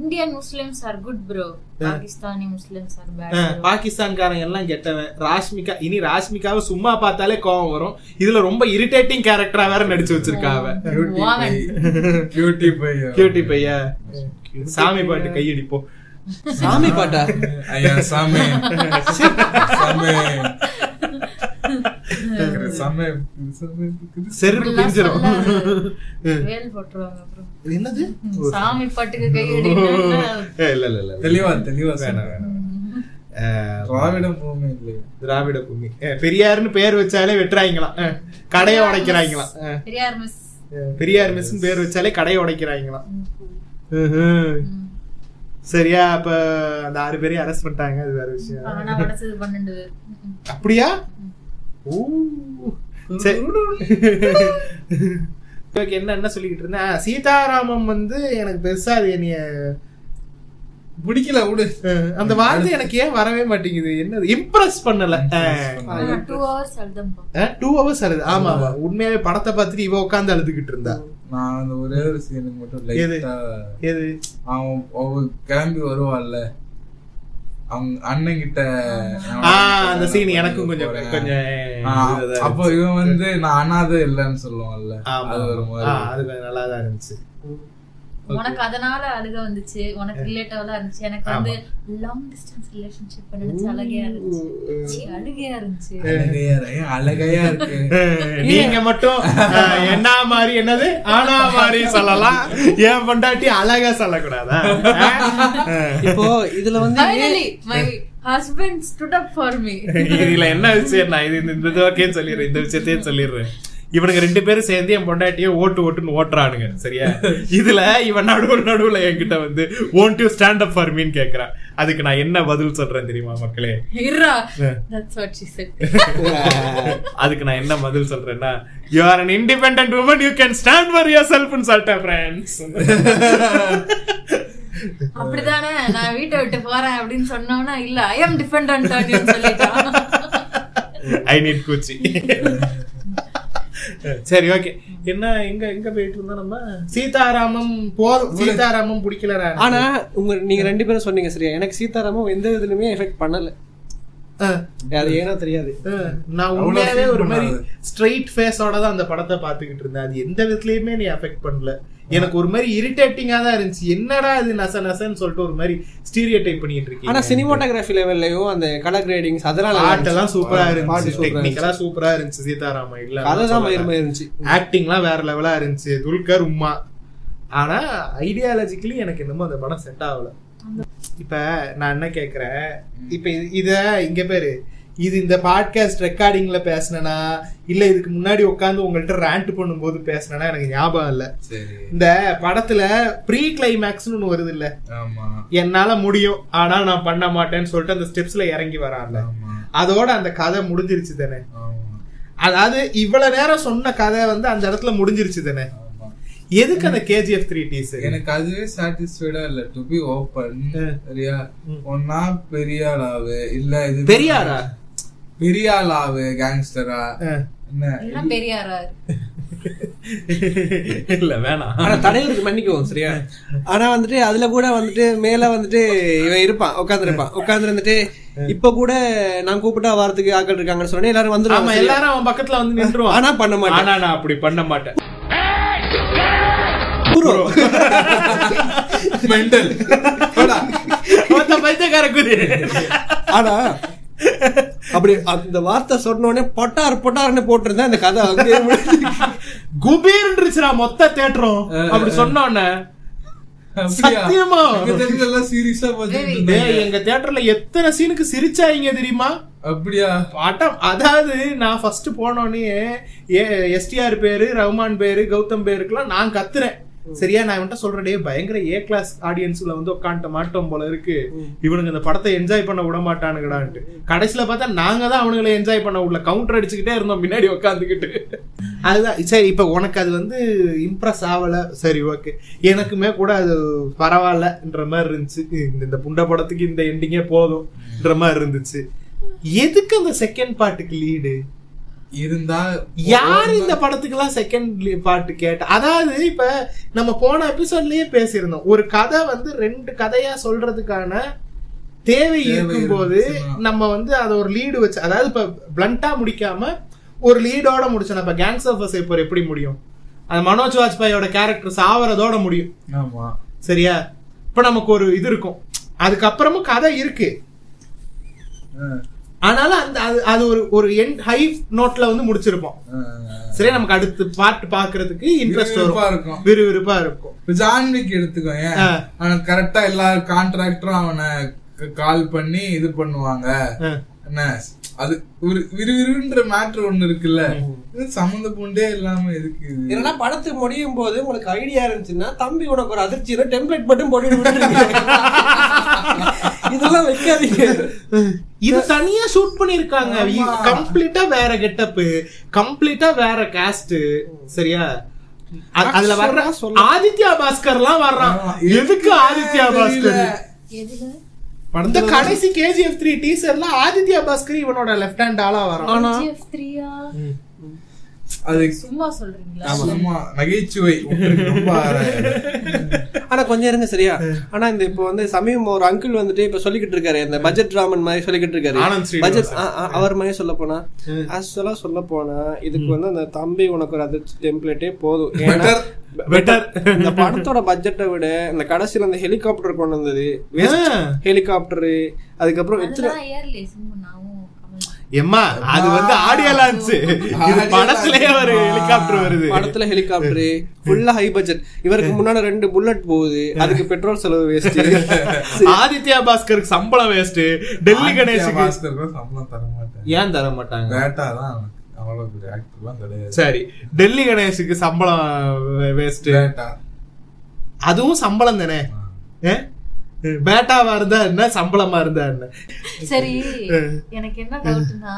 Speaker 3: Indian Muslims are good bro
Speaker 4: Eh.
Speaker 3: Pakistani Muslims are bad
Speaker 4: பாகிஸ்தான்காரன் எல்லாம் கெட்டவன் ராஷ்மிகா இனி ராஷ்மிகாவை சும்மா பார்த்தாலே கோவம் வரும் இதுல ரொம்ப இரிட்டேட்டிங் கேரக்டரா வேற நடிச்சு வச்சிருக்காவ
Speaker 5: கியூட்டி பை
Speaker 3: வாவன்.
Speaker 5: கியூட்டி பையா
Speaker 4: கியூட்டி பையா சாமி பாட்டு கையடிப்போம்
Speaker 6: சாமி பாட்டா
Speaker 5: ஐயா சாமி சாமி சாமி சாமி
Speaker 4: செருப்பு பிஞ்சிரும்
Speaker 3: வேல் போட்டுருவாங்க அப்புறம்
Speaker 4: என்னது
Speaker 3: சாமி பாட்டுக்கு கை அடிக்கணும்னா
Speaker 4: ஏய், இல்ல இல்ல இல்ல
Speaker 5: தெளிவா தெளிவா
Speaker 4: வேணாம்,
Speaker 5: சொன்னேன்
Speaker 4: வேணாம். அஹ்,
Speaker 5: திராவிடம் பூமி இல்லை
Speaker 4: திராவிட பூமி அஹ், பெரியார்னு பேர் வச்சாலே வெட்டுறாங்களாம் அஹ், கடையை உடைக்கிறாங்களாம் ah,
Speaker 3: Periyar mess
Speaker 4: Periyar mess பேர் வச்சாலே கடையை உடைக்கிறாங்களாம் ம்ஹும். சரியா அப்ப அந்த ஆறு பேரையும் அரெஸ்ட் பண்ணிட்டாங்க அது வேற விஷயம்
Speaker 3: ஆனா படைச்சது பன்னெண்டு பேர் ம்.
Speaker 4: அப்படியா ஓ சரி ஓகே, என்ன என்ன சொல்லிக்கிட்டு இருந்தேன் ஆ, சீதாராமம் வந்து எனக்கு பெருசா அது என்னைய
Speaker 5: பிடிக்கல விடு
Speaker 4: அஹ், அந்த வார்த்தை எனக்கு ஏன் வரவே மாட்டேங்குது என்னது இம்ப்ரெஸ் பண்ணல
Speaker 3: ஆனா டூ ஹவர்ஸ் அழுதம்பா
Speaker 4: டூ ஹவர்ஸ் அழுது ஆமா ஆமா. உண்மையாவே படத்தை பார்த்துட்டு இவ உட்காந்து அழுதுகிட்டு இருந்தா
Speaker 5: நான் அந்த ஒரே ஒரு சீனுக்கு மட்டும்
Speaker 4: எது?
Speaker 5: லைட்டா
Speaker 4: எது
Speaker 5: அவன் அவன் கிளம்பி வருவாள்ல அவங்க அண்ணன் கிட்ட
Speaker 4: ஆ அந்த சீன் எனக்கும் கொஞ்சம் கொஞ்சம் இதுதான்
Speaker 5: அப்போ இவன் வந்து நான் அனாதை இல்லைன்னு சொல்லுவான்ல
Speaker 4: ஆமா.
Speaker 5: அது ஒரு
Speaker 4: ஆ,
Speaker 5: மாதிரி
Speaker 4: அது கொஞ்சம் நல்லா தான் இருந்துச்சு
Speaker 3: உனக்கு அதனால அழுக வந்துச்சு உனக்கு ரிலேட்டிவ்லாம் இருந்துச்சு எனக்கு வந்து லாங் டிஸ்டன்ஸ் ரிலேஷன்ஷிப் நினைச்சு அழகையா இருந்துச்சு சீ, அழுகையா இருந்துச்சு
Speaker 5: அழகையா இரு- அழகையா இருக்கு
Speaker 4: நீங்க மட்டும் அஹ், என்ன மாதிரி என்னது ஆனா மாதிரி சொல்லலாம் ஏன் பொண்டாட்டி அழகா சொல்லக்கூடாதா அஹ்,
Speaker 6: இப்போ இதுல வந்து
Speaker 3: Finally, my husband stood up for me. <laughs>
Speaker 4: இதுல என்ன விஷயம் நான் இது இந்த- இந்த ஓகேன்னு சொல்லிடுறேன் இந்த விஷயத்தையும் சொல்லிடுறேன் இவனுங்க ரெண்டு பேரும் சேர்ந்து என் பொண்டாட்டியே ஓட்டு ஓட்டுன்னு ஓட்டுறானுங்க சரியா இதுல இவன் நடுவுல நடுவுல என்கிட்ட வந்து won't you stand up for me கேக்குறான் அதுக்கு நான் என்ன பதில் சொல்றேன் தெரியுமா மக்களே
Speaker 3: Irra. That's what she said.
Speaker 4: <laughs> அதுக்கு நான் என்ன பதில் சொல்றேன்னா you are an independent woman you can stand for yourself செல்ஃப்னு சொல்லிட்டேன் ஃப்ரெண்ட்ஸ்
Speaker 3: அப்படிதானே நான் வீட்டை விட்டு போறேன் அப்படின்னு சொன்னோன்னா இல்ல ஐ எம் டிபெண்ட் சொல்லிட்டான்
Speaker 4: ஐ நீட் கூச்சி சரி ஓகே என்ன எங்க எங்க போயிட்டு இருந்தோம் நம்ம சீதாராமம் போதும் சீதாராமம் பிடிக்கலடா
Speaker 6: ஆனா உங்க நீங்க ரெண்டு பேரும் சொன்னீங்க சரியா எனக்கு சீதாராமம் எந்த இதுலயுமே எஃபெக்ட் பண்ணல அது ஏன்னா தெரியாது
Speaker 4: நான் உண்மையாவே ஒரு மாதிரி ஸ்ட்ரைட் ஃபேஸோட தான் அந்த படத்தை பார்த்துக்கிட்டு இருந்தேன் அது எந்த விதத்துலயுமே நீ அஃபெக்ட் பண்ணல எனக்கு ஒரு மாதிரி இரிட்டேட்டிங்கா தான் இருந்துச்சு என்னடா இது நச நசன்னு சொல்லிட்டு ஒரு மாதிரி ஸ்டீரியோ டைப் பண்ணிட்டு
Speaker 6: ஆனா
Speaker 4: இருக்கீங்க
Speaker 6: சினிமாட்டோகிராஃபி லெவல்லையும் அந்த கலர் கிரேடிங்ஸ் அதெல்லாம் நல்லா இருந்துச்சு.
Speaker 4: பாட்டெல்லாம் சூப்பரா
Speaker 6: பாட்டு
Speaker 4: இருந்துச்சு
Speaker 6: சூப்பரா
Speaker 4: டெக்னிக்கலா சூப்பரா இருந்துச்சு சீதாராமன் இல்ல
Speaker 6: கதை தான்
Speaker 4: சொல்லல.
Speaker 6: மயிரமா இருந்துச்சு
Speaker 4: ஆக்டிங்லாம் வேற லெவலா இருந்துச்சு துல்கர் உம்மா ஆனா ஐடியாலஜிக்கலி எனக்கு என்னமோ அந்த படம் செட் ஆகல இப்ப நான் என்ன கேக்குறேன் இப்ப இது- இத இங்க பேரு இது இந்த பாட்காஸ்ட் ரெக்கார்டிங்ல பேசினா இல்ல இதுக்கு முன்னாடி உட்காந்து உங்கள்ட்ட ரேண்ட் பண்ணும்போது பேசினா எனக்கு ஞாபகம் இல்ல
Speaker 5: சரி
Speaker 4: இந்த படத்துல ப்ரீ கிளைமேக்ஸ்னு ஒண்ணு வருது இல்ல
Speaker 5: ஆமா
Speaker 4: என்னால முடியும் ஆனா நான் பண்ண மாட்டேன்னு சொல்லிட்டு அந்த ஸ்டெப்ஸ்ல இறங்கி வரான்ல
Speaker 5: ஆமா
Speaker 4: அதோட அந்த கதை முடிஞ்சிருச்சு தானே
Speaker 5: ஆமா
Speaker 4: அதாவது இவ்வளவு நேரம் சொன்ன கதை வந்து அந்த இடத்துல முடிஞ்சிருச்சு தானே
Speaker 5: ஆமா
Speaker 4: எதுக்கு அந்த கேஜிஎஃப் த்ரீ டீஸ்
Speaker 5: எனக்கு அதுவே சாட்டிஸ்ஃபைடா இல்ல டு பி ஓபன்
Speaker 4: ம்.
Speaker 5: சரியா
Speaker 4: ம்.
Speaker 5: ஒன்னா பெரிய ஆளாவு இல்ல இது
Speaker 4: பெரியாரா
Speaker 5: பெரிய ஆளாவு கேங்ஸ்டரா
Speaker 4: அஹ்.
Speaker 5: என்ன
Speaker 3: எல்லாம் பெரியாரா
Speaker 4: இல்ல வேணாம்
Speaker 6: ஆனா தலைவருக்கு மன்னிக்குவோம் சரியா ஆனா வந்துட்டு அதுல கூட வந்துட்டு மேல வந்துட்டு இவன் இருப்பான் உட்கார்ந்து இருப்பான் உட்கார்ந்து இருந்துட்டு இப்ப கூட நான் கூப்பிட்டா வாரத்துக்கு ஆட்கள் இருக்காங்கன்னு சொன்னேன் எல்லாரும்
Speaker 4: ஆமா
Speaker 6: வந்துருவாங்க சரியா?
Speaker 4: எல்லாரும் அவன் பக்கத்துல வந்து நின்றுவான்
Speaker 6: ஆனா பண்ண மாட்டேன்
Speaker 4: ஆனா நான் அப்படி பண்ண மாட்டேன்
Speaker 5: மெண்டல்
Speaker 4: மொத்த பைத்தியக்கார குதி.
Speaker 6: ஆனா அப்படி அந்த வார்த்தை சொன்ன உடனே பொட்டார் பொட்டார்னு போட்டிருந்தேன் அந்த கதை வந்து
Speaker 4: குபீர் இருந்துச்சுடா மொத்த தேட்டரும் அப்படி சொன்னோன்னே சத்தியமா?
Speaker 5: எல்லாம் சீரியஸா பாத்துட்டு
Speaker 4: டேய்,
Speaker 5: இருந்தாங்க.
Speaker 4: எங்க தியேட்டர்ல எத்தனை சீனுக்கு சிரிச்சாங்க தெரியுமா
Speaker 5: அப்படியா
Speaker 4: படம் அதாவது நான் ஃபர்ஸ்ட் போனோடனே எஸ்டிஆர் பேரு ரஹ்மான் பேரு கௌதம் பேருக்குலாம் நான் கத்துறேன் சரியா நான் இவன்ட்ட சொல்றேன் டேய் பயங்கர ஏ கிளாஸ் ஆடியன்ஸ்ல வந்து உட்காந்துட்ட மாட்டோம் போல இருக்கு இவனுங்க இந்த படத்தை என்ஜாய் பண்ண விட மாட்டானுங்கடான்ட்டு கடைசியில பார்த்தா நாங்க தான் அவனுங்களை என்ஜாய் பண்ண விடல கவுண்டர் அடிச்சுக்கிட்டே இருந்தோம் பின்னாடி உட்காந்துக்கிட்டு அதுதான் சரி இப்ப உனக்கு அது வந்து இம்ப்ரெஸ் ஆகல சரி ஓகே எனக்குமே கூட அது பரவாயில்லன்ற மாதிரி இருந்துச்சு இந்த- இந்த புண்ட படத்துக்கு இந்த எண்டிங்கே போதும்ன்ற மாதிரி இருந்துச்சு எதுக்கு அந்த செகண்ட் பாட்டுக்கு லீடு
Speaker 5: இருந்தா
Speaker 4: யார் இந்த படத்துக்கெல்லாம் செகண்ட் பாட்டு கேட்ட அதாவது இப்ப நம்ம போன எபிசோட்லயே பேசியிருந்தோம் ஒரு கதை வந்து ரெண்டு கதையா சொல்றதுக்கான தேவை
Speaker 5: தேவை
Speaker 4: இருக்கும்போது
Speaker 5: இருந்துச்சுன்னா.
Speaker 4: நம்ம வந்து அதை ஒரு லீடு வச்சு அதாவது இப்ப பிளண்டா முடிக்காம ஒரு லீடோட முடிச்சோம் இப்ப கேங்ஸ் ஆஃப் வசைப்பர் எப்படி முடியும் அது மனோஜ் வாஜ்பாயோட கேரக்டர் சாவறதோட முடியும்
Speaker 5: ஆமா
Speaker 4: சரியா இப்ப நமக்கு ஒரு இது இருக்கும் அதுக்கப்புறமும் கதை இருக்கு
Speaker 5: ஆ,
Speaker 4: ஆனாலும் அந்த அது அது ஒரு ஒரு என் ஹை நோட்ல வந்து முடிச்சிருப்போம்
Speaker 5: ஆ.
Speaker 4: சரியா நமக்கு அடுத்து பாட்டு பாக்குறதுக்கு இன்ட்ரெஸ்ட்
Speaker 5: விறுவிறுப்பா
Speaker 4: வரும்
Speaker 5: இருக்கும்
Speaker 4: விறுவிறுப்பா இருக்கும்
Speaker 5: இப்ப ஜான்விக் எடுத்துக்கோ ஏன்
Speaker 4: ஆ.
Speaker 5: அவன் கரெக்டா எல்லா கான்ட்ராக்டரும் அவனை கால் பண்ணி இது பண்ணுவாங்க
Speaker 4: ஆ.
Speaker 5: என்ன அது ஒரு விறுவிறுன்ற மேட்ரு ஒண்ணு இருக்குல்ல இது சம்மந்த பூண்டே இல்லாம எதுக்கு இது
Speaker 6: என்னன்னா படத்து முடியும் போது உங்களுக்கு ஐடியா இருந்துச்சுன்னா தம்பி உனக்கு ஒரு அதிர்ச்சியில டெம்ப்ளேட் மட்டும் போட்டு விட்டுருக்கீங்க. இதெல்லாம் வைக்காதீங்க
Speaker 4: இது தனியா ஷூட் பண்ணிருக்காங்க கம்ப்ளீட்டா வேற கெட்டப் கம்ப்ளீட்டா வேற காஸ்ட் சரியா அ- அதுல வர்ற ஆதித்யா பாஸ்கர் எல்லாம் வர்றான்
Speaker 5: ஆமா.
Speaker 4: எதுக்கு ஆதித்யா பாஸ்கர்
Speaker 5: தெரியல.
Speaker 3: எதுல
Speaker 4: இந்த கடைசி கேஜிஎஃப் த்ரீ டீசர்ல ஆதித்யா பாஸ்கர் இவனோட லெஃப்ட் ஹேண்ட் ஆளா வரான்
Speaker 3: KGF 3-ஆ?
Speaker 5: அது
Speaker 3: சும்மா சொல்றீங்களா
Speaker 5: சும்மா நகைச்சுவை உங்களுக்கு ரொம்ப ஆராயல.
Speaker 6: ஆனா கொஞ்சம் இருங்க சரியா ஆனா இந்த இப்போ வந்து சமீபம் ஒரு அங்கிள் வந்துட்டு இப்ப சொல்லிக்கிட்டு இருக்காரு இந்த பட்ஜெட் ராமன் மாதிரி சொல்லிக்கிட்டு
Speaker 4: ஆனந்த்
Speaker 6: இருக்காரு
Speaker 4: ஸ்ரீனிவாசன்.
Speaker 6: பட்ஜெட் அவர் மாதிரி சொல்ல போனா
Speaker 4: <laughs>
Speaker 6: ஆக்சுவலா சொல்ல போனா இதுக்கு வந்து அந்த தம்பி உனக்கு ஒரு அதிர்ச்சி டெம்ப்ளேட்டே போதும் ஏன்னா
Speaker 4: பெட்டர்
Speaker 6: இந்த படத்தோட பட்ஜெட்டை விட இந்த கடைசியில அந்த ஹெலிகாப்டர் கொண்டு வந்தது ஹெலிகாப்டர் அதுக்கப்புறம் எத்தனை
Speaker 3: அதெல்லாம் ஏர்லே சிம்புனாவும் கமலும்.
Speaker 4: எம்மா அது வந்து ஆடியோ லான்ச் இது படத்திலேயே ஒரு ஹெலிகாப்டர் வருது
Speaker 6: படத்துல ஹெலிகாப்டர் ஃபுல்லா ஹை பட்ஜெட் இவருக்கு முன்னாடி ரெண்டு புல்லட் போகுது அதுக்கு பெட்ரோல் செலவு வேஸ்ட்
Speaker 4: <laughs> ஆதித்யா பாஸ்கருக்கு சம்பளம் வேஸ்ட் டெல்லி கணேஷுக்கு
Speaker 5: பாஸ்கருக்கும் சம்பளம் தர மாட்டேன்
Speaker 6: ஏன் தர மாட்டாங்க
Speaker 5: டேட்டா தான் அவனுக்கு. அவ்வளவு பெரிய ஆக்டர்லாம் கிடையாது
Speaker 4: சரி டெல்லி கணேஷுக்கு சம்பளம் வேஸ்ட்
Speaker 5: டேட்டா
Speaker 4: அதுவும் சம்பளம் தானே ஏ? பேட்டாவா இருந்தா என்ன சம்பளமா இருந்தா என்ன
Speaker 3: சரி எனக்கு என்ன டவுட்னா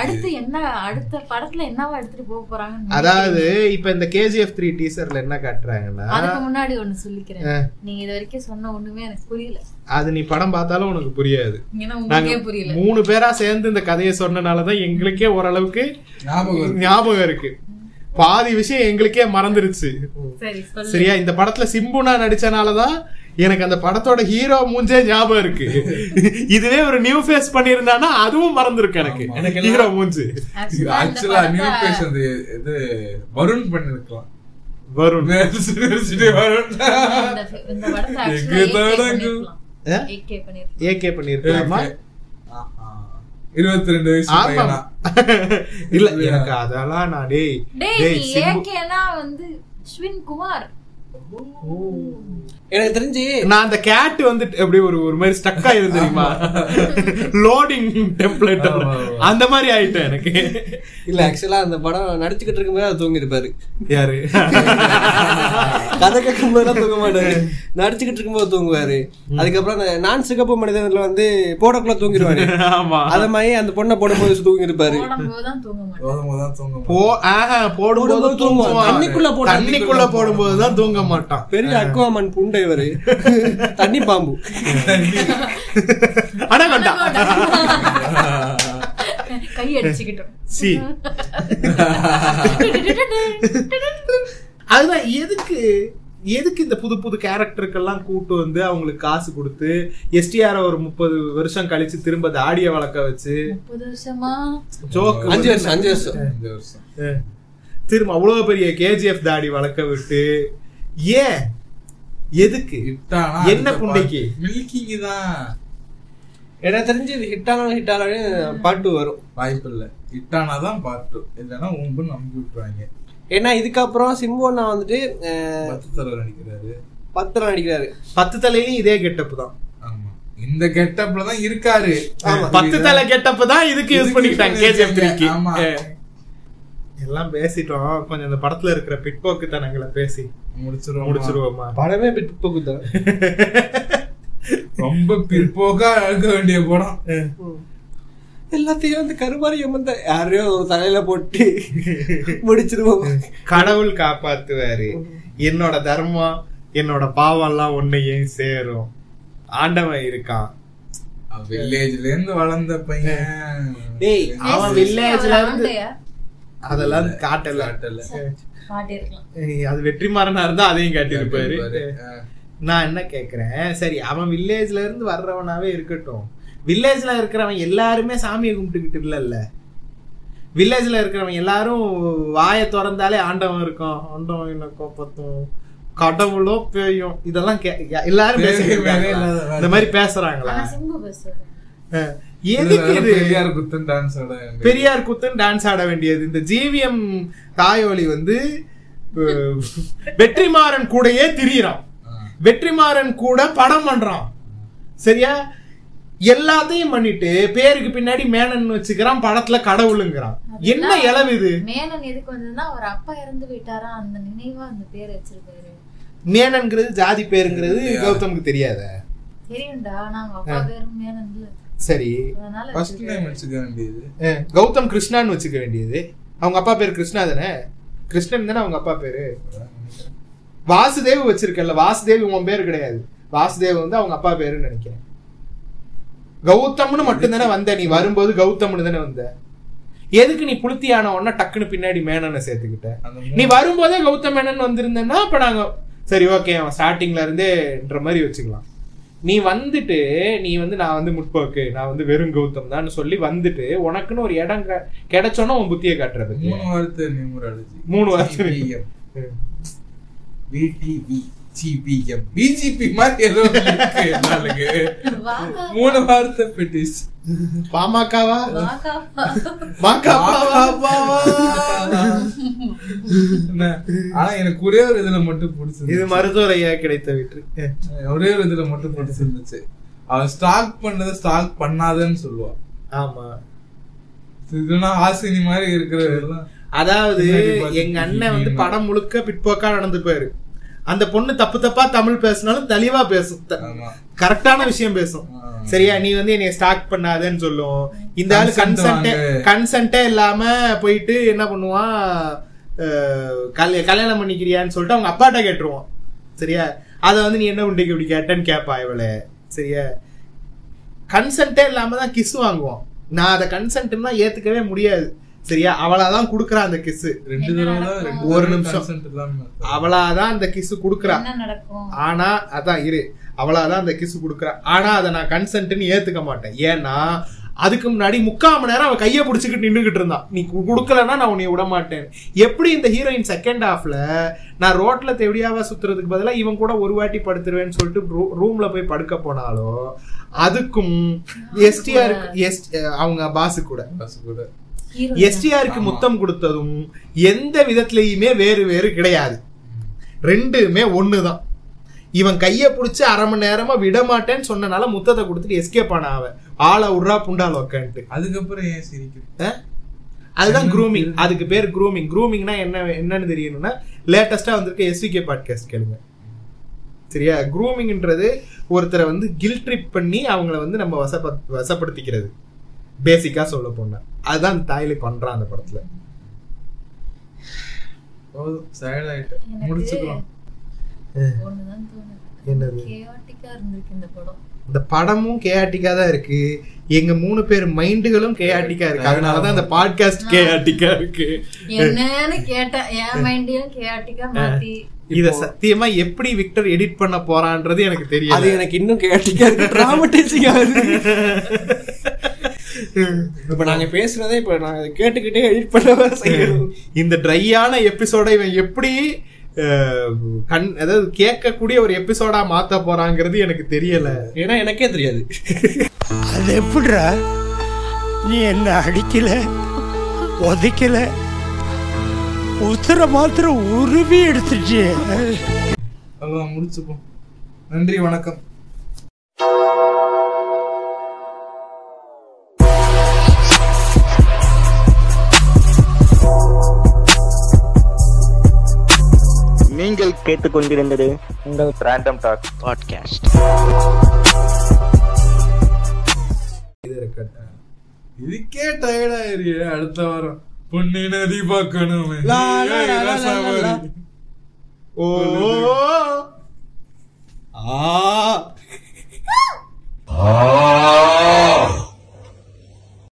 Speaker 3: அடுத்து என்ன அடுத்த படத்துல என்னவா எடுத்துட்டு போக போறாங்கன்னு
Speaker 4: அதாவது இப்ப இந்த கேஜிஎஃப் த்ரீ டீசர்ல என்ன காட்டுறாங்கன்னா
Speaker 3: அதுக்கு முன்னாடி ஒண்ணு சொல்லிக்கிறேன் நீங்க இது வரைக்கும் சொன்ன ஒண்ணுமே எனக்கு புரியல
Speaker 4: அது நீ படம் பார்த்தாலும் உனக்கு புரியாது
Speaker 3: ஏன்னா
Speaker 4: நாங்க
Speaker 3: உங்களுக்கே புரியல
Speaker 4: மூணு பேரா சேர்ந்து இந்த கதையை சொன்னனாலதான் எங்களுக்கே ஓரளவுக்கு
Speaker 5: ஞாபகம் இருக்கு.
Speaker 4: ஞாபகம் இருக்கு பாதி விஷயம் எங்களுக்கே மறந்துருச்சு
Speaker 3: சரி சொல்லு
Speaker 4: சரியா இந்த படத்துல சிம்புனா நடிச்சனாலதான் எனக்கு அந்த படத்தோட ஹீரோ மூஞ்சே ஞாபகம் இருக்கு இதுவே ஒரு நியூ ஃபேஸ் பண்ணியிருந்தானா அதுவும் மறந்துருக்கு எனக்கு ஹீரோ மூஞ்சு
Speaker 3: Actually, அந்த
Speaker 5: ஆக்சுவலா நியூ
Speaker 3: படத்தை-
Speaker 5: பேஸ் அந்த இது வருண் பண்ணிருக்கலாம்
Speaker 4: வருண்
Speaker 5: வருண்
Speaker 3: இந்த fi- இந்த படத்தை
Speaker 5: எக்கு
Speaker 3: actually AK
Speaker 5: தடங்கு.
Speaker 3: பண்ணிருக்கலாம்.
Speaker 4: ஏ?
Speaker 3: AK பண்ணிருக்கலாம்.
Speaker 4: ஏகே பண்ணிருக்கலாமா
Speaker 5: இருபத்தி ரெண்டு வயசு
Speaker 4: ஆமா
Speaker 5: பையனா
Speaker 4: <laughs> இல்ல எனக்கு அதெல்லாம் நான் டேய்
Speaker 3: டேய்,
Speaker 4: டேய்
Speaker 3: நீ
Speaker 4: சிம்பு
Speaker 3: AK னா வந்து அஸ்வின் குமார்.
Speaker 6: எனக்கு தெரிஞ்சு
Speaker 4: நான் அந்த கேட் வந்து அப்படியே ஒரு ஒரு மாதிரி ஸ்டக் ஆயிருந்து
Speaker 6: <laughs>
Speaker 4: தெரியுமா லோடிங் டெம்ப்ளேட் அந்த மாதிரி ஆயிட்டேன் எனக்கு
Speaker 6: இல்ல ஆக்சுவலா அந்த படம் நடிச்சுக்கிட்டு இருக்கும்போது அது தூங்கி இருப்பாரு
Speaker 4: யாரு
Speaker 6: கதை கேட்கும் போதெல்லாம் தூங்க மாட்டாரு நடிச்சுக்கிட்டு இருக்கும்போது தூங்குவாரு அதுக்கப்புறம் அந்த நான் சிகப்பு மனிதன்ல வந்து போடக்குள்ள தூங்கிடுவாரு
Speaker 4: ஆமா
Speaker 6: அத மாதிரி அந்த பொண்ணை போடும்போது தூங்கி இருப்பாரு
Speaker 3: போடும்போது தான் தூங்க
Speaker 4: <laughs>
Speaker 5: போதும்போது
Speaker 3: மாட்டேன்.
Speaker 5: தான் தூங்க
Speaker 4: போ ஆஹா, போடும்போது
Speaker 6: போடும்போது தூங்குவான்.
Speaker 4: தூங்குவான்
Speaker 6: தண்ணிக்குள்ள போடு-
Speaker 4: தண்ணிக்குள்ள போடும்போது தான் தூங்க மாட்டான்
Speaker 6: பெரிய அக்குவாமன் பூண்டை இவரு தண்ணி பாம்பு
Speaker 4: அனகொண்டா
Speaker 3: <laughs> கை
Speaker 4: <laughs>
Speaker 3: அடிச்சுக்கிட்டோம்.
Speaker 4: சி அதுதான் எதுக்கு எதுக்கு இந்த புது புது கேரக்டருக்கெல்லாம் கூட்டு வந்து அவங்களுக்கு காசு கொடுத்து எஸ்டிஆர் ஒரு முப்பது வருஷம் கழிச்சு திரும்ப தாடிய வளர்க்க வச்சு
Speaker 3: முப்பது வருஷமா
Speaker 4: ஜோக்
Speaker 6: அஞ்சு வருஷம் அஞ்சு வருஷம்
Speaker 5: அஞ்சு வருஷம்
Speaker 4: திரும்ப அவ்வளவு பெரிய கேஜிஎஃப் தாடி வளர்க்க விட்டு ஏன் எதுக்கு
Speaker 5: ஹிட்டானா
Speaker 4: என்ன புண்டைக்கு?
Speaker 5: மில்கிங் தான்
Speaker 6: எனக்கு தெரிஞ்சு இது ஹிட் ஆனாலும் ஹிட் ஆனாலும் பாட்டு வரும்
Speaker 5: வாய்ப்பு இல்ல ஹிட்டானா தான் பார்ட் டூ இல்லைன்னா உம்பு நம்பி விட்டுருவாங்க
Speaker 6: ஏன்னா இதுக்கப்புறம் சிம்பு அண்ணா வந்துட்டு அஹ்,
Speaker 5: பத்து தடவை நடிக்கிறாரு
Speaker 6: பத்திரம் நடிக்கிறாரு
Speaker 4: பத்து தலையிலயும் இதே கெட்டப் தான்
Speaker 5: ஆமா இந்த கெட்டப்ல தான் இருக்காரு
Speaker 4: பத்து தலை கெட்டப் தான் இதுக்கு யூஸ்
Speaker 5: இதுக்கு
Speaker 4: பண்ணிக்கிட்டாங்க
Speaker 5: use
Speaker 4: கேஜிஎஃப் த்ரீக்கு
Speaker 5: ஆமா.
Speaker 4: எல்லாம் பேசிட்டோம் கொஞ்சம் இந்த படத்துல இருக்கிற பிற்போக்குத்தனங்களை பேசி
Speaker 5: முடிச்சிருவோம்
Speaker 4: முடிச்சிருவோமா
Speaker 6: படமே பிற்போக்கு தான்
Speaker 5: ரொம்ப பிற்போக்கா இருக்க வேண்டிய படம்
Speaker 6: எல்லாத்தையும் வந்து கருமாரி அம்மந்த யாரையோ ஒரு தலையில போட்டு முடிச்சிருவோம்
Speaker 4: <laughs> கடவுள் காப்பாத்துவாரு என்னோட தர்மம் என்னோட பாவம் எல்லாம் ஒன்னையும் சேரும் ஆண்டவன் இருக்கான்
Speaker 5: வில்லேஜ்ல இருந்து வளர்ந்த பையன்
Speaker 4: டேய் அவன் வில்லேஜ்ல
Speaker 3: அவர்
Speaker 4: இருந்து
Speaker 3: ஆண்டையா?
Speaker 4: அதெல்லாம் காட்டல
Speaker 5: காட்டல.
Speaker 3: மாட்டிருக்கலாம்.
Speaker 4: ஏய், அது வெற்றிமாறனா இருந்தா அதையும் காட்டியிருப்பாரு
Speaker 5: ஆ.
Speaker 4: நான் என்ன கேக்குறேன் சரி அவன் வில்லேஜ்ல இருந்து வர்றவனாவே இருக்கட்டும் வில்லேஜ்ல இருக்கிறவன் எல்லாருமே சாமியை கும்பிட்டுக்கிட்டு இல்லல்ல வில்லேஜ்ல இருக்கிறவன் எல்லாரும் வாயை திறந்தாலே ஆண்டவன் இருக்கான் ஆண்டவன் என்ன கோபத்தும் கடவுளோ பேயும் இதெல்லாம் கே- யா- எல்லாரும்
Speaker 5: பேய்
Speaker 4: பேசிக்கிட்டு
Speaker 5: வேற
Speaker 4: இருக்காங்களா?
Speaker 5: இல்லாத
Speaker 4: இந்த மாதிரி பேசுறாங்களா
Speaker 3: ஆனா சிம்பு பேசுவாரு.
Speaker 4: அஹ், எதுக்கு இது
Speaker 5: பெரியார் குத்தன் டான்ஸ் ஆட வேண்டியது.
Speaker 4: பெரியார் குத்துன்னு டான்ஸ் ஆட வேண்டியது இந்த ஜிவிஎம் தாயோலி வந்து அஹ், வெற்றிமாறன் கூடயே திரியறான் வெற்றிமாறன் கூட படம் பண்றான் சரியா எல்லாத்தையும் பண்ணிட்டு பேருக்கு பின்னாடி மேனன் வச்சுக்கிறான் படத்துல கடவுளுங்கிறான் என்ன இளவு இது
Speaker 3: மேனன் எதுக்கு வந்ததுன்னா அவர் அப்பா இறந்து போயிட்டாரா அந்த நினைவா அந்த பேர் வச்சிருக்காரு
Speaker 4: மேனன்ங்கிறது ஜாதி பேருங்கிறது கௌதமுக்கு தெரியாத
Speaker 3: தெரியும்டா நாங்க அப்பா பேரும் மேனன் இல்ல
Speaker 4: சரி
Speaker 3: அதனால
Speaker 5: First name வச்சுக்க வேண்டியது.
Speaker 4: அஹ், கௌதம் கிருஷ்ணான்னு வச்சுக்க வேண்டியது அவங்க அப்பா பேர் கிருஷ்ணா தானே கிருஷ்ணன் தானே அவங்க அப்பா பேரு வாசுதேவ் வச்சிருக்கல வாசுதேவ் உன் பேர் கிடையாது வாசுதேவ் வந்து அவங்க அப்பா பேருன்னு நினைக்கிறேன் கௌதம்னு மட்டும்தானே வந்த நீ வரும்போது கௌதம்னு தானே வந்த எதுக்கு நீ புளுத்தியான உடனே டக்குன்னு பின்னாடி மேனனை சேர்த்துக்கிட்ட
Speaker 5: அந்த மூணு-
Speaker 4: நீ வரும்போதே கௌதம் மேனன் வந்திருந்தேன்னா அப்ப நாங்க சரி ஓகே அவன் ஸ்டார்டிங்ல இருந்தேன்ற மாதிரி வச்சுக்கலாம் நீ வந்துட்டு நீ வந்து நான் வந்து முற்போக்கு நான் வந்து வெறும் கௌதம் தான் சொல்லி வந்துட்டு உனக்குன்னு ஒரு இடம் கெ- கிடைச்சோன்னா உன் புத்தியை காட்டுறது
Speaker 5: மூணு வார்த்தை நிமிர அடிச்சு.
Speaker 4: மூணு வார்த்தை.
Speaker 5: TPM. பிடிவி ஜிபிஎம் பிஜிபி மாதிரி ஏதோ ஒண்ணு இருக்கு எல்லாருக்கு.
Speaker 3: வாகா
Speaker 5: மூணு வார்த்தை பெட்டிஸ்
Speaker 4: பாமகவா
Speaker 3: வாகா
Speaker 4: பாக்காவா
Speaker 5: என்ன? ஆனா எனக்கு ஒரே ஒரு இதுல மட்டும்
Speaker 4: இது
Speaker 5: பிடிச்சது
Speaker 4: மருத்துவரையா கிடைத்த வெற்றி
Speaker 5: ஒரே ஒரு இதுல மட்டும் பிடிச்சிருந்துச்சு அவ ஸ்டாக் பண்ணதை ஸ்டாக் பண்ணாதன்னு சொல்லுவா
Speaker 4: ஆமா
Speaker 5: இதுனா ஆசினி மாதிரி இருக்கிறது எல்லாம்
Speaker 4: அதாவது
Speaker 5: பின்னாடி பார்த்து
Speaker 4: எங்க அண்ணன் வந்து
Speaker 5: பிடிக்கணும்.
Speaker 4: படம் முழுக்க பிற்போக்கா நடந்துப்பாரு அந்த பொண்ணு தப்பு தப்பா தமிழ் பேசினாலும் தெளிவா பேசும் த-
Speaker 5: ஆமா.
Speaker 4: கரெக்டான விஷயம் பேசும்
Speaker 5: ஆ.
Speaker 4: சரியா நீ வந்து என்னைய ஸ்டாக் பண்ணாதேன்னு சொல்லும் இந்த ஆளு
Speaker 5: Consent
Speaker 4: கன்சென்ட்டே
Speaker 5: வாங்கு.
Speaker 4: கன்சென்ட்டே இல்லாம போயிட்டு என்ன பண்ணுவான் அஹ், கல்ய- கல்யாணம் பண்ணிக்கிறியான்னு சொல்லிட்டு அவங்க அப்பாட்ட கேட்டுருவான் சரியா அத வந்து நீ என்ன பண்ணிக்க இப்படி கேட்டேன்னு கேப்பா இவளே சரியா கன்சென்ட்டே இல்லாம தான் கிஸ் வாங்குவோம் நான் அதை கன்சென்ட்னா ஏத்துக்கவே முடியாது சரியா அவளாதான் குடுக்குறா அந்த கிஸ்
Speaker 5: ரெண்டு தடவை தான் ரெண்டு
Speaker 4: ஒரு
Speaker 5: தடவை
Speaker 4: நிமிஷம்.
Speaker 5: consent இல்லாம இருக்கு.
Speaker 4: அவளாதான் அந்த கிஸ் குடுக்குறா
Speaker 3: என்ன நடக்கும்
Speaker 4: ஆனா அதான் இரு அவளாதான் அந்த கிஸ் குடுக்குறா ஆனா அதை நான் கன்சென்ட்னு ஏத்துக்க மாட்டேன் ஏன்னா அதுக்கு முன்னாடி முக்கால் மணி நேரம் அவ கையை பிடிச்சிக்கிட்டு நின்றுகிட்டு இருந்தான் நீ கு- குடுக்கலன்னா நான் உன்னை விட மாட்டேன் எப்படி இந்த ஹீரோயின் செகண்ட் ஹாஃப்ல நான் ரோட்ல தெவடியாவா சுத்துறதுக்கு பதிலா இவன் கூட ஒரு வாட்டி படுத்துருவேன்னு சொல்லிட்டு ரூ- ரூம்ல போய் படுக்க போனாலோ அதுக்கும் எஸ்டிஆர் எஸ் அவங்க பாஸ் கூட
Speaker 5: காசு கூட.
Speaker 3: ஹீரோ
Speaker 4: எஸ்டிஆருக்கு முத்தம் கொடுத்ததும் எந்த விதத்திலயுமே வேறு வேறு கிடையாது ரெண்டுமே ஒண்ணுதான் இவன் கையை பிடிச்சி அரை மணி நேரமா விட மாட்டேன்னு சொன்னனால முத்தத்தை கொடுத்துட்டு எஸ்கேப் ஆன அவன் ஆளை உர்றா புண்டால உக்கான்ட்டு
Speaker 5: அதுக்கப்புறம் ஏன் சிரிக்கிறது
Speaker 4: அதுதான் க்ரூமிங் அதுக்கு பேர் க்ரூமிங் க்ரூமிங்னா என்ன என்னன்னு தெரியணும்னா லேட்டஸ்டா வந்திருக்க எஸ்விகே பாட்காஸ்ட் கேளுங்க சரியா க்ரூமிங்ன்றது ஒருத்தரை வந்து கில் ட்ரிப் பண்ணி அவங்கள வந்து நம்ம வசப்ப வசப்படுத்திக்கிறது பேசிக்கா சொல்ல போனா அதுதான் அந்த தாயில பண்றான் அந்த படத்துல
Speaker 5: போதும் tired ஆயிட்டேன்.
Speaker 3: எனக்கு-
Speaker 5: முடிச்சுக்கலாம்
Speaker 3: ஒண்ணுதான் தோணுது
Speaker 4: என்னது
Speaker 3: கேவாட்டிக்கா இருந்திருக்கு இந்த படம்
Speaker 4: இந்த படமும் கேஆட்டிக்கா தான் இருக்கு எங்க மூணு பேர் மைண்டுகளும் கேஆட்டிக்கா இருக்கு அதனாலதான் இந்த பாட்காஸ்ட் கேஆட்டிக்கா இருக்கு
Speaker 3: என்னன்னு கேட்டேன் என் மைண்டையும் கேவாட்டிக்கா மாத்தி
Speaker 4: இத சத்தியமா எப்படி விக்டர் எடிட் பண்ண போறான்றது எனக்கு
Speaker 6: அது
Speaker 4: தெரியல
Speaker 6: எனக்கு இன்னும் கேட்டிக்கா இருக்கு டிராமடைசிங் ஆகுது இப்ப நாங்க பேசுனதே இப்ப நாங்க அதை கேட்டுக்கிட்டே எடிட் பண்ண செய்யணும்
Speaker 4: இந்த ட்ரையான எபிசோட இவன் எப்படி அஹ், கண் அதாவது கேட்கக்கூடிய ஒரு எபிசோடா மாத்த போறாங்கிறது எனக்கு தெரியல
Speaker 6: ஏன்னா எனக்கே தெரியாது
Speaker 8: அது எப்படிடா நீ என்ன அடிக்கல உதைக்கல உத்தர மாத்திரம் உருவி எடுத்துட்டு
Speaker 5: அவ்வளவுதான், முடிச்சுப்போம் நன்றி வணக்கம்
Speaker 10: நீங்கள் கேட்டுக்கொண்டிருந்தது உங்கள் ரேண்டம் டாக் பாட்காஸ்ட்
Speaker 5: இதுக்கே tired ஆயிருக்கே, அடுத்த வாரம் பொன்னின் நதி பார்க்கணுமே.
Speaker 6: லா, லா, லா, லா, லா, லா.
Speaker 5: ஏய், ரசாவரி.
Speaker 4: ஓ